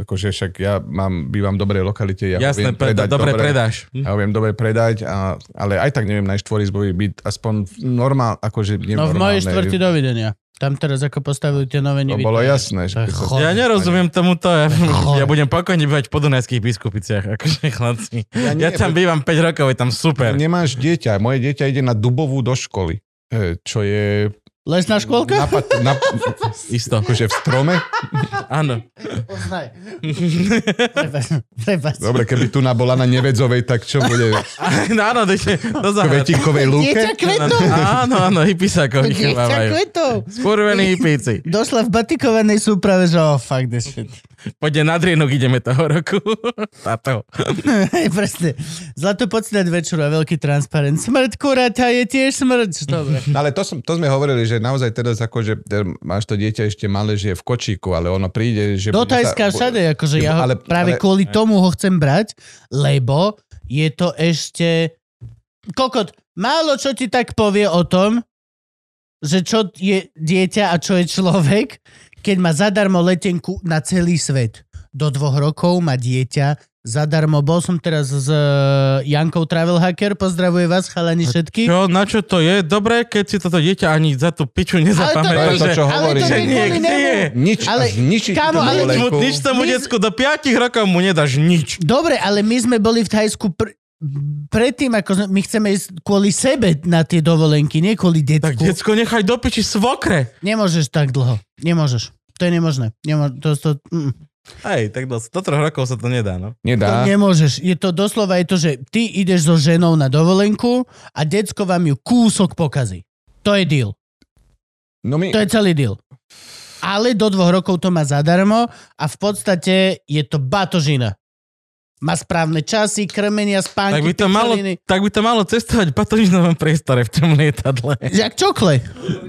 S3: akože však ja mám, bývam v dobrej lokalite, ja ho
S2: Jasné,
S3: viem
S2: pre,
S3: predať
S2: dobre,
S3: dobre,
S2: predáš.
S3: Ja ho viem dobre predať, a, ale aj tak neviem nájsť štvorizbový byt, aspoň normál, akože nie
S1: No v mojej
S3: normálnej-
S1: štvrti dovidenia. Tam teraz ako postavili tie nové
S3: To
S1: nevidenia.
S3: bolo jasné.
S1: To je
S3: keď sa-
S1: chod-
S2: Ja nerozumiem tomuto, ja,
S1: Chore.
S2: ja budem pokojne bývať po Dunajských biskupiciach, akože chlapci.
S3: Ja nie,
S2: Ja tam bývam 5 rokov, je tam super.
S3: Nemáš dieťa. Moje dieťa ide na Dubovú do školy. E, Čo je...
S1: Lesná škôlka?
S3: Na, pat- na,
S2: Isto,
S3: akože v strome.
S2: áno.
S1: Poznaj. Prepač, prepač.
S3: Dobre, keby tu na bola na Nevedzovej, tak čo bude?
S2: No áno, dejte, do
S3: V
S2: zahrady.
S3: kvetinkovej lúke?
S1: Dieťa kvetov.
S2: Áno, áno, hipisákov ich
S1: Dieťa
S2: chovávajú.
S1: kvetov.
S2: Skurvení hipíci.
S1: Došla v batikovanej súprave, že oh, fuck this shit.
S2: Poďte na drienok, ideme toho roku. Táto.
S1: Hej, presne. Zlato pocnať večeru a veľký transparent. Smrť kurata je tiež smrť. Dobre.
S3: No ale to, som, to sme hovorili, že naozaj teraz akože e, máš to dieťa ešte malé, že je v kočíku, ale ono príde, že...
S1: Do
S3: bude sa-
S1: Tajska všade, akože ja ho ale,
S3: Ale-
S1: práve ale,
S3: ale-
S1: kvôli tomu ho chcem brať, lebo je to ešte... Kokot, málo čo ti tak povie o tom, že čo je dieťa a čo je človek, keď má zadarmo letenku na celý svet. Do dvoch rokov má dieťa zadarmo. Bol som teraz s e, Jankou Travel Hacker, pozdravuje vás chalani všetky.
S2: Čo, na čo to je? Dobre, keď si toto dieťa ani za tú piču
S3: To je to,
S2: nezapamätá, že...
S3: čo
S1: ale to by
S3: hovorí, že
S1: kvôli
S2: niekde
S1: nemu.
S2: je.
S3: Nič,
S1: Ale-
S3: ale, zničí
S1: kámo,
S3: túto
S1: ale-
S3: moleku.
S2: Nič tomu
S1: My-
S2: decku do 5 rokov mu nedáš nič.
S1: Dobre, ale my sme boli v Thajsku pr- predtým, ako sme- my chceme ísť kvôli sebe na tie dovolenky, nie kvôli
S2: Tak
S1: detku.
S2: decko nechaj do piči svokre.
S1: Nemôžeš tak dlho. Nemôžeš. To je nemožné. Nemo- to, to, mm,
S2: Hej, tak do, do troch rokov sa to nedá, no.
S1: to
S3: Nedá.
S1: nemôžeš. Je to doslova je to, že ty ideš so ženou na dovolenku a decko vám ju kúsok pokazí. To je deal.
S3: No my,
S1: To je celý deal. Ale do dvoch rokov to má zadarmo a v podstate je to batožina. Má správne časy, krmenia, spánky,
S2: Tak by to malo,
S1: pičoviny.
S2: tak by to malo cestovať v patožinovom priestore v tom lietadle.
S1: Jak čokle.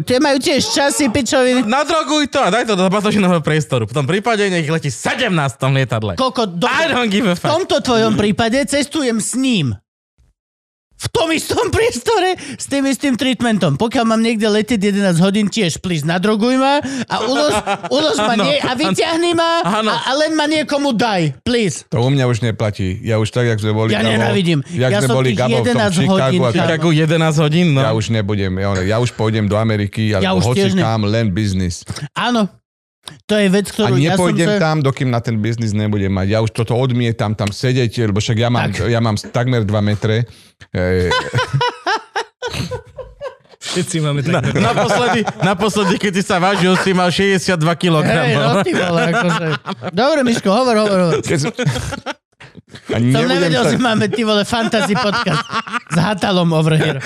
S1: Tie majú tiež časy, pičoviny.
S2: Nadroguj to a daj to do patožinového priestoru. V tom prípade nech letí 17 v tom lietadle.
S1: Koko, do...
S2: I don't give a
S1: v
S2: fuck.
S1: tomto tvojom prípade cestujem s ním. V tom istom priestore s tým istým treatmentom. Pokiaľ mám niekde letieť 11 hodín, tiež please nadroguj ma a ulož, ulož ma
S2: Áno,
S1: nie, a vyťahni ma
S2: Áno.
S1: a, a len ma niekomu daj, please.
S3: To u mňa už neplatí. Ja už tak, jak sme boli
S1: Ja
S3: Gabo-
S1: nenávidím.
S3: Jak
S1: Ja
S3: sme
S1: som
S3: boli
S1: tých
S3: Gabo v tom
S1: 11 hodín
S3: Chicagu a
S1: tam.
S3: tak,
S2: Chicago 11 hodín, no.
S3: ja už nebudem. Ja, ja už pôjdem do Ameriky,
S1: Ja
S3: alebo
S1: už
S3: hoci
S1: tiež ne-
S3: kam, len biznis.
S1: Áno. To je vec,
S3: A
S1: ktorú ja som
S3: nepôjdem
S1: sa...
S3: tam, dokým na ten biznis nebudem mať. Ja už toto odmietam tam sedieť, lebo však ja mám,
S1: Tak.
S3: ja mám takmer 2 metre. E,
S4: Všetci máme
S2: Na,
S4: tak.
S2: naposledy, naposledy, keď si sa vážil, si mal 62 kg.
S1: Hej, no ty vole, akože. Dobre, Miško, hovor, hovor, hovor.
S3: keď som... A
S1: Som
S3: nebudem
S1: nevedel,
S3: sa...
S1: že máme ty vole fantasy podcast s Hatalom over here.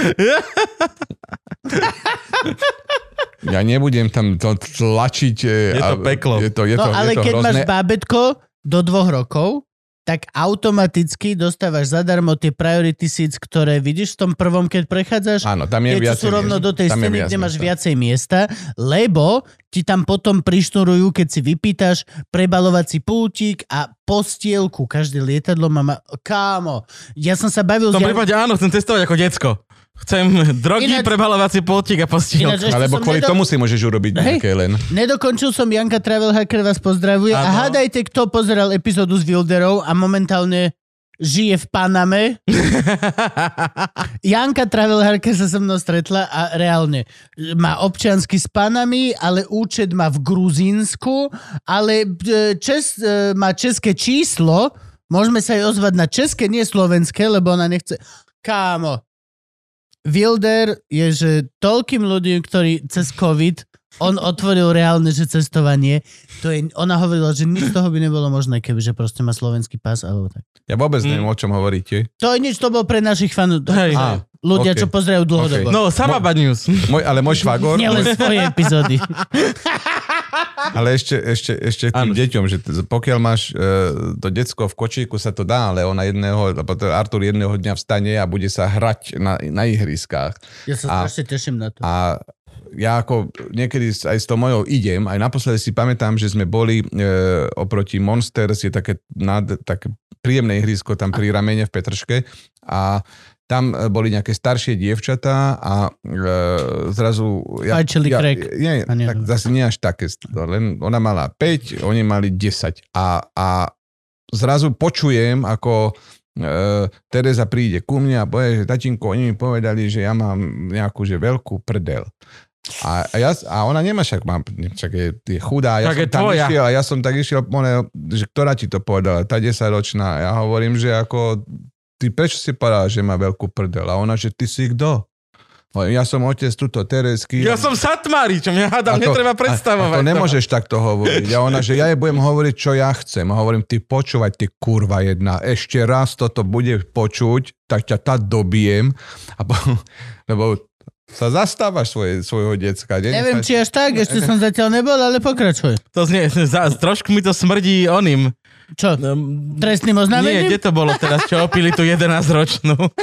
S3: Ja nebudem tam to tlačiť. e,
S2: Je to
S3: a-
S2: peklo.
S3: Je to, je
S1: No
S3: to,
S1: ale
S3: je to
S1: keď
S3: hrozné.
S1: máš bábetko do dvoch rokov, tak automaticky dostávaš zadarmo tie priority seats, ktoré vidíš v tom prvom, keď prechádzaš.
S3: Áno, tam
S1: Tie,
S3: je
S1: čo
S3: viac.
S1: sú rovno do tej
S3: tam je
S1: scény,
S3: viac
S1: kde máš
S3: miesta.
S1: viacej miesta, lebo ti tam potom prišnurujú, keď si vypýtaš prebalovací pultík a postielku. Každé lietadlo má... ma- Kámo, ja som sa bavil... s
S2: V tom
S1: Jan-
S2: prípade áno, chcem cestovať ako decko. Chcem drogy,
S1: Ináč-
S2: prebalovací plotík a postihok.
S1: Ináč- Ešte
S3: Alebo
S1: som
S3: kvôli
S1: nedo-
S3: tomu si môžeš urobiť
S2: Hej.
S3: nejaké len.
S1: Nedokončil som Janka Travelhacker, vás pozdravuje. A
S2: Áno.
S1: hádajte, kto pozeral epizódu s Wilderov a momentálne žije v Paname. Janka Travelhacker sa so mnou stretla a reálne má občiansky s Panami, ale účet má v Gruzínsku, ale e, čes, e, má české číslo. Môžeme sa aj ozvať na české, nie slovenské, lebo ona nechce... Kámo, Wilder je, že toľkým ľudí, ktorí cez COVID, on otvoril reálne, že cestovanie, to je, ona hovorila, že nič z toho by nebolo možné, kebyže proste má slovenský pás alebo tak.
S3: Ja vôbec
S2: Mm.
S3: neviem, o čom hovoríte.
S1: To je nič, to bol pre našich fanov.
S2: Hej.
S1: Á, ľudia,
S3: okay.
S1: čo pozerajú dlhodobo.
S3: Okay.
S1: Okay.
S2: No, sama bad news.
S3: Môj, ale môj švagor...
S1: Nie len svoje epizódy.
S3: Ale ešte, ešte, ešte k tým
S2: Áno.
S3: deťom, že t- pokiaľ máš e, to decko v kočíku, sa to dá, ale ona jedného, lebo to Artur jedného dňa vstane a bude sa hrať na, na ihriskách.
S1: Ja sa
S3: A-
S1: strašne teším na to.
S3: A ja ako niekedy s- aj s tou mojou idem, aj naposledy si pamätám, že sme boli e, oproti Monsters, je také, nad, také príjemné ihrisko tam pri ramene v Petrške a tam e, boli nejaké staršie dievčatá a e, zrazu...
S1: Fajčili
S3: ja,
S1: crack.
S3: Nie,
S1: A nie, no.
S3: tak
S1: dobre.
S3: zase nie až také. Len ona mala 5, oni mali 10. A, a zrazu počujem, ako e, Tereza príde ku mne a povie, že tatinko, oni mi povedali, že ja mám nejakú že veľkú prdel. A, a, ja, a ona nemá však, mám, však je, je chudá, ja
S2: Tak
S3: som
S2: je
S3: tam
S2: tvoja.
S3: išiel a ja som tak išiel, ona, že ktorá ti to povedala, tá 10 ročná. Ja hovorím, že ako, ty prečo si povedala, že má veľkú prdel? A ona, že ty si kto? Hovorím, Ja som otec tuto Teresky.
S2: Ja som Satmárič, mňa
S3: A
S2: hádam,
S3: to-
S2: netreba
S3: A,
S2: predstavovať. no.
S3: a to nemôžeš takto hovoriť. A ona, že ja jej budem hovoriť, čo ja chcem. A hovorím, ty počúvať, ty kurva jedna. Ešte raz toto bude počuť, tak ťa tá dobijem. A po, lebo sa zastávaš svoje, svojho decka. Nie?
S1: Neviem, či až tak, ešte som zatiaľ nebol, ale pokračuj.
S2: To znie, za, trošku mi to smrdí oným.
S1: Čo?
S3: Ehm,
S2: Um,
S1: Trestným
S2: nie, kde
S1: oznámením?
S2: to bolo teraz, čo opili tú 11-ročnú?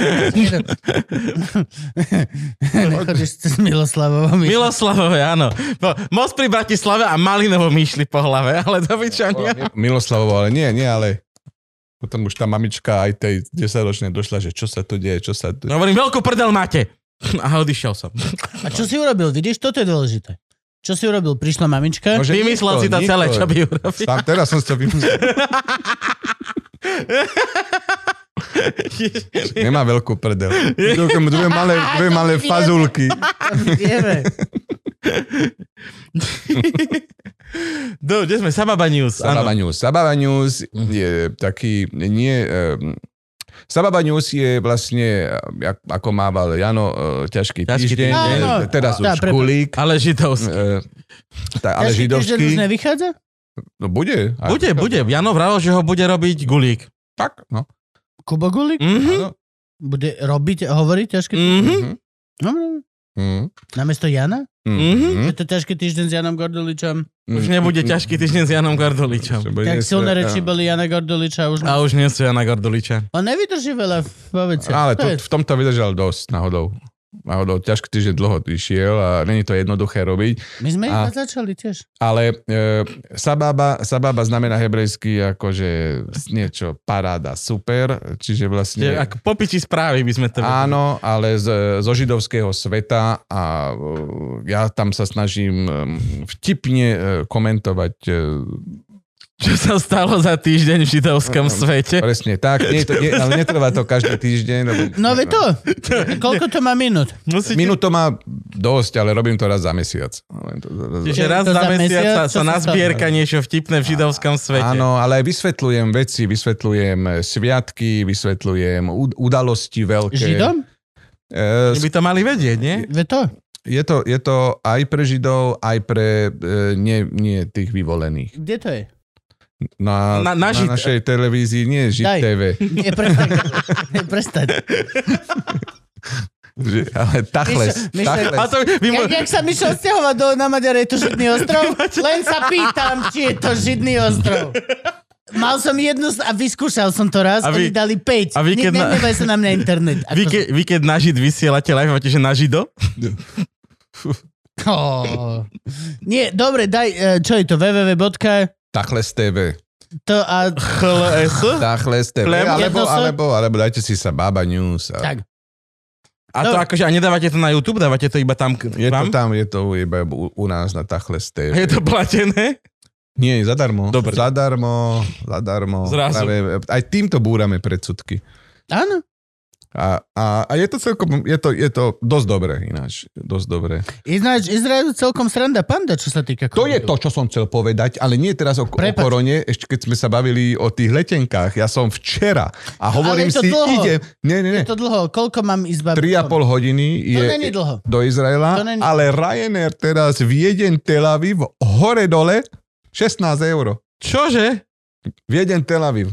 S1: Nechodíš s Miloslavovom.
S2: Miloslavové, áno. Bo- Most pri Bratislave a Malinovo mi išli po hlave, ale dobyčania.
S3: Miloslavovo, ale nie, nie, ale potom už tá mamička aj tej 10-ročnej došla, že čo sa tu deje, čo sa tu...
S2: No, hovorím, veľkú prdel máte. A odišiel som.
S1: A čo si urobil? Vidíš, toto je dôležité. Čo si urobil? Prišla mamička?
S3: No, že
S2: Vymyslel
S3: nikto,
S2: si to
S3: nikto.
S2: celé, čo by urobil.
S3: Tam teraz teda som si to vymyslel. Nemá veľkú prdel. Dve malé, dve malé fazulky.
S1: Vieme.
S2: Do, kde sme? Sababa News. Mhm.
S3: Sababa
S2: áno.
S3: News. Sababa News je taký, nie... Um, Sababa News je vlastne, jak, ako mával Jano, e, ťažký,
S2: Ťažký
S3: týždeň,
S2: týždeň.
S3: e,
S1: Áno. Tá,
S3: teraz už
S1: prepa-
S3: kulík,
S2: Ale židovský.
S3: e, tá, ale
S1: Ťažký týždeň
S3: židovský,
S1: už nevychádza?
S3: no bude. A-
S2: Bude, bude. Jano vravel, že ho bude robiť gulík.
S3: Tak, no.
S1: Kubo Gulik?
S2: Mhm.
S3: áno.
S1: Bude robiť, hovoriť ťažký týždeň?
S2: Mhm.
S3: Mhm.
S1: No, no, no.
S3: Mhm.
S1: Namiesto Jana?
S3: Hm?
S2: Mhm.
S1: Je to ťažký týždeň s Janom Gorduličom.
S3: Mhm.
S2: Už nebude ťažký týždeň s Janom Gorduličom.
S3: Bude-
S1: Tak
S3: eh,
S1: silné reči
S3: áno.
S1: boli Jana Gorduliča už.
S2: A už nie sú Jana Gorduliča.
S1: On nevydrží veľa, povedz sa. To
S3: Ale to,
S1: je-
S3: v tomto vydržal dosť, náhodou. Náhodou, ťažký týždeň dlho išiel a není to jednoduché robiť.
S1: My sme iba
S3: a-
S1: začali tiež.
S3: Ale e, sababa, sababa znamená hebrejsky akože niečo paráda, super,
S2: Že
S3: čiže vlastne...
S2: Ako popiči správy by sme to vedeli.
S3: Áno, ale z, zo židovského sveta a e, ja tam sa snažím e, vtipne e, komentovať e,
S2: Čo sa stalo za týždeň v židovskom
S3: Mhm.
S2: svete?
S3: presne tak, nie, je to, nie, ale netrvá to každý týždeň. Lebo,
S1: No ve to. Koľko to má minút?
S2: Musíte...
S3: Minút to má dosť, ale robím to raz za mesiac. Len to-
S2: Čiže
S1: To
S2: raz
S1: za
S2: za
S1: mesiac,
S2: mesiac sa,
S1: čo
S2: sa
S1: sa
S2: nazbierka niečo vtipné v židovskom svete.
S3: Áno, ale aj vysvetľujem veci, vysvetľujem eh, sviatky, vysvetľujem ud- udalosti veľké.
S1: Židom?
S3: E,
S2: Oni by to mali vedieť, nie?
S1: Ve to.
S3: je, to, je to aj pre Židov, aj pre e, nie, nie tých vyvolených.
S1: Kde to je?
S3: Na,
S2: Na- na
S3: na, na,
S2: Žid-
S3: na našej televízii nie je Žid
S1: Daj.
S3: TV,
S1: Nie, prestaň. Prestaň.
S3: že, ale
S1: Myšo-
S3: tachles.
S1: myšo-
S3: tachles.
S2: A to by mu...
S1: Jak, jak sa Mišo stiahovať do, na Maďare, je to židný ostrov? Len sa pýtam, či je to židný ostrov. Mal som jednu z- a vyskúšal som to raz, a
S2: A
S1: vy, oni
S2: vy-
S1: dali 5.
S2: a vy keď na-
S1: Nehnevaj sa na mňa internet. Ako...
S2: Vy, ke, vy keď na žid vysielate live, máte, že na žido?
S1: Oh. Nie, dobre, daj, e, čo je to, www.
S3: Tachles TV.
S1: To a...
S2: HLS?
S3: Tachles TV.
S2: Lebo-
S3: Alebo,
S1: Jedno sa-
S3: alebo, alebo dajte si sa Baba News. A...
S1: Tak.
S2: A to
S1: Dobre.
S2: akože, a nedávate to na YouTube, dávate to iba tam k
S3: Je
S2: vám?
S3: to tam, je to iba u, u nás na Tachles TV.
S2: Je to platené?
S3: Nie, zadarmo.
S2: Dobre.
S3: Zadarmo, zadarmo.
S2: Zrazu.
S3: Práve, aj týmto búrame predsudky.
S1: Áno.
S3: A, a, a je to celkom, je to, je to dosť dobré ináč, dosť dobré.
S1: Ináč Izrael celkom sranda panda, čo sa týka
S3: To je
S1: covidu.
S3: to, čo som chcel povedať, ale nie teraz o, o
S1: Prepač.
S3: korone, ešte keď sme sa bavili o tých letenkách. Ja som včera a
S1: je
S3: hovorím
S1: to
S3: si,
S1: dlho.
S3: idem, nie, nie, nie,
S1: Je to dlho. Koľko mám izba?
S3: 3,5 hodiny je
S1: není dlho.
S3: do Izraela,
S1: To není-
S3: ale Ryanair teraz Viedeň Tel Aviv hore dole 16 eur.
S2: Čože?
S3: Viedeň Tel Aviv.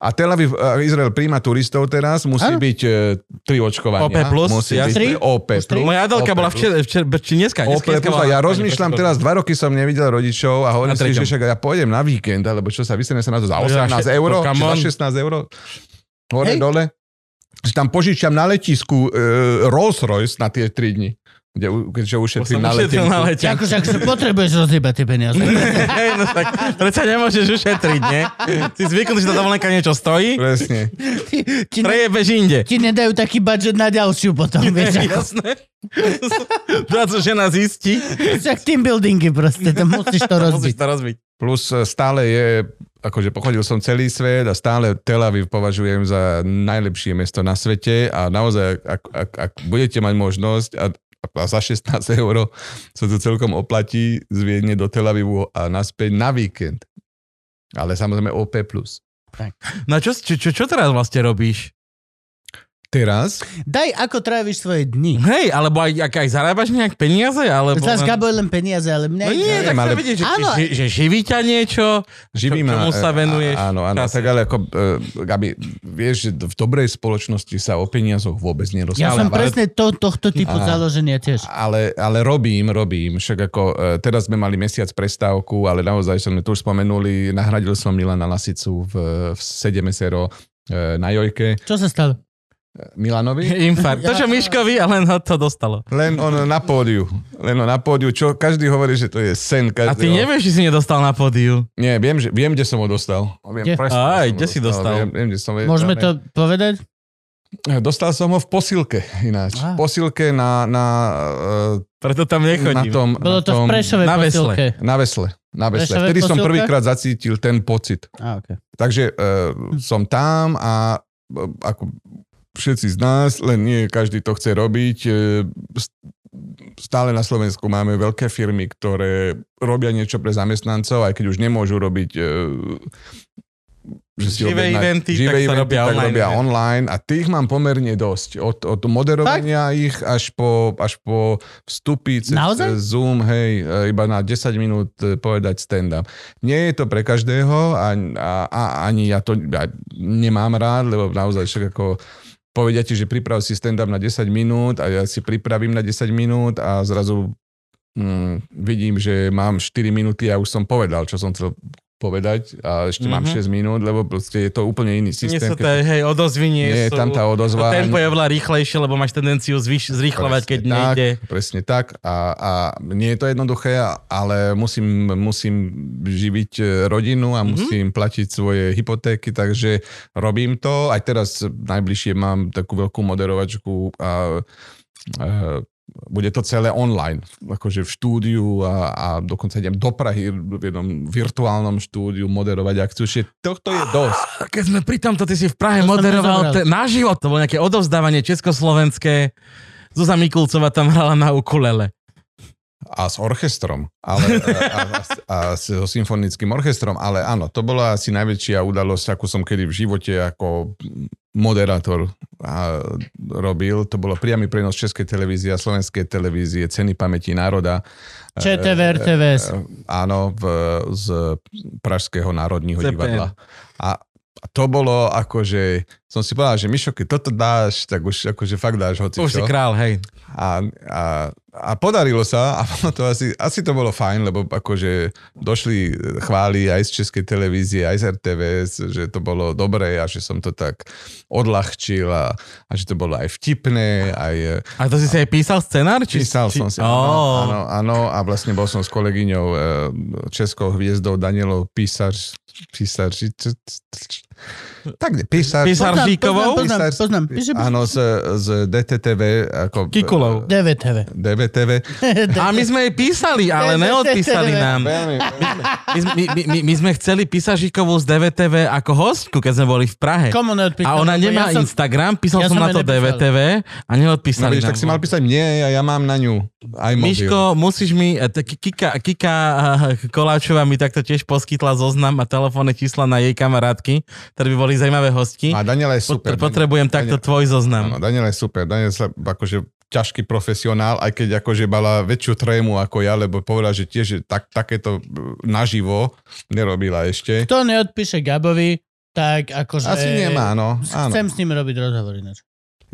S3: A Tel Aviv, e, Izrael príjma turistov teraz, musí
S1: Áno.
S3: byť e, tri očkovania.
S2: OP+,
S3: musí
S2: jasne.
S1: Tri?
S3: byť OP+.
S1: Už tri?
S2: Moja Adelka
S3: Opäť.
S2: bola včera, včera, či dneska? dneska,
S3: Opäť,
S2: dneska bola,
S3: počkaj, ja rozmýšľam teraz, dva roky som nevidel rodičov a
S2: Na
S3: hovorím si, že
S2: treťom.
S3: však ja pôjdem na víkend, alebo čo sa vysene sa na to za
S2: Ja,
S3: 18
S2: še-
S3: eur,
S2: no, come on.
S3: či za 16 eur, hore,
S1: Hej.
S3: dole. Že tam požičam na letisku e, Rolls Royce na tie 3 dni, kde, u- keďže ušetrím
S2: Som
S3: na
S2: ušetril na
S3: letenku.
S2: letenku.
S1: Akože, akože potrebuješ rozhýbať tie peniaze.
S2: Hej, no tak, predsa nemôžeš ušetriť, nie? Si zvyknutý, že tá dovolenka niečo stojí,
S3: Presne.
S1: Ti, ti, ne,
S2: prejebeš inde.
S1: ti nedajú taký budget na ďalšiu potom, vieš. Ako,
S2: Jasné. To, čo žena zistí,
S1: však team buildingy proste, to musíš to rozbiť.
S2: musíš to rozbiť.
S3: Plus e, stále je, akože pochodil som celý svet a stále Tel Aviv považujem za najlepšie mesto na svete a naozaj, ak, ak, ak budete mať možnosť a, a za 16 eur sa to celkom oplatí z Viedne do Tel Avivu a naspäť na víkend. Ale samozrejme OP+.
S2: No a čo, čo, čo, čo teraz vlastne robíš?
S3: Teraz
S1: Daj, ako tráviš svoje dni.
S2: Hej, alebo aj, ak aj zarábaš nejak peniaze, alebo...
S1: Zas Gabo je len peniaze, ale mňa...
S2: No nie, tak
S3: Neviem,
S2: ale...
S3: ale-
S2: vidieť, že,
S1: Áno.
S2: že, že živí ťa niečo,
S3: živý
S2: čo- čomu
S3: ma...
S2: sa
S3: e,
S2: venuješ.
S3: a- Áno, áno.
S2: Krásne.
S3: Tak ale ako, e, Gabi, vieš, že v dobrej spoločnosti sa o peniazoch vôbec
S1: Ja
S3: nerozpráva.
S1: som presne to, tohto typu
S3: Aha.
S1: založenia tiež.
S3: Ale, ale robím, robím. Však ako, e, teraz sme mali mesiac prestávku, ale naozaj sme tu už spomenuli, nahradil som Milana Lasicu v, v 7 SRO e, na Jojke
S1: Čo sa stalo?
S3: Milanovi.
S2: infarkt. To, čo Miškovi, a len ho to dostalo.
S3: Len on na pódiu. Len on na pódiu, čo každý hovorí, že to je sen.
S2: A
S3: Každého.
S2: ty nevieš, či si nedostal na pódiu.
S3: Nie, viem, že, viem, kde som ho dostal. Viem,
S1: Kde?
S3: presne,
S2: Aj,
S3: som ho
S2: kde si dostal?
S3: Viem, viem, kde som,
S1: Môžeme
S3: ja,
S1: to povedať?
S3: Dostal som ho v posilke ináč.
S1: Á.
S3: V posilke na, na,
S2: Preto tam
S3: e, na
S2: nechodím.
S3: tom...
S1: Bolo
S3: na
S1: to v
S3: tom,
S1: Prešove
S2: na vesle.
S1: posilke.
S3: Na vesle. Na vesle.
S1: Prešovej
S3: Vtedy som
S1: posilke?
S3: prvýkrát zacítil ten pocit.
S1: Á, okay.
S3: Takže e, som tam a e, ako všetci z nás, len nie každý to chce robiť. E, s- stále na Slovensku máme veľké firmy, ktoré robia niečo pre zamestnancov, aj keď už nemôžu robiť e, že si
S2: Živé
S3: objednať-
S2: eventy, tak sa robia
S3: tak
S2: online
S3: robia
S2: eventy.
S3: online a tých mám pomerne dosť. Od, od moderovania tak? ich až po, až po vstupy cez
S1: Naozaj?
S3: cez Zoom, hej, e, iba na 10 minút e, povedať stand-up. Nie je to pre každého a, a, a ani ja to ja nemám rád, lebo naozaj však ako povedia ti, že priprav si stand-up na 10 minút a ja si pripravím na 10 minút a zrazu mm, vidím, že mám 4 minúty a už som povedal, čo som chcel povedať a ešte mm-hmm. mám
S2: Mhm.
S3: 6 minút, lebo proste je to úplne
S2: Nie
S3: iný systém.
S2: sú to, hej, odozvy nie,
S3: nie je
S2: sú.
S3: tam tá
S2: to
S3: odozva.
S2: tempo je oveľa rýchlejšie, lebo máš tendenciu zvyš, zrýchlovať, keď
S3: tak,
S2: nejde.
S3: Presne tak. A, a nie je to jednoduché, ale musím, musím živiť e, rodinu
S2: Mhm.
S3: a musím platiť svoje hypotéky, takže robím to. Aj teraz najbližšie mám takú veľkú moderovačku a, a bude to celé online, akože v štúdiu a, a dokonca idem do Prahy v jednom virtuálnom štúdiu moderovať akciu. Čiže tohto je dosť.
S2: A Keď sme pri tomto, ty si v
S1: To
S2: Prahe
S1: som
S2: moderoval
S1: nezobral.
S2: te, na život. To bolo nejaké odovzdávanie československé. Zuzana Mikulcová tam hrala na ukulele.
S3: A s orchestrom, ale, a, a, a so symfonickým orchestrom, ale áno, to bola asi najväčšia udalosť, akú som kedy v živote ako moderátor a, robil. To bolo priamy prenos Českej televízie a Slovenskej televízie, Ceny pamäti národa.
S1: ČTV, RTVS.
S3: E, Áno, v, z Pražského národního
S2: CPN.
S3: divadla. A a to bolo akože, som si povedal, že Mišo, keď toto dáš, tak už akože fakt dáš hoci
S2: Už si král, hej.
S3: a, a, a a podarilo sa a bolo to asi, asi to bolo fajn, lebo akože došli chvály aj z Českej televízie, aj z RTVS, že to bolo dobré a že som to tak odľahčil a, a že to bolo aj vtipné, aj
S2: A to si si aj písal scenár? Či,
S3: Písal
S2: či...
S3: som si,
S2: Oh.
S3: áno, áno, áno, a vlastne bol som s kolegyňou e, českou hviezdou Danielou Písař, Písař, tak ne, Písař,
S2: Písař- Saržíkovou?
S1: Poznám, poznám, poznám. Píše,
S3: áno, z, z DTTV, ako
S2: Kikulov.
S1: DVTV.
S3: DVTV.
S2: A my sme jej písali, ale neodpísali nám.
S3: Veľmi,
S2: My, my, my, my- my sme chceli Písažikovú z DVTV ako hostku, keď sme boli v Prahe.
S1: Komu neodpísal?
S2: A ona
S1: Lebo
S2: nemá
S1: ja som-
S2: Instagram, písal
S1: ja
S2: som
S1: som
S2: na
S1: jej
S2: to
S1: nepísal.
S2: DVTV a
S3: no,
S2: neodpísali
S3: vidíš,
S2: nám.
S3: tak si mal písať mne a ja mám na ňu aj mobil.
S2: Miško, musíš mi, e, t- Kika, Kika eh, Koláčová mi takto tiež poskytla zoznam a telefónne čísla na jej kamarátky, ktoré by boli zaujímavé hosti.
S3: A Daniela je super.
S2: Pot- Potrebujem takto tvoj
S3: Áno,
S2: zoznam.
S3: Daniel je super. Daniel sa akože ťažký profesionál, aj keď akože mala väčšiu trému ako ja, lebo povedala, že tiež že tak, takéto e, naživo nerobila ešte.
S1: Kto neodpíše Gabovi, tak akože...
S3: Asi nemá, no. Áno.
S1: Chcem s ním robiť rozhovor ináč.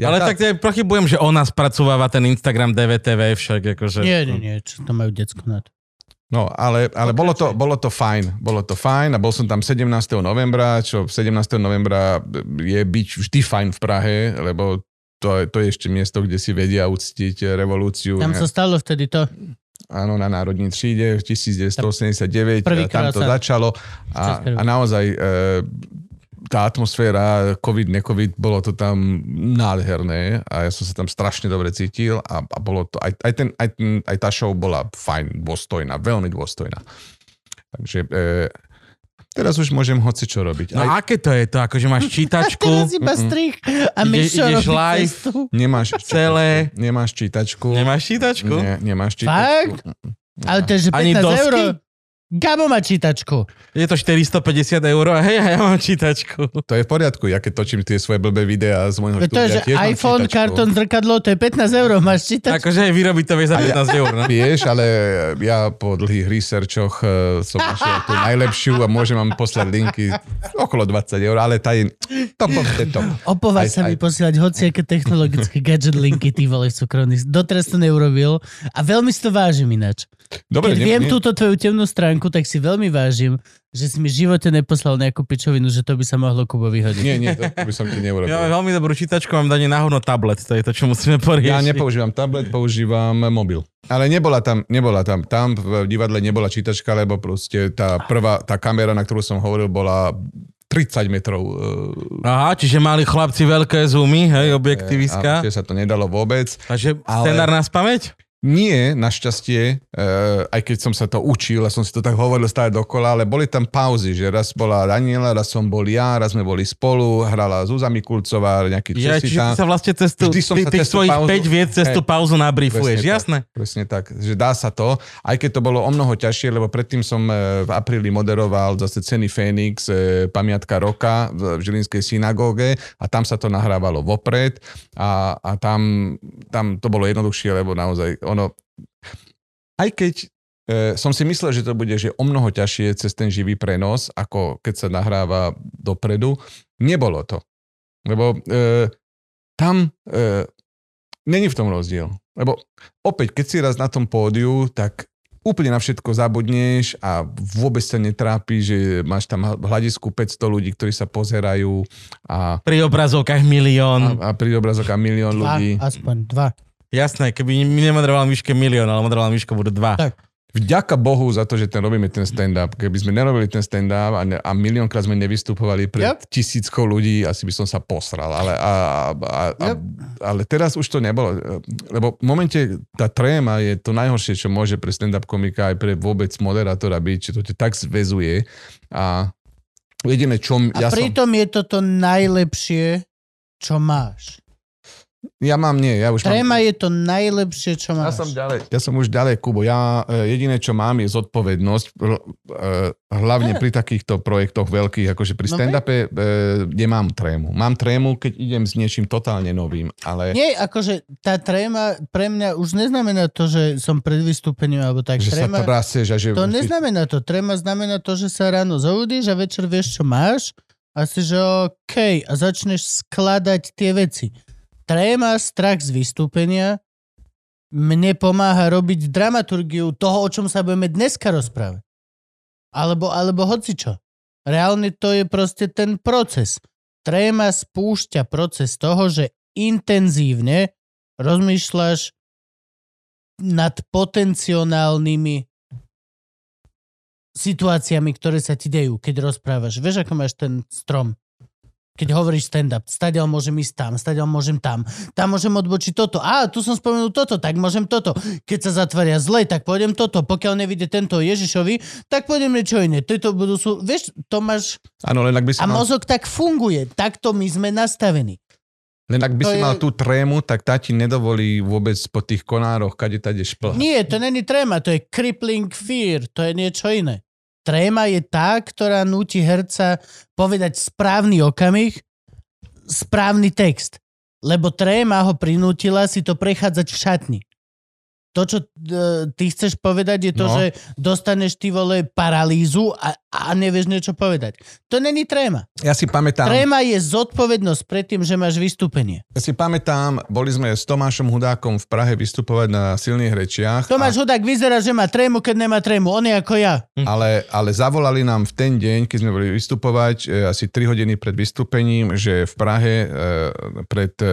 S3: Ja
S2: Ale tak, tak prochybujem, že ona spracováva ten Instagram DVTV však. Akože,
S1: Nie, nie, nie, čo to majú decko na to.
S3: No, ale, ale bolo, to, bolo to fajn. Bolo to fajn a bol som tam 17. novembra, čo 17. novembra e, je byť vždy fajn v Prahe, lebo to, je- to je ešte miesto, kde si vedia uctiť e, revolúciu.
S1: Tam
S3: Ne-
S1: sa stalo vtedy to,
S3: Áno, na Národní tříde v 1989, eh, tam
S1: Prvýkrát
S3: to
S1: sa-
S3: začalo a,
S1: Českej
S3: a naozaj e, tá atmosféra, covid, necovid, bolo to tam nádherné a ja som sa tam strašne dobre cítil a, a bolo to, aj, aj, ten, aj, ten, aj tá show bola fajn, dôstojná, veľmi dôstojná. Takže e, teraz už môžem hoci čo robiť.
S2: No
S3: Aj,
S2: aké to je to? Akože máš čítačku,
S1: Teraz iba strich a my
S2: Ide-
S1: čo
S2: ideš
S1: robí
S2: live.
S1: cestu?
S3: nemáš,
S2: celé...
S3: nemáš čítačku.
S2: Nemáš čítačku?
S3: Ne, nemáš čítačku.
S1: Fakt? Ale to je, že 15
S2: Ani dosky?
S1: eur. Gabo má čítačku.
S2: Je to 450 eur a hej, a ja mám čítačku.
S3: To je v poriadku, ja keď točím tie svoje blbé videá z môjho
S1: To je, že
S3: štúdia, tiež mám
S1: iPhone,
S3: čítačku.
S1: kartón, zrkadlo, to je 15 eur, máš čítačku.
S2: Akože aj vyrobiť to vieš za 15 eur. No?
S3: Vieš, ale ja po dlhých researchoch eh, som našiel tú najlepšiu a môžem vám poslať linky okolo 20 eur, ale tá je top of the top.
S1: Opovaž
S3: Aj-
S1: sa mi
S3: aj-
S1: posielať hociaké technologické gadget linky, ty vole, súkromný. Doteraz to neurobil a veľmi si to vážim ináč.
S3: Dobre,
S1: Keď
S3: ne-
S1: viem
S3: ne-
S1: túto tvoju temnú stránku, tak si veľmi vážim, že si mi v živote neposlal nejakú pičovinu, že to by sa mohlo Kubo vyhodiť.
S3: Nie, nie, to by som
S2: Ja
S3: ti
S2: mám
S3: neurobil.
S2: veľmi dobrú čítačku, mám dane na hovno tablet, to je to, čo musíme poriešiť.
S3: Ja nepoužívam tablet, používam mobil. Ale nebola tam, nebola tam, tam v divadle nebola čítačka, lebo proste tá prvá, tá kamera, na ktorú som hovoril, bola 30 metrov eh,
S2: Aha, čiže mali chlapci veľké zoomy, hej,
S3: a
S2: objektiviska.
S3: čiže sa to nedalo vôbec.
S2: Takže
S3: ale-
S2: scenár na spameť?
S3: Nie, našťastie, e, aj keď som sa to učil a som si to tak hovoril stále dokola, ale boli tam pauzy, že raz bola Daniela, raz som bol ja, raz sme boli spolu, hrala Zuzana Mikulcová, nejaký
S2: Ja,
S3: Česi
S2: čiže ty
S3: tam.
S2: sa vlastne cez tú,
S3: Vždy som
S2: ty,
S3: sa
S2: tých
S3: cez tú
S2: svojich
S3: pauzu-
S2: 5 vied cez
S3: Hej.
S2: tú pauzu nabrifuješ,
S3: Presne tak.
S2: jasné?
S3: Presne tak, že dá sa to, aj keď to bolo o mnoho ťažšie, lebo predtým som e, v apríli moderoval zase ceny Fénix, e, pamiatka roka v v Žilinskej synagóge a tam sa to nahrávalo vopred a, a tam, tam to bolo jednoduchšie, lebo naozaj ono, aj keď e, som si myslel, že to bude že o mnoho ťažšie cez ten živý prenos, ako keď sa nahráva dopredu, nebolo to. Lebo e, tam e, není v tom rozdiel. Lebo opäť, keď si raz na tom pódiu, tak úplne na všetko zabudneš a vôbec sa netrápi, že máš tam v hľadisku 500 ľudí, ktorí sa pozerajú a,
S2: Pri obrazovkách
S3: a,
S2: milión.
S3: a pri obrazok a milión
S1: Dva,
S3: ľudí.
S1: aspoň dva.
S2: Jasné, keby mi nemoderoval Miške milión, ale moderoval Miško budú dva.
S1: Tak.
S3: Vďaka Bohu za to, že ten robíme ten stand-up. Keby sme nerobili ten stand-up a, ne, a miliónkrát sme nevystupovali pred
S1: Yep.
S3: yep. tisíckou ľudí, asi by som sa posral. Ale, a, a, a,
S1: Yep.
S3: yep. ale teraz už to nebolo. Lebo v momente tá tréma je to najhoršie, čo môže pre stand-up komika aj pre vôbec moderátora byť, že to ťa tak zväzuje. A jediné, čo... m-
S1: A
S3: Ja, som,
S1: pritom je to to najlepšie, čo máš.
S3: ja mám nie, ja už mám...
S1: Tréma je to najlepšie, čo
S3: Ja
S1: máš.
S3: som ďalej. Ja som už ďalej, Kubo. Ja e, jediné, čo mám, je zodpovednosť. hl- e, Hlavne pri takýchto projektoch veľkých, akože pri
S1: Hm. No,
S3: stand-upe e, nemám trému. Mám trému, keď idem s niečím totálne novým, ale...
S1: Nie, akože tá tréma pre mňa už neznamená to, že som pred vystúpením alebo tak.
S3: že sa
S1: tréma,
S3: trasieš a že...
S1: to neznamená to. Tréma znamená to, že sa ráno zobudíš a večer vieš, čo máš a si, že OK, a začneš skladať tie veci. Tréma, strach z vystúpenia mne pomáha robiť dramaturgiu toho, o čom sa budeme dneska rozprávať. Alebo, alebo hocičo. Reálne to je proste ten proces. Tréma spúšťa proces toho, že intenzívne rozmýšľaš nad potenciálnymi situáciami, ktoré sa ti dejú, keď rozprávaš. Vieš, ako máš ten strom? Keď hovoríš stand-up, staďal môžem ísť tam, staďal môžem tam, tam môžem odbočiť toto, a tu som spomenul toto, tak môžem toto. Keď sa zatvoria zle, tak pôjdem toto, pokiaľ nevidie tento Ježišovi, tak pôjdem niečo iné. Tieto budú sú, vieš, to máš...
S3: Áno, len ak by si,
S1: A
S3: mal,
S1: mozog tak funguje, takto my sme nastavení.
S3: len ak by
S1: to
S3: si
S1: je-
S3: mal tú trému, tak tá ti nedovolí vôbec po tých konároch, kade tade šplhať.
S1: Nie, to není tréma, to je crippling fear, to je niečo iné. Tréma je tá, ktorá núti herca povedať správny okamih, správny text. Lebo tréma ho prinútila si to prechádzať v šatni. To, čo e, ty chceš povedať, je to,
S3: No.
S1: že dostaneš ty vole paralýzu a, a nevieš niečo povedať. To není tréma.
S3: Ja si pamätám...
S1: Tréma je zodpovednosť pred tým, že máš vystúpenie.
S3: Ja si pamätám, boli sme s Tomášom Hudákom v Prahe vystupovať na silných rečiach,
S1: Tomáš Hudák vyzerá, že má trému, keď nemá trému. On je ako ja.
S3: a, ale, ale zavolali nám v ten deň, keď sme boli vystupovať, e, asi 3 hodiny pred vystúpením, že v Prahe e, pred e,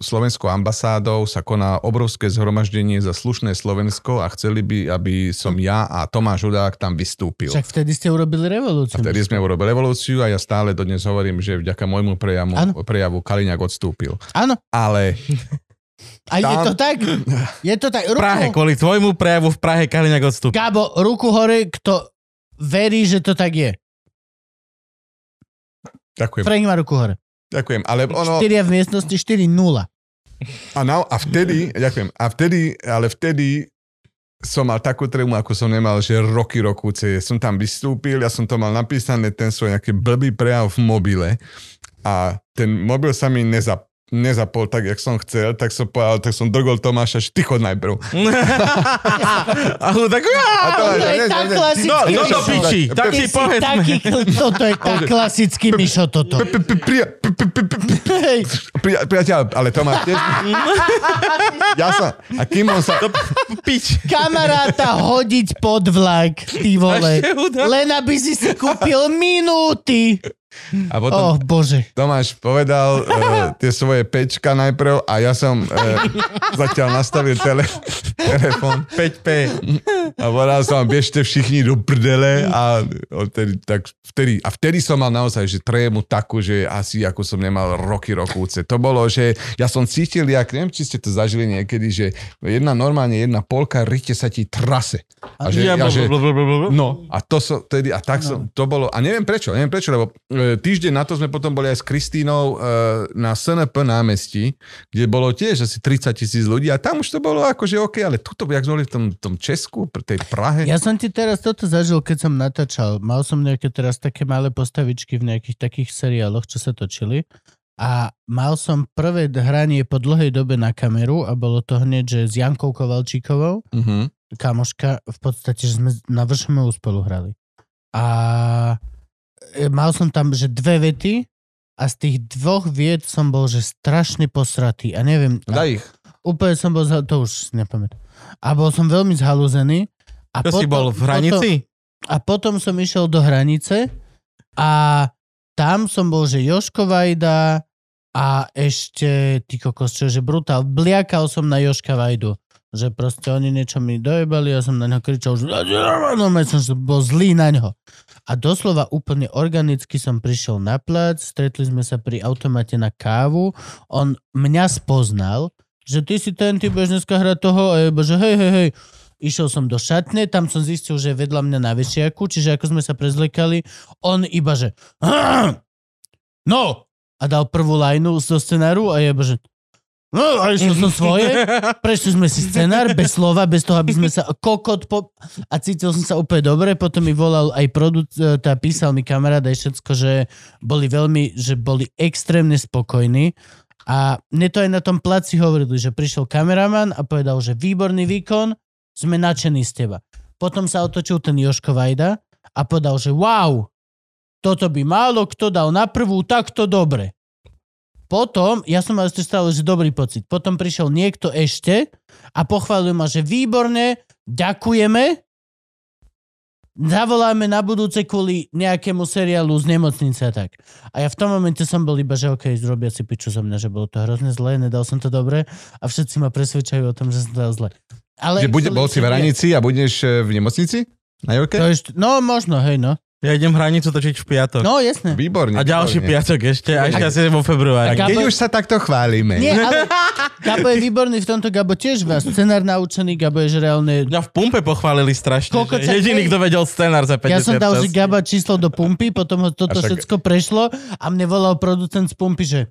S3: slovenskou ambasádou sa koná obrovské zhromaždenie za slušné Slovensko a chceli by, aby som ja a Tomáš Hudák tam vystúpil.
S1: Však vtedy ste urobili revolúciu.
S3: Vtedy sme urobili revolúciu a ja stále dodnes hovorím, že vďaka môjmu prejamu,
S1: Áno.
S3: prejavu Kaliňák odstúpil.
S1: Áno,
S3: Ale
S1: a je
S3: Tam-
S1: to tak. Je to tak.
S2: V Prahe,
S1: Ruku,
S2: kvôli tvojmu prejavu v Prahe Kaliňák odstúpil.
S1: Gabo, ruku hore, kto verí, že to tak je.
S2: Hm.
S3: ďakujem,
S1: Frank má ruku hore.
S3: ďakujem, ale
S2: No.
S3: ono...
S1: Štyria v miestnosti, 4 0.
S3: A, na, a vtedy, ďakujem, a vtedy, ale vtedy som mal takú trému, ako som nemal, že roky, rokúce. Som tam vystúpil, ja som to mal napísané, ten svoj nejaký blbý prejav v mobile a ten mobil sa mi nezap, nezapol tak, jak som chcel, tak som povedal, tak som drgol Tomáša, že ty chod najprv.
S2: A tak...
S3: A
S1: No, to je tak klasický
S2: No, no do
S1: Mišo.
S2: piči, tak
S1: Ty
S2: si
S1: si
S2: povedzme.
S1: taký, toto je tak klasický Mišo toto.
S3: Pri- pri- pri- pri- pri- pri- pri-
S1: Hej,
S3: pri- Priateľ, ale Tomáš, tiež... ja som, a kým on sa...
S2: Pič.
S1: kamaráta hodiť pod vlak, ty vole.
S2: Ešte hudá.
S1: Len aby si si kúpil minúty.
S3: A
S1: Oh,
S3: potom,
S1: bože.
S3: Tomáš povedal uh, tie svoje pečka najprv a ja som uh, zatiaľ nastavil tele, telefon
S2: 5P.
S3: a volal som, bežte všichni do prdele a, odtedy, tak vtedy, a vtedy som mal naozaj že trému takú, že asi ako som nemal roky, rokúce. To bolo, že ja som cítil, ja neviem, či ste to zažili niekedy, že jedna normálne, jedna polka rite sa ti trase. A že,
S2: Ja,
S3: ja, že,
S2: blablabla.
S3: No, a to som tedy, a tak som, to bolo, a neviem prečo, neviem prečo, lebo e, týždeň na to sme potom boli aj s Kristínou e, na SNP námestí, kde bolo tiež asi 30 tisíc ľudí a tam už to bolo akože OK, ale tuto, jak sme boli v tom, tom Česku, pri tej Prahe,
S1: Ja som ti teraz toto zažil, keď som natáčal. Mal som nejaké teraz také malé postavičky v nejakých takých seriáloch, čo sa točili. A mal som prvé hranie po dlhej dobe na kameru a bolo to hneď, že s Jankou Kovalčíkovou
S3: uh-huh.
S1: kamoška, v podstate, že sme na VŠMU spolu hrali. A e, mal som tam, že dve vety a z tých dvoch viet som bol, že strašne posratý. A neviem, a
S3: daj ich.
S1: úplne som bol, zha- to už si nepamätám. A bol som veľmi zhalúzený. A
S2: To si bol v hranici?
S1: Potom, a potom som išiel do hranice a tam som bol, že Joško Vajda a ešte, ty kokos, čo, že brutál, bliakal som na Joška Vajdu že proste oni niečo mi dojebali, ja som na neho kričal, že no, som že bol zlý na neho. A doslova úplne organicky som prišiel na plac, stretli sme sa pri automate na kávu, on mňa spoznal, že ty si ten, ty budeš dneska hrať toho, a ja iba, že hej, hej, hej. Išiel som do šatne, tam som zistil, že je vedľa mňa na vešiaku, čiže ako sme sa prezlekali, on iba, že no! A dal prvú lajnu zo scenáru a ja iba, že no, a išiel som svoje. Prešli sme si scenár bez slova, bez toho, aby sme sa kokot po... A cítil som sa úplne dobre, potom mi volal aj produc, e, tá písal mi kamarát aj všetko, že boli veľmi, že boli extrémne spokojní. A mne to aj na tom placi hovorili, že prišiel kameraman a povedal, že výborný výkon, sme nadšení z teba. Potom sa otočil ten Joško Vajda a povedal, že wow, toto by málo kto dal na prvú takto dobre. Potom, ja som mal ešte stále že dobrý pocit. Potom prišiel niekto ešte a pochválil ma, že výborne, ďakujeme. Zavoláme na budúce kvôli nejakému seriálu z nemocnice a tak. A ja v tom momente som bol iba, že OK, zrobia si piču zo mňa, že bolo to hrozne zlé, nedal som to dobre a všetci ma presvedčajú o tom, že som to dal zle. Ale
S3: Že bude, bol si v
S1: nie.
S3: hranici a budeš e, v nemocnici? Na
S1: To
S3: Jojke?
S1: je, št- no možno, hej, no.
S2: Ja idem hranicu točiť v piatok.
S1: No, jasné.
S3: Výborne.
S2: a ďalší
S3: výborne.
S2: piatok ešte, a ešte
S3: A-
S2: asi vo
S1: A
S2: februári.
S3: Keď
S1: Gabo-
S3: už sa takto chválime.
S1: Nie, ale Gabo je výborný v tomto, Gabo tiež vás scenár naučený, Gabo je že reálne...
S2: Mňa v pumpe pochválili strašne.
S1: Koľko
S2: že
S1: sa-
S2: jediný, kto vedel scenár za 50
S1: Ja som dal, že
S2: častí.
S1: Gaba číslo do pumpy, potom ho toto
S3: A však-
S1: všetko prešlo a mne volal producent z pumpy, že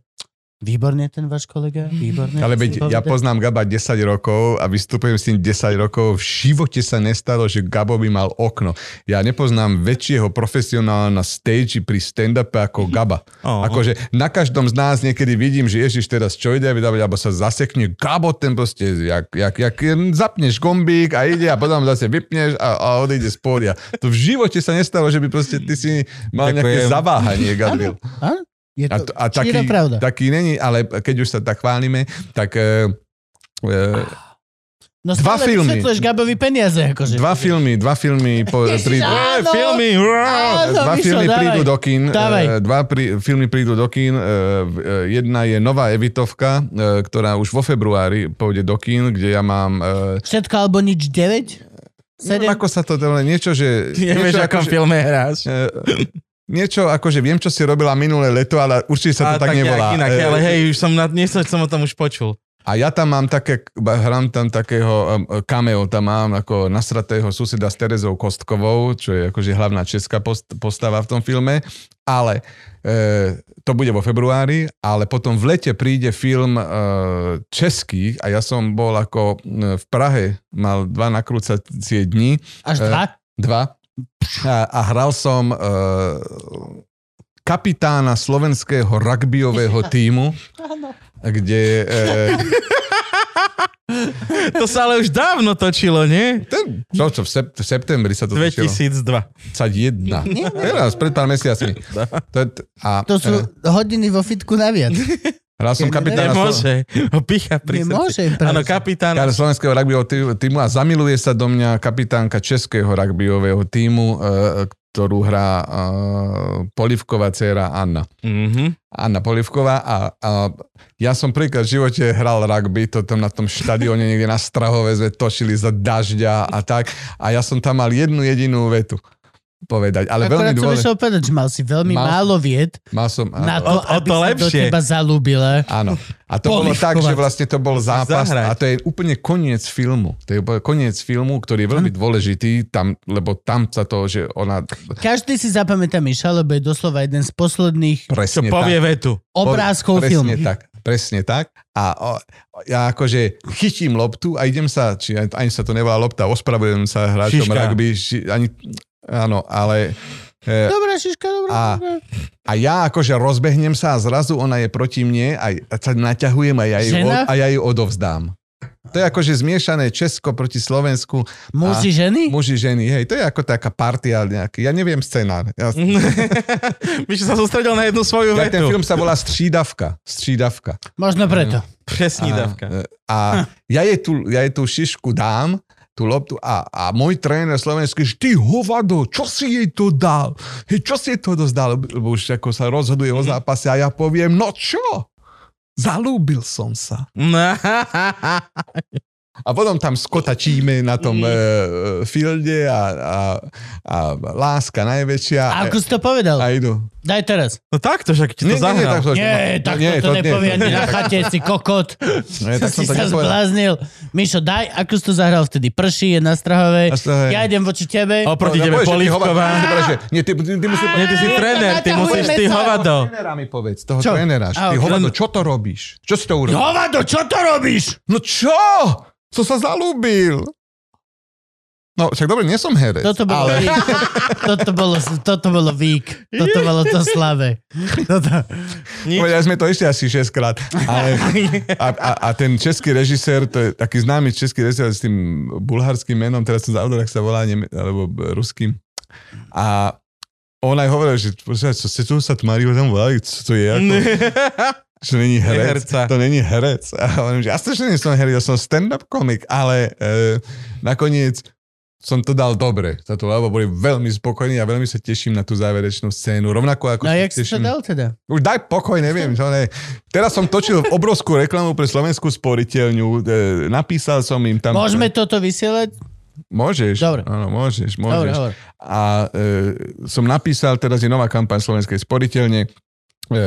S1: výborne ten váš kolega, výborne.
S3: Ale
S1: musím
S3: veď,
S1: povedať."
S3: ja poznám Gaba 10 rokov a vystupujem s tým 10 rokov. V živote sa nestalo, že Gabo by mal okno. Ja nepoznám väčšieho profesionála na stage pri stand-upe ako Gaba.
S2: Ó.
S3: Akože na každom z nás niekedy vidím, že ježiš teraz čo ide vydávať, alebo sa zasekne Gabo, ten proste, jak, jak, jak zapneš gombík a ide a potom zase vypneš a, a odíde z pódia. To v živote sa nestalo, že by proste ty si mal
S2: Ďakujem.
S3: nejaké zaváhanie, Gabriel.
S1: Áno, je
S3: A,
S1: to,
S3: t- a
S1: čierá
S3: taký,
S1: pravda.
S3: taký není, ale keď už sa tak chválime, tak e, e,
S1: Ah, no
S3: dva
S1: stále
S3: filmy.
S1: vysvetľuješ Gabovi peniaze, akože.
S3: dva filmy, dva filmy po,
S1: Ježiš,
S3: prídu,
S1: áno,
S2: Ej, Filmy!
S1: Áno,
S3: dva
S1: Mišo,
S3: filmy
S1: dávaj.
S3: prídu do kín, e,
S1: Dávaj.
S3: dva prí, filmy prídu do kín, e, v- e, jedna je Nová Evitovka, e, ktorá už vo februári pôjde do kín, kde ja mám e,
S1: Všetko alebo nič 9? 7?
S3: neviem, no ako sa to ale niečo, že
S2: Ty nevieš,
S3: niečo,
S2: v akom
S3: že-
S2: filme hráš.
S3: e, Niečo akože viem, čo si robila minulé leto, ale určite sa to
S2: A
S3: tak,
S2: nejak
S3: nevolá.
S2: Inak,
S3: E,
S2: ale hej, už som, na, nie som som o tom už počul.
S3: A ja tam mám také, hrám tam takého um, cameo, tam mám ako nasratého suseda s Terezou Kostkovou, čo je akože hlavná česká post- postava v tom filme, ale e, to bude vo februári, ale potom v lete príde film e, český a ja som bol ako e, v Prahe, mal dva nakrúcacie dni,
S1: Až
S3: e,
S1: dva?
S3: dva, a, a hral som e, kapitána slovenského rugbyového týmu, kde... E,
S2: To sa ale už dávno točilo, nie?
S3: Ten, čo, čo v, sep- v septembri sa to točilo?
S2: 2002.
S3: 2021. Teraz, pred pár mesiacmi. To je t- A,
S1: To sú
S3: e,
S1: hodiny vo fitku naviac.
S3: Hral som kapitána Slo-
S2: Nemôže. Ho pícha pri
S1: Nemôže,
S2: srdci. Áno, kapitán.
S3: kapitána slovenského rugbyového tí- týmu a zamiluje sa do mňa kapitánka českého rugbyového týmu, e, ktorú hrá e, Polivková dcéra Anna.
S2: Mhm.
S3: Anna Polivková a, a ja som príklad v živote hral rugby, to tam na tom štadióne niekde na Strahove sme točili za dažďa a tak a ja som tam mal jednu jedinú vetu povedať, ale
S1: Akorát
S3: veľmi
S1: som
S3: dôležitú.
S1: išiel povedať, že mal si veľmi
S3: Mal-
S1: málo vied
S3: Mal som...
S1: na to, aby
S2: O- o to
S1: sa do
S2: lepšie.
S1: teba zalúbila.
S3: Áno. A to bolo tak, že vlastne to bol zápas
S2: Zahrať.
S3: a to je úplne koniec filmu. To je úplne koniec filmu, ktorý je veľmi
S2: Hm.
S3: dôležitý, tam, lebo tam sa to, že ona
S1: Každý si zapamätá Miša, lebo je doslova jeden z posledných
S2: Čo
S3: presne
S2: povie
S3: tak.
S2: vetu.
S1: obrázkov
S3: presne
S1: filmu.
S3: tak. Presne tak. A o, ja akože chytím loptu a idem sa, či ani, ani sa to nevolá lopta, ospravujem sa hráčom
S2: Šiška.
S3: rugby, ši, ani, áno, ale e,
S1: Dobrá šiška, dobrá.
S3: A-
S1: dobrá.
S3: A ja akože rozbehnem sa a zrazu ona je proti mne a a sa naťahujem a ja ju,
S1: Žena?
S3: a ja ju odovzdám. To je akože zmiešané Česko proti Slovensku.
S1: Muži, ženy?
S3: Muži, ženy, hej, to je ako taká partia nejaký. Ja neviem scenár. Ja,
S2: Myš sa sústredil na jednu svoju
S3: ja ten
S2: vetu.
S3: film sa volá Střídavka. Střídavka.
S1: Možno preto.
S3: Mm.
S2: Presní dávka.
S3: A, a ja, jej tú, ja jej tú šišku dám, tú loptu a, a môj tréner slovenský, že ty hovado, čo si jej to dal? Hej, čo si jej to dozdal? Lebo už ako sa rozhoduje o zápase a ja poviem, no čo? Zalúbil som sa. A potom tam skotačíme na tom mm. e, fielde a, a, a láska najväčšia.
S1: A ako
S3: e,
S1: si to povedal?
S3: a idú.
S1: Daj teraz.
S2: No takto, však ti to zahral.
S3: to,
S1: Nie, tak nie, to, nepovie ani na chate, si kokot.
S3: Nie, tak
S1: si
S3: som to
S1: sa
S3: nepovedal.
S1: zbláznil. Mišo, daj, ako si to zahral vtedy. Prší je na Strahovej.
S3: Na Strahovej.
S1: Ja idem voči tebe.
S2: Oproti
S3: No,
S2: tebe
S3: povieš, že ty
S2: Polivková.
S3: hovado, ty musíš povedať, že- Nie, ty, ty, ty musíš
S2: Nie, ty si
S1: Nie,
S2: tréner, ty
S1: naťahujeme
S2: musíš ty
S1: sa.
S2: hovado.
S3: Trénera mi povedz, toho
S1: Čo?
S3: trénera.
S1: A,
S3: Ty
S1: ok.
S3: hovado, čo to robíš? Čo si to urobil?
S1: Hovado, čo to robíš?
S3: No čo? Som sa zalúbil. No, však dobre, nie som herec.
S1: Toto bolo, ale... vík. Toto bolo, toto bolo vík. Toto bolo to slabé. Toto.
S2: Nič.
S3: Povedali sme to ešte asi 6 krát. Ale, a, a, a, ten český režisér, to je taký známy český režisér s tým bulharským menom, teraz som zaudol, ak sa volá, neme, alebo e, ruským. A on aj hovoril, že "Počúvaj, co ste tu sa tmarili, tam volali, co to je? Ako? Že není herec,
S2: herca.
S3: to není herec. A hovorím, že ja strašne nie som herec, ja som stand-up komik, ale e, nakoniec som to dal dobre. Za to, lebo boli veľmi spokojní a veľmi sa teším na tú záverečnú scénu. Rovnako ako
S1: No a jak si to
S3: teším...
S1: dal teda?
S3: Už daj pokoj, neviem. Čo ne. Teraz som točil obrovskú reklamu pre slovenskú sporiteľňu. E, napísal som im tam...
S1: Môžeme toto vysielať?
S3: Môžeš.
S1: Dobre.
S3: Áno, môžeš,
S1: Dobre,
S3: môžeš.
S1: hovor.
S3: A e, som napísal, teraz je nová kampaň Slovenskej sporiteľne, e,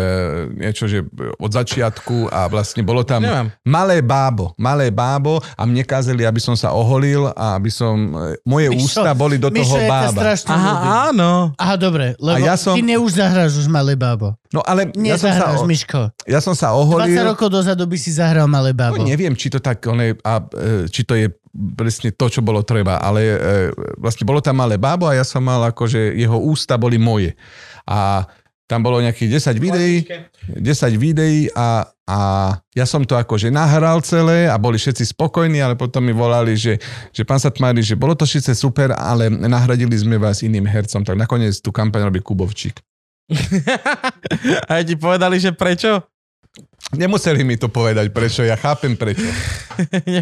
S3: niečo, že od začiatku a vlastne bolo tam
S2: Nemám.
S3: malé bábo, malé bábo a mne kázali, aby som sa oholil a aby som, e, moje
S1: Mišo,
S3: ústa boli do
S1: Mišo
S3: toho
S1: je to
S3: bába.
S1: strašne ľúbi.
S2: Aha, áno.
S1: Aha, dobre, lebo
S3: A ja som-
S1: ty ne už zahráš už malé bábo.
S3: No ale ja som, sa,
S1: Nezahráš,
S3: o-
S1: Miško.
S3: ja som sa
S1: 20
S3: oholil.
S1: rokov dozadu by si zahral malé
S3: No,
S1: bábo.
S3: neviem, či to tak, one, a, e, či to je presne to, čo bolo treba, ale e, vlastne bolo tam malé bábo a ja som mal akože, jeho ústa boli moje. A tam bolo nejakých 10 videí, 10 videí a, a ja som to akože nahral celé a boli všetci spokojní, ale potom mi volali, že, že pán Satmári, že bolo to síce super, ale nahradili sme vás iným hercom, tak nakoniec tú kampaň robí Kubovčík.
S2: A ti povedali, že prečo?
S3: Nemuseli mi to povedať, prečo, ja chápem prečo.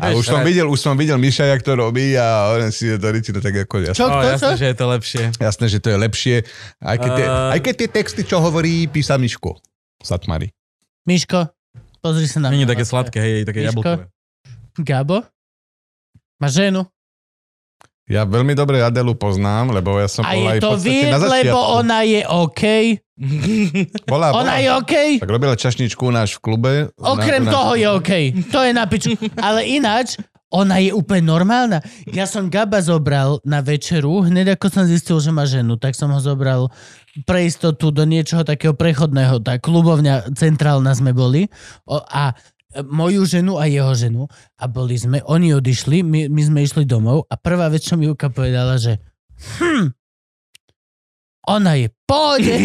S3: A
S2: Nevieš
S3: už som
S2: rád.
S3: videl, už som videl Miša, jak to robí a on si je to rytina tak ako ja.
S1: Čo,
S2: O,
S1: kto, čo?
S2: jasné, že je to lepšie.
S3: Jasné, že to je lepšie. Aj keď, tie,
S2: Eh.
S3: aj keď tie texty, čo hovorí, písa Miško. Satmari.
S1: Miško, pozri sa na
S2: Není
S1: mňa.
S2: také sladké, hej, je také
S1: Miško?
S2: jablkové.
S1: Gabo? Máš ženu?
S3: Ja veľmi dobre Adelu poznám, lebo ja som
S1: A je
S3: bol aj v
S1: to
S3: podstate
S1: vír,
S3: na začiatku.
S1: lebo ona je OK.
S3: Bola, bola.
S1: Ona je OK.
S3: Tak robila čašničku u nás v klube.
S1: Okrem
S3: na,
S1: toho je OK. To je na piču. Ale ináč, ona je úplne normálna. Ja som Gaba zobral na večeru, hneď ako som zistil, že má ženu, tak som ho zobral pre istotu do niečoho takého prechodného. Tá klubovňa centrálna sme boli o, a e, moju ženu a jeho ženu a boli sme, oni odišli, my, my sme išli domov a prvá vec, čo mi Juka povedala, že hm, ona je v pohode.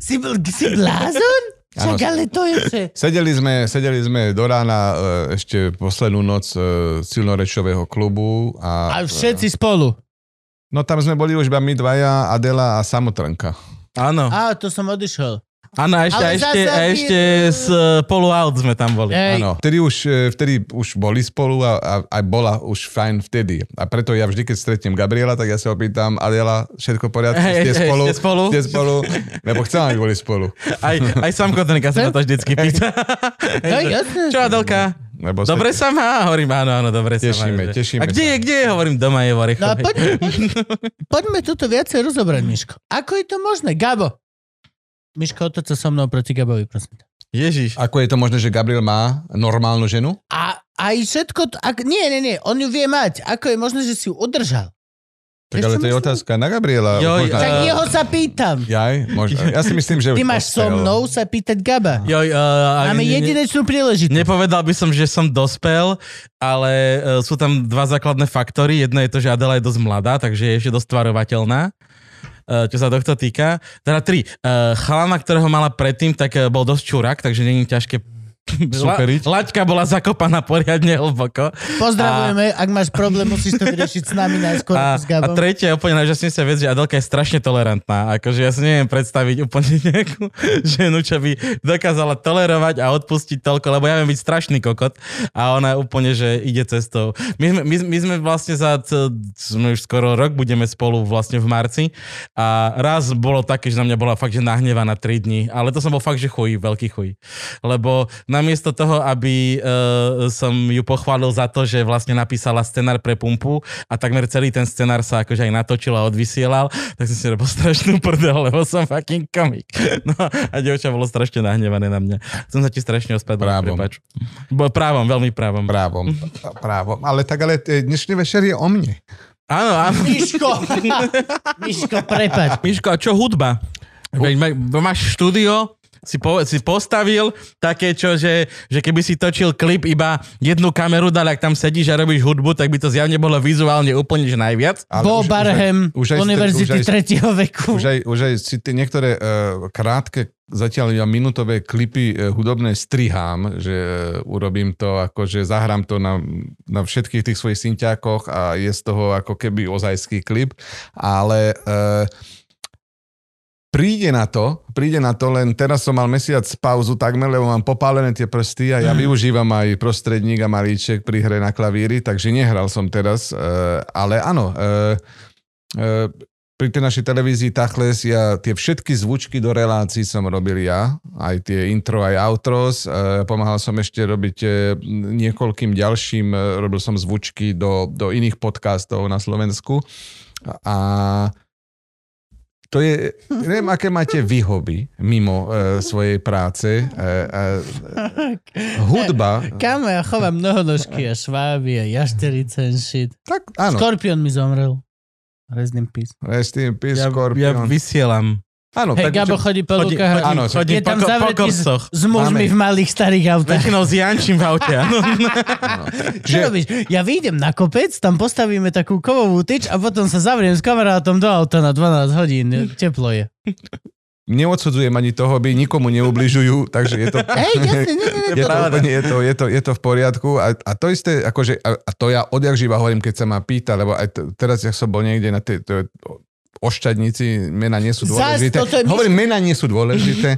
S1: si, bl- si blázon?
S3: Áno.
S1: Čak, ale to je, že
S3: Sedeli sme, sedeli sme do rána e, ešte poslednú noc e, silnorečového klubu
S1: A
S3: a,
S1: všetci spolu.
S3: no tam sme boli už iba my dvaja, Adela a Samotrnka.
S2: Áno.
S1: Á, to som odišiel.
S2: Áno, a ešte,
S1: Ale
S2: a ešte,
S1: zase
S2: a
S1: vy-
S2: ešte s e, polu out sme tam boli.
S1: Ej,
S3: Áno, vtedy už, e, vtedy už boli spolu a, a, a bola už fajn vtedy. A preto ja vždy, keď stretnem Gabriela, tak ja sa opýtam, Adela, všetko v poriadku,
S2: Hej,
S3: ste
S2: hej,
S3: spolu?
S2: ste spolu?
S3: Ste spolu? Lebo chcem, aby boli spolu.
S2: Aj, aj sám Kotrnka sa ma to vždycky pýta.
S1: Hej, jasné.
S2: Čo, no, Adelka?
S3: Lebo ste-
S2: Dobre sa má? Hovorím, áno, áno, dobre sa má.
S3: Tešíme,
S2: že-
S3: tešíme
S2: A kde
S3: sa.
S2: je, kde je? Hovorím, doma
S1: no
S2: je v
S1: a
S2: Orechovej.
S1: poďme, poďme, poďme toto viacej rozobrať, Miško. Ako je to možné? Gabo. Miško, otoč sa so mnou proti Gabovi, prosím. ťa.
S2: Ježiš.
S3: Ako je to možné, že Gabriel má normálnu ženu?
S1: A aj všetko... t- Ak, nie, nie, nie. On ju vie mať. Ako je možné, že si ju udržal?
S3: Tak
S1: Vieš,
S3: ale
S1: čo
S3: to je
S1: myslím?
S3: otázka na Gabriela.
S2: Joj,
S3: Možno-
S2: a-
S1: Tak jeho sa pýtam.
S3: Jaj? Možno. Eh. Ja si myslím, že...
S1: Ty
S3: už
S1: máš so
S3: dospel.
S1: mnou sa pýtať Gaba.
S2: Joj, e, a-
S1: Máme
S2: ne- ne-
S1: jedinečnú príležitosť.
S2: Nepovedal by som, že som dospel, ale e, sú tam dva základné faktory. Jedno je to, že Adela je dosť mladá, takže je ešte dosť tvarovateľná. e, čo sa tohto týka. Teda tri. E, Chalana, ktorého mala predtým, tak e, bol dosť čurak, takže není ťažké
S3: Superiť.
S2: La, laťka bola zakopaná poriadne hlboko.
S1: Pozdravujeme, ak máš problém, musíš to vyriešiť s nami najskôr ako
S2: A,
S1: s
S2: a
S1: Gabom.
S2: tretia úplne najžasnejšia vec, že Adelka je strašne tolerantná. Akože ja si neviem predstaviť úplne nejakú ženu, čo by dokázala tolerovať a odpustiť toľko, lebo ja viem byť strašný kokot a ona úplne, že ide cestou. My sme, my, my sme vlastne za c- sme už skoro rok budeme spolu vlastne v marci a raz bolo také, že na mňa bola fakt, že nahnevaná 3 dní, ale to som bol fakt, že chuj, veľký chuj. Lebo namiesto toho, aby uh, som ju pochválil za to, že vlastne napísala scenár pre pumpu a takmer celý ten scenár sa akože aj natočil a odvysielal, tak som si robil strašnú prdel, lebo som fucking komik. No a dievča bolo strašne nahnevané na mňa. Som sa ti strašne ospadol,
S3: Právom.
S2: prepáč. Bo, právom, veľmi právom.
S3: Právom, právom. Ale tak ale e, dnešný večer je o mne.
S2: Áno, áno.
S1: Miško! Miško, prepač.
S2: Miško, a čo hudba? Veď ma- máš štúdio, si, po, si postavil také, čo, že, že keby si točil klip iba jednu kameru dal, ak tam sedíš a robíš hudbu, tak by to zjavne bolo vizuálne úplne, že najviac.
S3: Ale
S1: Bo
S3: už- už aj-
S1: Barhem,
S3: už aj ste-
S1: univerzity
S3: už aj-
S1: tretieho veku.
S3: Už aj, už aj si tie niektoré uh, krátke, zatiaľ ja minutové klipy uh, hudobné strihám, že uh, urobím to, akože zahrám to na, na všetkých tých svojich synťákoch a je z toho ako keby ozajský klip, ale uh, e, Príde na to, príde na to, len teraz som mal mesiac pauzu takmer, lebo mám popálené tie prsty a ja využívam aj prostredník a malíček pri hre na klavíri, takže nehral som teraz, e, ale áno, e, e, pri tej našej televízii Tachles, ja tie všetky zvučky do relácií som robil ja, aj tie intro, aj outros, e, pomáhal som ešte robiť e, niekoľkým ďalším, e, robil som zvučky do, do iných podcastov na Slovensku a to je, neviem, aké máte vy hobby mimo e, svojej práce. E, e, hudba,
S1: Kámo, ja chovám mnohonožky a šváby a jašterice and shit.
S3: tak áno,
S1: Skorpion mi zomrel. Rest in peace.
S3: Rest in peace,
S2: Ja, ja
S3: Scorpion.
S2: vysielam.
S3: Áno,
S1: Hej, Gabo
S3: takže-
S1: chodí po
S2: chodí-
S1: lukách.
S3: áno,
S1: a-
S2: chodí
S1: je tam
S2: po ko- po
S1: zavretý s,
S2: kopcoch.
S1: s mužmi
S3: Máme.
S1: v malých starých autách.
S2: Väčšinou s Jančím v aute, áno.
S1: Čo robíš? Ja vyjdem na kopec, tam postavíme takú kovovú tyč a potom sa zavriem s kamarátom do auta na 12 hodín. Teplo je.
S3: neodsudzujem ani toho, by nikomu neubližujú, takže je to,
S1: Hej, jasne, nie, nie,
S3: je to, úplne, je to, je to, je to v poriadku. A, a to isté, akože, a, a to ja odjak živa hovorím, keď sa ma pýta, lebo aj t- teraz, jak som bol niekde na tej... To, ošťadníci, mena nie sú
S1: Zas
S3: dôležité.
S1: toto je myš-
S3: Hovorím, mena nie sú dôležité,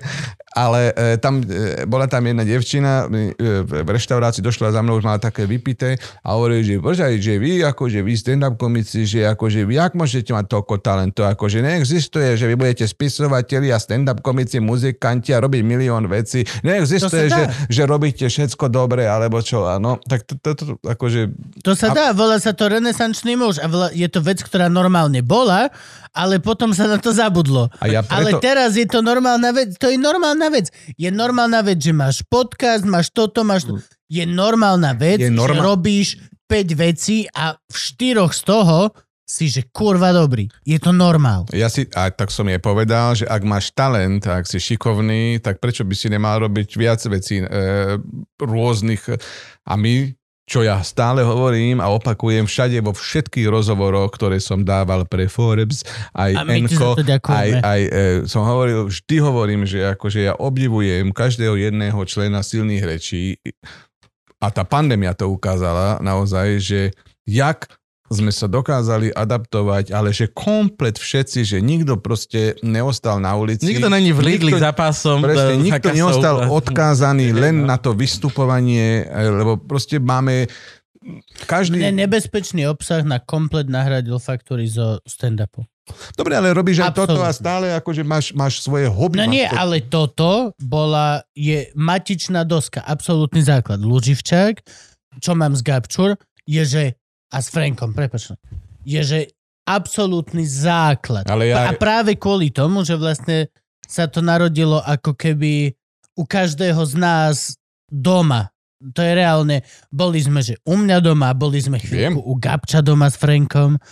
S3: ale e, tam, e, bola tam jedna devčina e, v reštaurácii, došla za mnou, už mala také vypité a hovorí, že božaj, že vy, akože vy stand-up komici, že akože vy, jak môžete mať toľko talentu, akože neexistuje, že vy budete spisovateľi a stand-up komici, muzikanti a robiť milión vecí.
S1: To
S3: Neexistuje,
S1: sa dá.
S3: že, že robíte všetko dobre, alebo čo, áno. Tak to, to, to akože
S1: To sa dá, volá sa to renesančný muž a volá, je to vec, ktorá normálne bola, ale potom sa na to zabudlo.
S3: A ja
S1: Ale
S3: preto-
S1: teraz je to normálna vec, to je normálna vec. Je normálna vec, že máš podcast, máš toto, máš... To. Mm. Je normálna vec,
S3: Je
S1: že
S3: norma-
S1: robíš 5 vecí a v štyroch z toho si, že kurva dobrý. Je to normál.
S3: Ja si, a tak som jej povedal, že ak máš talent a ak si šikovný, tak prečo by si nemal robiť viac vecí e, rôznych. A my, čo ja stále hovorím a opakujem všade vo všetkých rozhovoroch, ktoré som dával pre Forbes, aj
S1: A my teda ti za
S3: Enko,
S1: to
S3: aj,
S1: ďakujeme.
S3: aj e, som hovoril, vždy hovorím, že akože ja obdivujem každého jedného člena silných rečí a tá pandémia to ukázala naozaj, že jak sme sa dokázali adaptovať, ale že komplet všetci, že nikto proste neostal na ulici.
S2: Nikto není v Lidli
S3: Nikto-
S2: za pásom. e,
S3: Presne,
S2: za
S3: nikto
S2: kasou.
S3: neostal odkázaný
S1: No.
S3: len na to vystupovanie, e, lebo proste máme každý...
S1: Ne, nebezpečný obsah na komplet nahradil faktory zo stand-upu.
S3: Dobre, ale robíš aj toto
S1: Absolútne.
S3: a stále akože máš, máš svoje
S1: No
S3: hobby. máš
S1: nie,
S3: to-
S1: ale toto bola, je matičná doska, absolútny základ. Luživčák, čo mám z Gabčur, je, že, a s Frankom, prepačne, je, že absolútny základ.
S3: Ale
S1: A
S3: ja-
S1: práve kvôli tomu, že vlastne sa to narodilo ako keby u každého z nás doma. To je reálne, boli sme, že u mňa doma, boli sme chvíľku u Gabča doma s Frankom,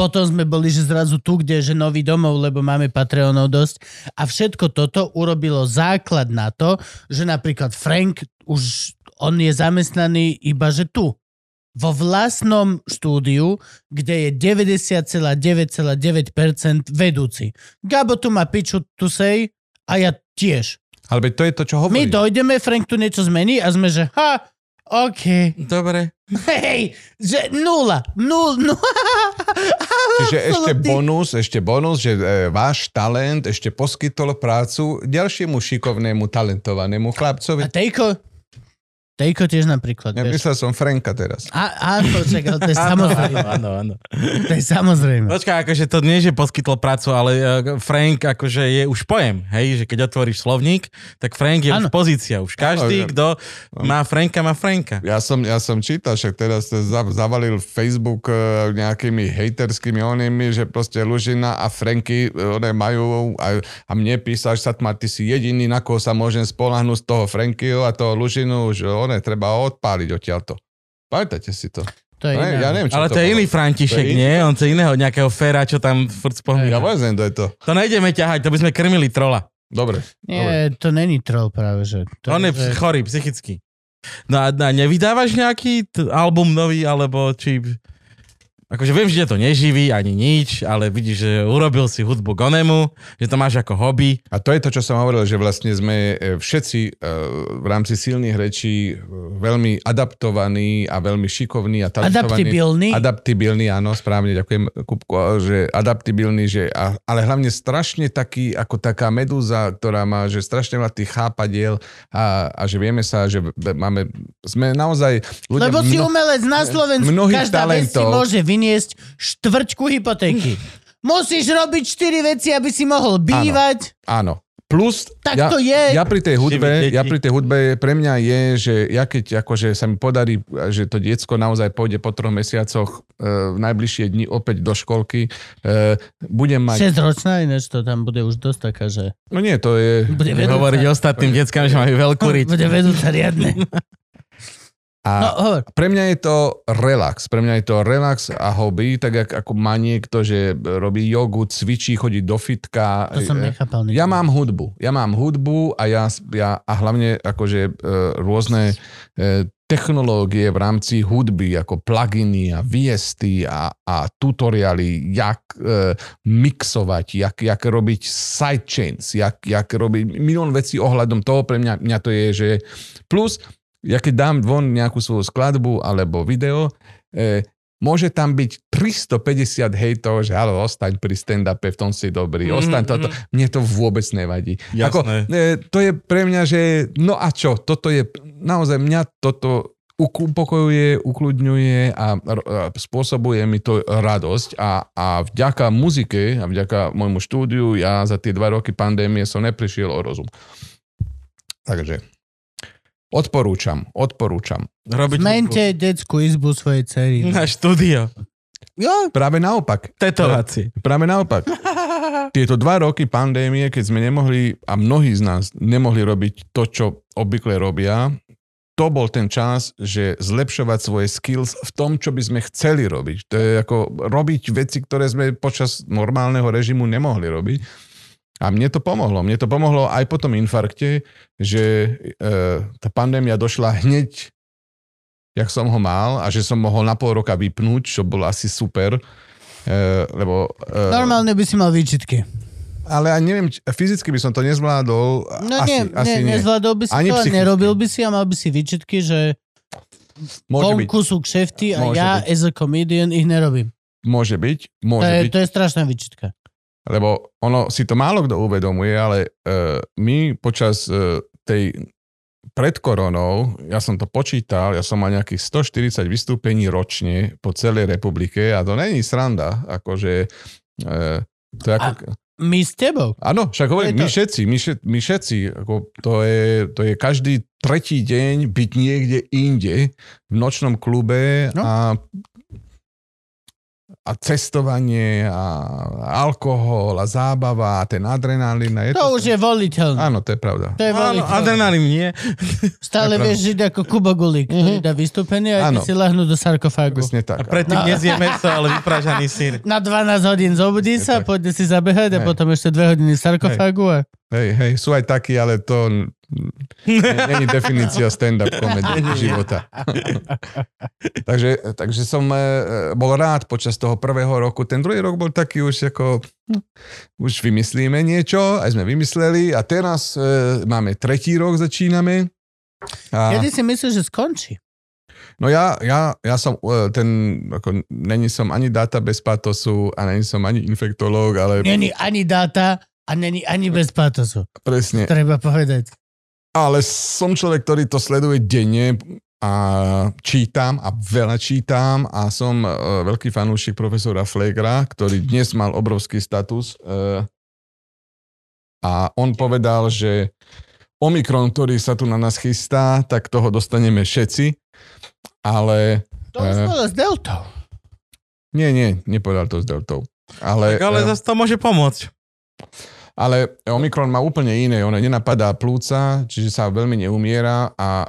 S1: potom sme boli, že zrazu tu, kde je že nový domov, lebo máme Patreonov dosť. A všetko toto urobilo základ na to, že napríklad Frank už, on je zamestnaný iba, že tu. Vo vlastnom štúdiu, kde je 90,9,9% vedúci. Gabo tu má piču, tu sej, a ja tiež.
S3: Ale veď to je to, čo
S1: My
S3: hovorím.
S1: dojdeme, Frank tu niečo zmení a sme, že ha, OK.
S2: Dobre.
S1: Hej, že nula, nul, nul.
S3: Čiže
S1: Ah,
S3: ešte
S1: absolútny-
S3: bonus, ešte bonus, že e, váš talent ešte poskytol prácu ďalšiemu šikovnému, talentovanému
S1: A
S3: chlapcovi.
S1: Tejko, Tejko tiež napríklad.
S3: Ja
S1: vieš.
S3: myslel som Franka teraz.
S1: A, áno, čak, ale to je
S2: Áno,
S1: samozrejme.
S2: áno, áno.
S1: To je samozrejme.
S2: Počkaj, akože to nie, že poskytlo prácu, ale e, Frank akože je už pojem, hej, že keď otvoríš slovník, tak Frank je
S1: Áno.
S2: už pozícia, už každý,
S3: Áno, že-
S2: kto má Franka, má Franka.
S3: Ja som, ja som čítal, však teraz sa za- zavalil Facebook e, nejakými hejterskými onými, že proste Lužina a Franky e, one majú a, a mne písal, že Satmar, ty si jediný, na koho sa môžem spolahnúť z toho Frankyho a toho Lužinu, že one treba odpáliť odtiaľto. Pamätáte si to?
S1: To je
S3: Ne,
S1: ideálne.
S3: ja neviem, čo
S2: Ale to, je
S3: bolo.
S2: iný František,
S3: To je iný-
S2: nie? On je iného nejakého féra, čo tam furt
S3: Ja
S2: spomína.
S3: vôbec neviem, kto je to.
S2: To nejdeme ťahať, to by sme krmili trola.
S3: Dobre. dobre.
S1: Nie, to není troll práve, že. To
S2: To On je
S1: že...
S2: že... chorý psychicky. No a, a nevydávaš nejaký t- album nový, alebo či Akože viem, že ťa to neživí ani nič, ale vidíš, že urobil si hudbu Gonemu, že to máš ako hobby.
S3: A to je to, čo som hovoril, že vlastne sme e, všetci e, v rámci silných rečí e, veľmi adaptovaní a veľmi šikovní a talentovaní.
S1: Adaptibilní.
S3: Adaptibilní, áno, správne, ďakujem Kupku, a že adaptibilní, že, a, ale hlavne strašne taký, ako taká medúza, ktorá má, že strašne veľa tých chápadiel a, a že vieme sa, že b- máme, sme naozaj ľudia...
S1: Lebo si
S3: mno-
S1: umelec na Slovensku,
S3: mnohých
S1: každá vec si
S3: talentov.
S1: môže vyniesť štvrťku hypotéky. Musíš robiť štyri veci, aby si mohol bývať.
S3: Áno. Plus,
S1: Tak
S3: ja,
S1: to je.
S3: ja pri tej
S2: Živé
S3: hudbe,
S2: deti.
S3: ja pri tej hudbe, pre mňa je, že ja keď akože sa mi podarí, že to diecko naozaj pôjde po troch mesiacoch e, v najbližšie dni opäť do školky, e, budem mať...
S1: Šesťročná, ináč to tam bude už dosť taká, že...
S3: No nie, to je...
S1: Bude vedúca,
S2: Hovoriť ostatným deckám, že majú veľkú riť.
S1: bude vedúca riadne. No,
S3: A
S1: hovor.
S3: pre mňa je to relax. Pre mňa je to relax a hobby, tak jak, ako má niekto, že robí jogu, cvičí, chodí do fitka.
S1: To som
S3: e,
S1: nechápal. nikdy.
S3: Ja mám hudbu. Ja mám hudbu a, ja, ja, a hlavne akože e, rôzne e, technológie v rámci hudby, ako pluginy a viesty a, a tutoriály, jak e, mixovať, jak, jak robiť sidechains, jak, jak robiť milión vecí ohľadom toho pre mňa, mňa to je, že plus, ja keď dám von nejakú svoju skladbu alebo video, e, môže tam byť 350 hejtov, že halo, ostaň pri stand-upe, v tom si dobrý, ostaň toto. Mne to vôbec nevadí.
S2: Jasné.
S3: e, to je pre mňa, že no a čo, toto je, naozaj mňa toto uk- upokojuje, ukludňuje a, r- a spôsobuje mi to radosť a, a vďaka muzike a vďaka môjmu štúdiu ja za tie dva roky pandémie som neprišiel o rozum. Takže odporúčam, odporúčam.
S2: Robiť
S1: Zmente detskú izbu svojej cery.
S2: hudbu. na štúdio.
S1: Jo,
S3: Práve naopak,
S2: Tetovať si.
S3: Práve naopak. Tieto dva roky pandémie, keď sme nemohli, a mnohí z nás nemohli robiť to, čo obvykle robia, to bol ten čas, že zlepšovať svoje skills v tom, čo by sme chceli robiť. To je ako robiť veci, ktoré sme počas normálneho režimu nemohli robiť. A mne to pomohlo. Mne to pomohlo aj po tom infarkte, že e, tá pandémia došla hneď, jak som ho mal a že som mohol na pol roka vypnúť, čo bolo asi super. E, lebo, e,
S1: normálne by si mal výčitky.
S3: Ale ja neviem, či- fyzicky by som to nezvládol.
S1: No
S3: asi,
S1: nie,
S3: asi
S1: nie,
S3: nie.
S1: nezvládol by si
S3: Ani
S1: to a
S3: psychicky.
S1: nerobil by si a mal by si výčitky, že
S3: Môže byť,
S1: vonku sú kšefty a
S3: Môže
S1: ja
S3: byť.
S1: as a comedian ich nerobím.
S3: môže byť,
S1: To
S3: môže
S1: je,
S3: byť.
S1: to je strašná výčitka.
S3: Lebo ono si to málo kto uvedomuje, ale uh, my počas uh, tej pred koronou, ja som to počítal, ja som mal nejakých 140 vystúpení ročne po celej republike a to není sranda, akože uh, to je ako...
S1: My s tebou.
S3: Áno, však hovorím,
S1: To je
S3: my
S1: to.
S3: všetci, my, všet, my všetci, ako to, je, to je každý tretí deň byť niekde inde v nočnom klube
S1: No.
S3: no. a, a cestovanie a alkohol a zábava a ten adrenalín. a Je
S1: To už je voliteľné.
S3: Áno, to je pravda.
S1: To je
S2: Áno,
S1: voliteľné.
S2: adrenalín nie.
S1: Stále
S3: To je
S1: vieš žiť ako Kubo Gulík, ktorý dá vystúpenie a ty
S3: Mhm. Áno.
S1: si lahnú do sarkofágu.
S3: Presne
S2: A
S3: tak.
S1: No.
S2: predtým nezie meso, ale vypražaný sír.
S1: Na 12 hodín zobudí
S3: Presne
S1: sa,
S3: tak.
S1: pôjde si zabehať a
S3: Hej.
S1: potom ešte 2 hodiny v sarkofágu a
S3: Hej, hej, sú aj takí, ale to n- není definícia stand-up komedy života. takže, takže som e, e, bol rád počas toho prvého roku. Ten druhý rok bol taký už ako, hm, už vymyslíme niečo, aj sme vymysleli a teraz e, máme tretí rok, začíname. A,
S1: kedy si myslíš, že skončí?
S3: no ja, ja, ja som e, ten, ako, není som ani data bez patosu a není som ani infektológ, ale
S1: Není ani dáta a není ani bez patosu.
S3: presne,
S1: Treba povedať.
S3: Ale som človek, ktorý to sleduje denne a čítam a veľa čítam a som e, veľký fanúšik profesora Flegra, ktorý dnes mal obrovský status e, a on povedal, že Omikron, ktorý sa tu na nás chystá, tak toho dostaneme všetci, ale
S1: To už
S3: Eh.
S1: bolo s deltou.
S3: nie, nie, nepovedal to s deltou. Ale,
S2: Tak ale
S3: e,
S2: zase to môže pomôcť.
S3: Ale Omikron má úplne iné, ona nenapadá plúca, čiže sa veľmi neumiera a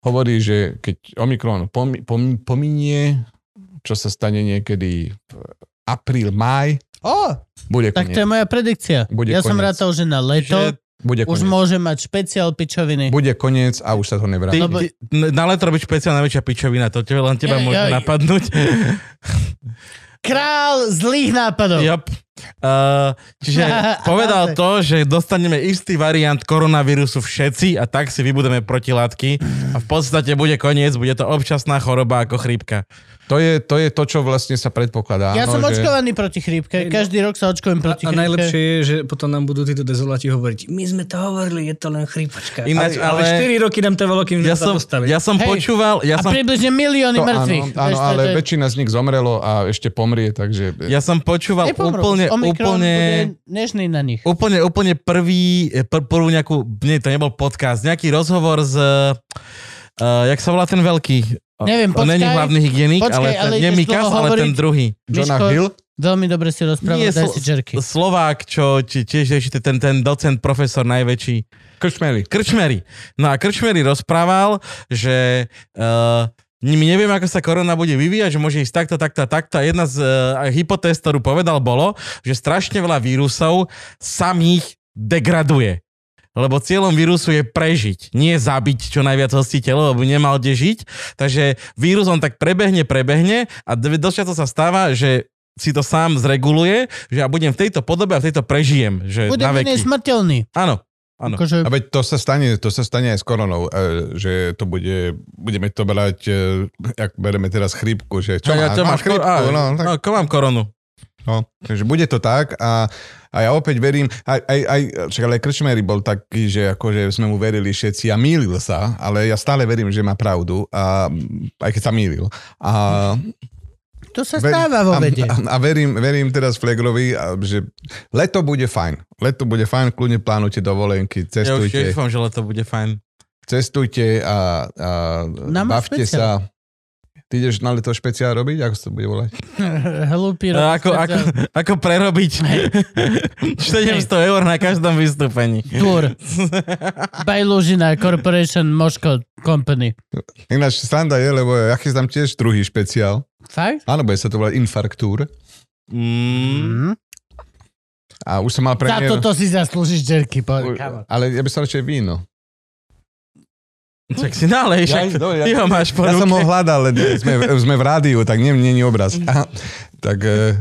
S3: hovorí, že keď Omikron pom, pom, pominie, čo sa stane niekedy v apríl, maj,
S1: O,
S3: bude
S1: tak to
S3: koniec.
S1: je moja predikcia.
S3: Bude
S1: ja som
S3: koniec.
S1: rátal, že na leto
S2: Že
S3: Bude
S1: Už
S3: koniec.
S1: môže mať špeciál pičoviny.
S3: Bude koniec a už sa to nevráti.
S2: Ty,
S1: Lebo-
S2: ty, n- na leto robiť špeciálna väčšia pičovina, to tebe, len teba
S1: Jaj,
S2: môže
S1: jaj.
S2: napadnúť.
S1: Král zlých nápadov.
S2: Yep. Uh, čiže povedal to, že dostaneme istý variant koronavírusu všetci a tak si vybudeme protilátky a v podstate bude koniec, bude to občasná choroba ako chrípka.
S3: To je, to je to, čo vlastne sa predpokladá.
S1: Ja som
S3: áno, že-
S1: očkovaný proti chrípke. Každý rok sa očkujem proti
S4: no. A
S1: chrípke.
S4: najlepšie je, že potom nám budú títo dezolati hovoriť, my sme to hovorili, je to len chrípačka.
S2: Ináč,
S4: ale,
S2: ale-
S4: 4 roky nám trvalo, kým
S2: Ja
S4: sme sa
S2: som,
S4: dostali.
S2: ja som
S1: Hej.
S2: počúval, ja
S1: A
S2: som,
S1: približne milióny
S3: To
S1: mŕtvych.
S3: áno, áno,
S1: Vieš, to-
S3: ale
S1: to je-
S3: väčšina z nich zomrelo a ešte pomrie, takže...
S2: ja som počúval
S1: Nepomrú.
S2: úplne,
S1: Omikron
S2: úplne...
S1: bude nežný na nich.
S2: Úplne, úplne prvý, eh, pr- prvú nejakú, nie, to nebol podcast, nejaký rozhovor s, uh, jak sa volá ten veľký?
S1: Neviem,
S2: On není
S1: počkaj.
S2: hlavný hygienik,
S1: Počkaj,
S2: ale, ten,
S1: ale
S2: nie
S1: ideš
S2: Mikas,
S1: dlho
S2: ale ten
S1: hovoriť.
S2: druhý.
S3: Jonah
S1: Miško-
S3: Hill?
S1: Veľmi dobre si rozprával,
S2: Nie,
S1: daj
S2: sl-
S1: si čerky.
S2: Slovák, čo ti- tiež ešte ten, ten docent, profesor najväčší.
S3: Krčmeli.
S2: Krčmery. No a Krčmery rozprával, že uh, my nevieme, ako sa korona bude vyvíjať, že môže ísť takto, takto, a takto. A Jedna z uh, hypotéz, ktorú povedal, bolo, že strašne veľa vírusov samých degraduje. Lebo cieľom vírusu je prežiť, nie zabiť čo najviac hostiteľov, lebo nemal kde žiť. Takže vírus on tak prebehne, prebehne a d- dosť často sa stáva, že si to sám zreguluje, že ja budem v tejto podobe a v tejto prežijem. Že
S1: Bude
S2: na
S1: menej
S2: veky.
S1: smrteľný.
S2: Áno, áno.
S1: Akože,
S3: No. A veď to sa stane, to sa stane aj s koronou, e, že to bude, budeme to brať, e, jak bereme teraz chrípku, že
S2: A
S3: čo ja, má,
S2: čo
S3: mám
S2: máš?
S3: chrípku,
S2: Á,
S3: no, tak,
S2: no, ko mám koronu.
S3: no. Takže bude to tak a, a ja opäť verím, aj, aj, aj však ale Krčmery bol taký, že akože sme mu verili všetci a mýlil sa, ale ja stále verím, že má pravdu, a, aj keď sa mýlil. A,
S1: to sa stáva vo vede.
S3: a, a verím, verím teraz Flegrovi, a- že leto bude fajn. Leto bude fajn, kľudne plánujte
S2: Ja už
S3: dovolenky, cestujte,
S2: tiež dúfam, že leto bude fajn.
S3: cestujte a, a
S1: Nám
S3: bavte
S1: špeciál.
S3: sa. Ty ideš na leto špeciál robiť? Ako sa to bude volať?
S1: Hlupý rok.
S2: Ako, ako,
S1: špeciál.
S2: ako prerobiť 700 eur na každom vystúpení.
S1: Tour. By Lužina Corporation Moško Company.
S3: Ináč sranda je, lebo ja chystám tiež druhý špeciál.
S1: Fakt?
S3: Áno, bude sa to volať Infarktúr.
S2: Mm,
S1: Mm.
S3: A už som mal
S1: Za
S3: premiéru.
S1: toto si zaslúžiš džerky,
S3: U-
S1: poď, kamo.
S3: Ale ja by som radšej víno.
S2: čak si nálej, však
S3: Ja- dobre, ja-
S2: ty ho máš po
S3: Ja
S2: ruke.
S3: som ho hľadal, ale sme, sme v rádiu, tak nie, nie, nie obraz.
S1: Mm.
S3: Aha, tak e,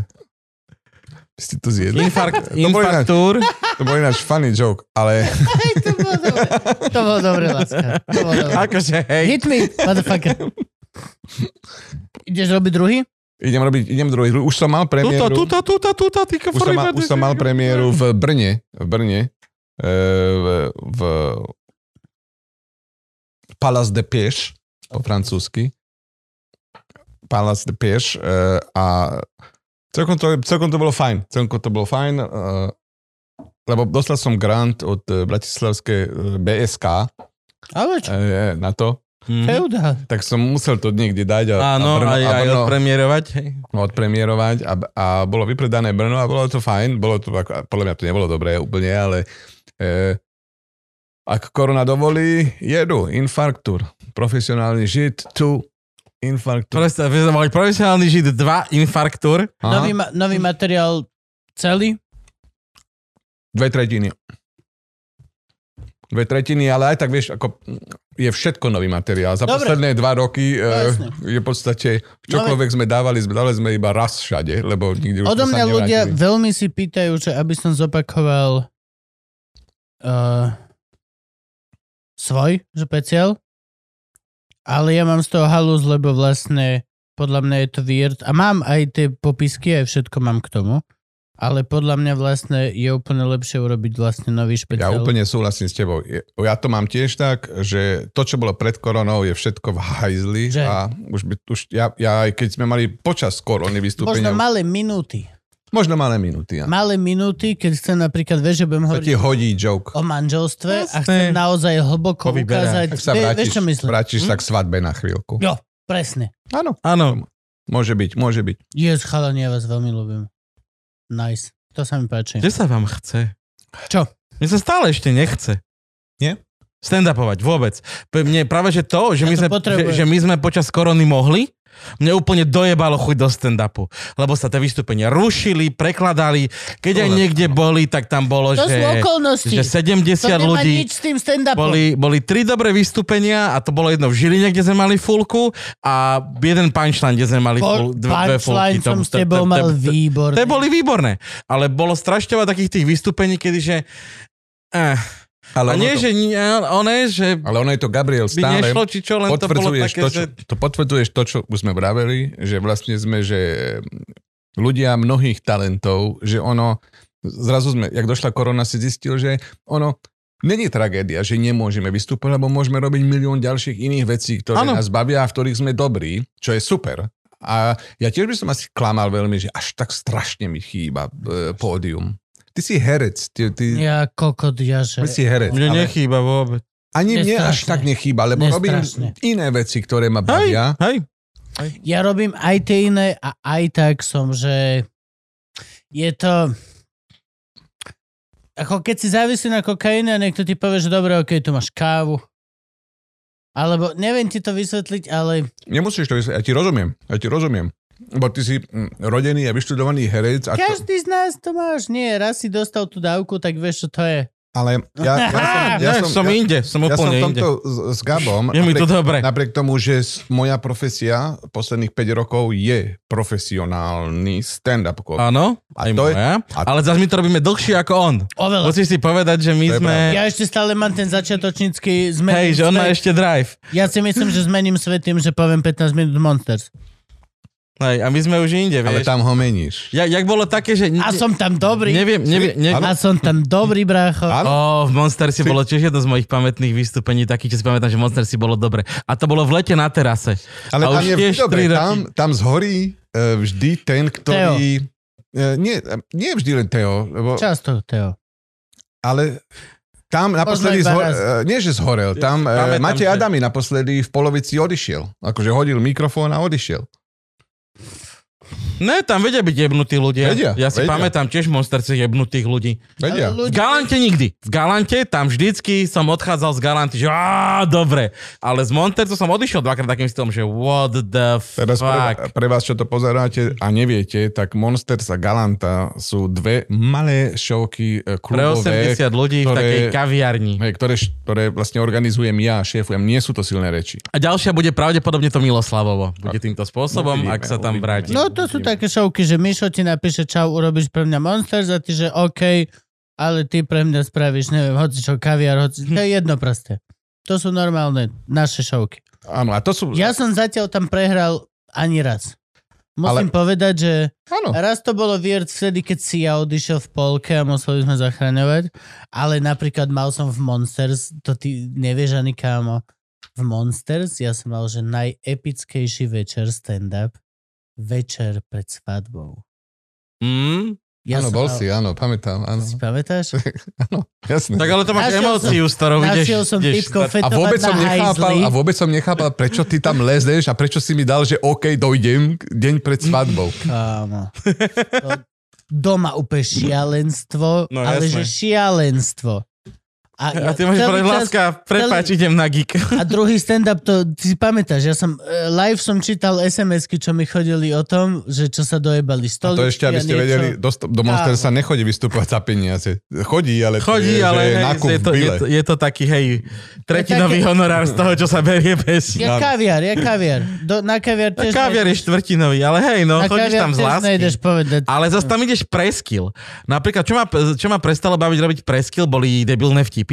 S3: ste to zjedli?
S2: Infarkt,
S3: To bol ináč-
S2: infarktúr.
S3: To bol ináč funny joke, ale...
S1: Hej, to bolo dobre. To bolo dobre, láska. To bolo dobre.
S2: Akože hej.
S1: Hit me, motherfucker. Ideš robiť druhý?
S3: Idem robiť, idem druhý. Už som mal
S2: Tuto,
S3: premiéru.
S2: tuto, tuto, tuto, ty
S3: už, som mal, už som mal premiéru v Brne. V Brne. e, V, v Palace de Pieš, po francúzsky. Palace de Pieš. e, A celkom to, celkom to bolo fajn. Celkom to bolo fajn. e, Lebo dostal som grant od e, bratislavskej e, BSK
S1: Ale čo?
S3: e, na to.
S1: Mm.
S2: Mhm.
S1: Feudál.
S3: Tak som musel to niekde dať a,
S2: Áno,
S3: a Brno,
S2: aj,
S3: a
S2: aj
S3: Brno,
S2: odpremierovať. hej.
S3: No, odpremierovať a, a bolo vypredané Brno a bolo to fajn, bolo to, ako, podľa mňa to nebolo dobré úplne, ale e, ak korona dovolí, jedu, infarktúr, profesionálny žid, tu, infarktúr.
S2: Proste, vy sme mali profesionálny žid 2, infarktúr.
S3: Aha,
S1: Nový, ma- nový materiál celý?
S3: Dve tretiny. Dve tretiny, ale aj tak vieš, ako je všetko nový materiál. Za
S1: Dobre. No,
S3: posledné dva roky e,
S1: jasne. No,
S3: je v podstate, čokoľvek sme dávali, sme dávali sme iba raz všade, lebo nikde už
S1: Odo
S3: sme sa
S1: mňa ľudia
S3: nevrátili.
S1: veľmi si pýtajú, že aby som zopakoval uh, svoj špeciál, ale ja mám z toho halus, lebo vlastne podľa mňa je to weird a mám aj tie popisky, aj všetko mám k tomu, ale podľa mňa vlastne je úplne lepšie urobiť vlastne nový
S3: Ja
S1: špeciál.
S3: úplne súhlasím s tebou. Je- Ja to mám tiež tak, že to, čo bolo pred koronou, je všetko v hajzli.
S1: Že?
S3: A už, by, už ja, ja, aj keď sme mali počas korony
S1: Možno
S3: vystúpenia, možno, ma...
S1: malé minúty.
S3: možno malé minúty. Ja.
S1: Malé minúty, keď chcem napríklad, vieš, že budem
S3: Sa ti
S1: hovoriť
S3: hodí joke.
S1: o manželstve a
S2: Jasné.
S1: chcem naozaj hlboko
S2: Povyberá.
S1: ukázať,
S3: Tak sa
S1: vie-
S3: vrátiš,
S1: vieš, čo myslím. Hm?
S3: vrátiš sa k svadbe na chvíľku.
S1: Jo, presne.
S3: Áno,
S2: Áno.
S3: môže byť, môže byť.
S1: Yes, chalani, ja vás veľmi ľúbim. Nice. To sa mi páči.
S2: Kde sa vám chce?
S1: Čo?
S2: Mne sa stále ešte nechce.
S3: Nie?
S2: Stand-upovať vôbec. P- Mne práve, že to, že,
S1: Ja
S2: my
S1: to
S2: sme, že,
S1: potrebujem.
S2: že my sme počas korony mohli Mne úplne dojebalo chuť do stand-upu, lebo sa tie vystúpenia rušili, prekladali. Keď aj niekde boli, tak tam bolo,
S1: To sú
S2: že,
S1: okolnosti.
S2: že 70
S1: to nemá
S2: ľudí.
S1: nič s tým stand-upom.
S2: Boli, boli tri dobré vystúpenia a to bolo jedno v Žiline, kde sme mali fulku a jeden punchline, kde sme mali
S1: Pol-
S2: ful, dve, dve fulky.
S1: punchline som s
S2: to-
S1: tebou
S2: to- to-
S1: mal
S2: to-
S1: výborný.
S2: To boli výborné, ale bolo strašne veľa takých tých vystúpení, kedy že... Eh, a
S3: Ale, ono
S2: nie,
S3: to,
S2: že... nie, One, že
S3: ale ono je to Gabriel
S2: by
S3: stále.
S2: nešlo, či čo, len to bolo
S3: potvrdzuješ
S2: také,
S3: to,
S2: že...
S3: čo, to potvrdzuješ to, čo už sme vraveli, že vlastne sme, že ľudia mnohých talentov, že ono, zrazu sme, jak došla korona, si zistil, že ono, Není tragédia, že nemôžeme vystúpať, lebo môžeme robiť milión ďalších iných vecí, ktoré
S2: Áno.
S3: ano. nás bavia a v ktorých sme dobrí, čo je super. A ja tiež by som asi klamal veľmi, že až tak strašne mi chýba e, pódium. Ty si herec, ty, ty, ja,
S1: Ja kokot, ja že...
S3: ty si herec.
S2: Mne
S3: ale-
S2: nechýba vôbec.
S3: ani
S1: Je
S3: mne až
S1: strašné.
S3: tak nechýba, lebo
S1: Je
S3: robím
S1: strašné.
S3: iné veci, ktoré ma
S2: Hej,
S3: bavia.
S2: hej.
S1: Ja robím aj tie iné a aj tak som, že je to... Ako keď si závislý na kokaine a niekto ti povie, že dobre, ok, tu máš kávu. Alebo neviem ti to vysvetliť, ale
S3: Nemusíš to vysvetliť, ja ti rozumiem, ja ti rozumiem. Bo ty si mm, rodený a vyštudovaný herec, a to,
S1: každý z nás to máš. Nie, raz si dostal tú dávku, tak vieš, čo to je.
S3: ale ja, ja som, ja
S2: ne,
S3: som,
S2: som
S3: ja,
S2: inde, som
S3: ja som
S2: úplne
S3: v
S2: inde.
S3: tomto s, s Gabom,
S2: Je mi to dobre.
S3: napriek tomu, že s- moja profesia posledných 5 rokov je profesionálny stand-up komik.
S2: Áno,
S3: A
S2: aj
S3: to je-
S2: moja.
S3: a-
S2: Ale zase my to robíme dlhšie ako on.
S1: Oveľa.
S2: Musíš si povedať, že my
S3: To je
S2: sme...
S3: pravda.
S1: Ja ešte stále mám ten začiatočnícky zmením
S2: Hej, že on má
S1: svet.
S2: ešte drive.
S1: Ja si myslím, že zmením svet tým, že poviem 15 minút Monsters.
S2: Hej, a my sme už inde, vieš.
S3: Ale tam ho meníš.
S2: Ja, jak bolo také, že...
S1: A som tam dobrý.
S2: Neviem, neviem, neviem.
S1: A som tam dobrý, brácho.
S3: Áno.
S2: Ó, v Monster si bolo tiež jedno z mojich pamätných vystúpení, taký, čo si pamätám, že Monster si bolo dobre. A to bolo v lete na terase. a
S3: Ale
S2: už
S3: tam je
S2: tiež
S3: vždy dobre,
S2: tri roky.
S3: tam, tam zhorí e, vždy ten, ktorý... E, Nie, nie vždy len Teo, lebo,
S1: Často, Teo.
S3: ale tam naposledy,
S1: iba
S3: zho-
S1: raz.
S3: e, nie že zhorel, tam e,
S2: Pamätám,
S3: Matej
S2: že-
S3: Adami naposledy v polovici odišiel. Akože hodil mikrofón a odišiel.
S2: Ne, tam vedia byť jebnutí ľudia.
S3: Vedia,
S2: ja si
S3: vedia.
S2: pamätám tiež v Monsterce jebnutých ľudí.
S3: Vedia.
S1: Ale
S2: V
S1: ľudia-
S2: Galante nikdy. V Galante tam vždycky som odchádzal z Galanty, že á, dobre. Ale z Montercu som odišiel dvakrát takým stylom, že what the
S3: Teraz
S2: fuck.
S3: pre, pre vás, čo to pozeráte a neviete, tak Monsters a Galanta sú dve malé šovky
S2: Pre
S3: e, klubové,
S2: 80 ľudí v
S3: ktoré-
S2: takej kaviarni.
S3: hej, ktoré, š- ktoré vlastne organizujem ja, šéfujem. Nie sú to silné reči.
S2: A ďalšia bude pravdepodobne to Miloslavovo. Bude týmto spôsobom,
S3: Uvidíme,
S2: ak sa tam
S3: uvidíme.
S2: vráti.
S1: No to sú také šovky, že Mišo ti napíše čau, urobíš pre mňa Monsters a ty, že OK, ale ty pre mňa spravíš, neviem, hoci čo, kaviar, hoci... To je jedno proste. To sú normálne naše šovky.
S3: Áno, a to sú...
S1: Ja som zatiaľ tam prehral ani raz. Musím ale... povedať, že
S3: Áno.
S1: raz to bolo weird vtedy, keď si ja odišiel v polke a museli sme zachraňovať, ale napríklad mal som v Monsters, to ty nevieš ani kámo, v Monsters ja som mal, že najepickejší večer stand-up, večer pred svadbou.
S2: Mm?
S1: Ja
S3: áno,
S1: som
S3: bol
S1: mal-
S3: si, áno, pamätám, áno.
S1: Si pamätáš?
S3: Jasné.
S2: Tak ale to máš
S1: Našiel
S2: emóciu, s ktorou ideš.
S1: Našiel som
S2: ideš
S1: typko
S3: A
S1: fetovať
S3: vôbec,
S1: na
S3: som nechápal,
S1: hajzli.
S3: a vôbec som nechápal, prečo ty tam lezeš a prečo si mi dal, že OK, dojdem deň pred svadbou.
S1: Kámo. To doma úplne šialenstvo,
S2: No,
S1: ale že
S2: jasné.
S1: šialenstvo.
S2: A ty
S1: celý
S2: máš povedať,
S1: čas-
S2: láska, prepáč, idem na geek.
S1: A druhý stand-up, to ty si pamätáš, ja som, e, live som čítal SMS-ky, čo mi chodili o tom, že čo sa dojebali
S3: A
S1: stoličky
S3: to ešte, aby ste
S1: niečo.
S3: vedeli, do, st- do Monster sa nechodí vystupovať za peniaze. Chodí, ale
S2: Chodí,
S3: to je,
S2: ale
S3: že
S2: hej,
S3: nákup
S2: je, to, je, to, je to taký, hej,
S1: Je
S2: tretinový
S1: také-
S2: honorár z toho, čo sa berie bez.
S1: Ja kaviar, ja kaviar. Do, na kaviar
S2: A
S1: tiež...
S2: Kaviar je
S1: nejdeš-
S2: štvrtinový, ale hej, no,
S1: na
S2: chodíš
S1: kaviar
S2: tam z
S1: tiež
S2: lásky.
S1: nejdeš povedať.
S2: Ale zase tam ideš pre skill. Napríklad, čo ma, čo ma prestalo baviť robiť pre skill, boli debilné vtipy.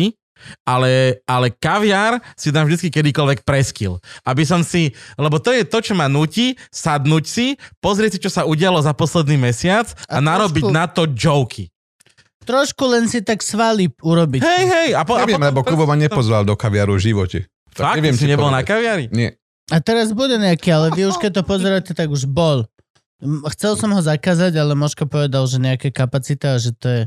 S2: Ale, ale kaviár si dám vždycky kedykoľvek preskill. Aby som si, lebo to je to, čo ma nutí, sadnúť si, pozrieť si, čo sa udialo za posledný mesiac
S1: A
S2: a, a narobiť
S1: trošku-
S2: na to joky.
S1: Trošku len si tak svaly urobiť.
S2: Hej, hej, a, po,
S3: Neviem,
S2: a
S3: lebo Kubo ma nepozval do kaviaru v živote.
S2: Fakt, neviem, si
S3: ti
S2: nebol na
S3: povedať.
S2: kaviari?
S3: Nie.
S1: A teraz bude nejaký, ale vy už keď to pozeráte, tak už bol. M, Chcel som ho zakázať, ale Moško povedal, že nejaká kapacita, že to je...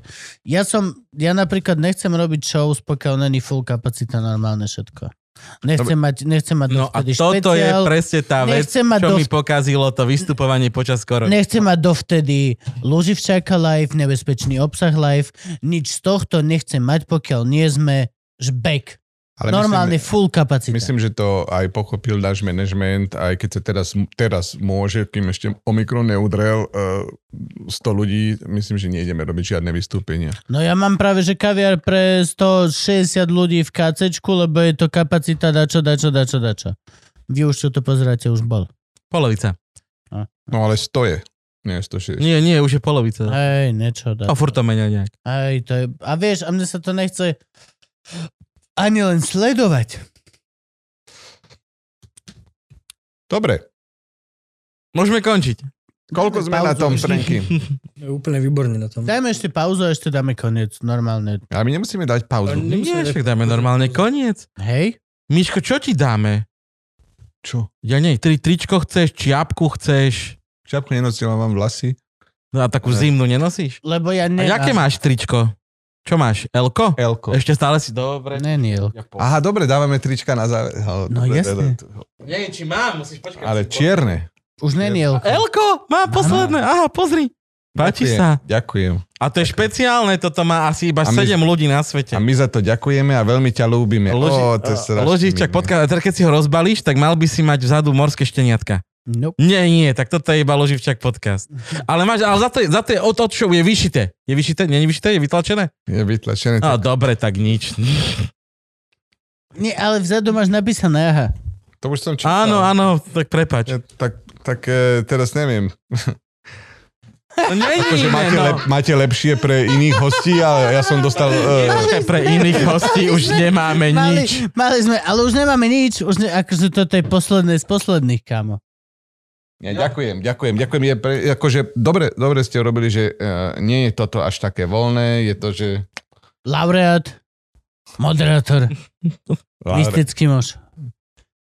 S1: Ja som, ja napríklad nechcem robiť shows, pokiaľ není full kapacita normálne všetko. Nechcem mať, nechcem mať
S2: No a
S1: dovtedy
S2: toto je
S1: špeciál,
S2: presne tá vec,
S1: nechcem mať
S2: čo mi
S1: dosť-
S2: pokazilo to vystupovanie počas korony.
S1: nechcem mať dovtedy Luživčáka live, nebezpečný obsah live, nič z tohto nechcem mať, pokiaľ nie sme žbek.
S3: Ale
S1: Normálne full kapacita.
S3: Myslím, že to aj pochopil náš manažment, aj keď sa teraz, teraz môže, kým ešte Omikron neudrel eh, 100 ľudí, myslím, že nejdeme robiť žiadne vystúpenia.
S1: No ja mám práve, že kaviar pre 160 ľudí v KCčku, lebo je to kapacita dačo, dačo, dačo, dačo. Vy už čo to pozeráte, už bol.
S2: Polovica.
S3: No ale 100 je, nie 160.
S2: Nie, nie, už je polovica.
S1: Hej, niečo dá.
S2: A furt to menia nejak.
S1: Hej, to je... A vieš, a mne sa to nechce ani len sledovať.
S3: Dobre,
S2: Môžeme končiť.
S3: koľko sme na tom,
S1: Pauzu ešte.
S3: Frenky?
S4: Je úplne výborný na tom.
S1: Dajme ešte pauzu a ešte dáme koniec, normálne.
S3: A my nemusíme dať pauzu.
S2: Nie, však dáme normálne koniec.
S1: Hej?
S2: Miško, čo ti dáme?
S3: Čo?
S2: Ja nie, tri, tričko chceš, čiapku chceš.
S3: Čapku nenocila vám vlasy?
S2: No a takú
S3: Ne.
S2: zimnú nenosíš?
S1: Lebo ja
S2: A
S1: nemám.
S2: jaké máš tričko? Čo máš? Elko?
S3: Elko.
S2: Ešte stále si dobre.
S1: Neniel.
S2: Ja po-
S3: Aha, dobre, dávame trička na záver. Ho,
S1: No,
S3: dobre,
S1: jasne.
S3: dobre,
S2: Nie, či mám, musíš počkať.
S3: Ale čierne.
S1: Už neniel.
S2: Elko, má posledné. Aha, pozri. Páči
S3: Ďakujem,
S2: sa.
S3: Ďakujem.
S2: A to je špeciálne, toto má asi iba
S3: A my-
S2: 7 ľudí na
S3: A
S2: svete.
S3: my za to ďakujeme a veľmi ťa ľúbime.
S2: Loži,
S3: Ó, to je strašne
S2: ložičak,
S3: milé.
S2: podka- a teraz keď si ho rozbalíš, tak mal by si mať vzadu morské šteniatka.
S1: Nope.
S2: Nie, nie, tak toto je iba Loživčak podcast. Ale máš, ale za to, je- za to je od, od show je vyšité. Je vyšité? Nie je vyšité? Je vytlačené?
S3: Je vytlačené.
S2: No dobre, tak nič.
S1: Nie, ale vzadu máš napísané, aha.
S3: To už som čítal.
S2: Áno, áno, tak prepač.
S3: Ja, tak, tak e, teraz neviem.
S2: No, nie, nie, nie,
S3: Že máte,
S2: no.
S3: lep, máte lepšie pre iných hostí, ale ja som dostal...
S2: Nie,
S3: E,
S2: počkaj, pre iných hostí už nemáme
S1: Mali,
S2: nič.
S1: mali sme, ale už nemáme nič. Už ne, akože toto je posledné z posledných, kámo.
S3: ja, ďakujem, ďakujem, ďakujem. Je pre, akože, dobre, dobre ste robili, že e, nie je toto až také voľné, je to, že...
S1: Laureát, moderátor, mystický muž.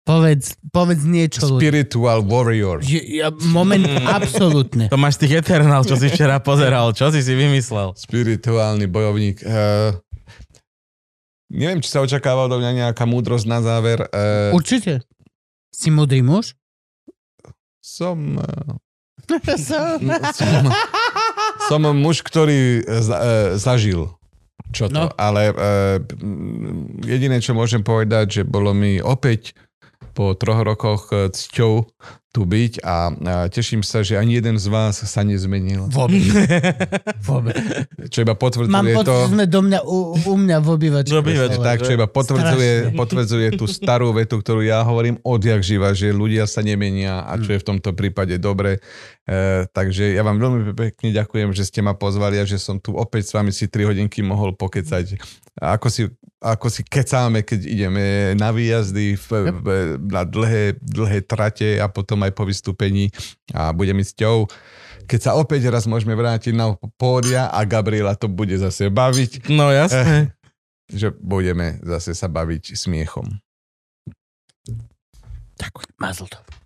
S1: Povedz, povedz niečo ľudí.
S3: Spiritual warrior.
S1: Je, ja, moment, absolútne.
S2: To máš tých Eternal, čo si včera pozeral. Čo si si vymyslel?
S3: Spirituálny bojovník. E, neviem, či sa očakáva odo mňa nejaká múdrosť na záver. E,
S1: Určite. Si múdry muž?
S3: som... E, som, som muž, ktorý e, za- e, zažil čo to, no.
S1: No.
S3: ale e, mm, jediné, čo môžem povedať, že bolo mi opäť po troch rokoch e, cťou tu byť a e, teším sa, že ani jeden z vás sa nezmenil.
S1: Vôbec. Vôbec.
S3: Čo iba
S1: Mám
S3: potvrdzuje
S1: pocit,
S3: to...
S1: že sme do mňa, u, u mňa v obývačke.
S2: V obývačke,
S1: stále.
S3: Tak, čo iba potvrdzuje, potvrdzuje tú starú vetu, ktorú ja hovorím odjak živa, že ľudia sa nemenia a čo je v tomto prípade dobre. E, takže ja vám veľmi pekne ďakujem, že ste ma pozvali a že som tu opäť s vami si 3 hodinky mohol pokecať. A ako si, ako si kecáme, keď ideme na výjazdy v, v, na dlhé, dlhé trate a potom aj po vystúpení a bude mi cťou keď sa opäť raz môžeme vrátiť na pódia a Gabriela to bude zase baviť
S2: No jasné.
S3: že budeme zase sa baviť smiechom.
S1: Mazel tov.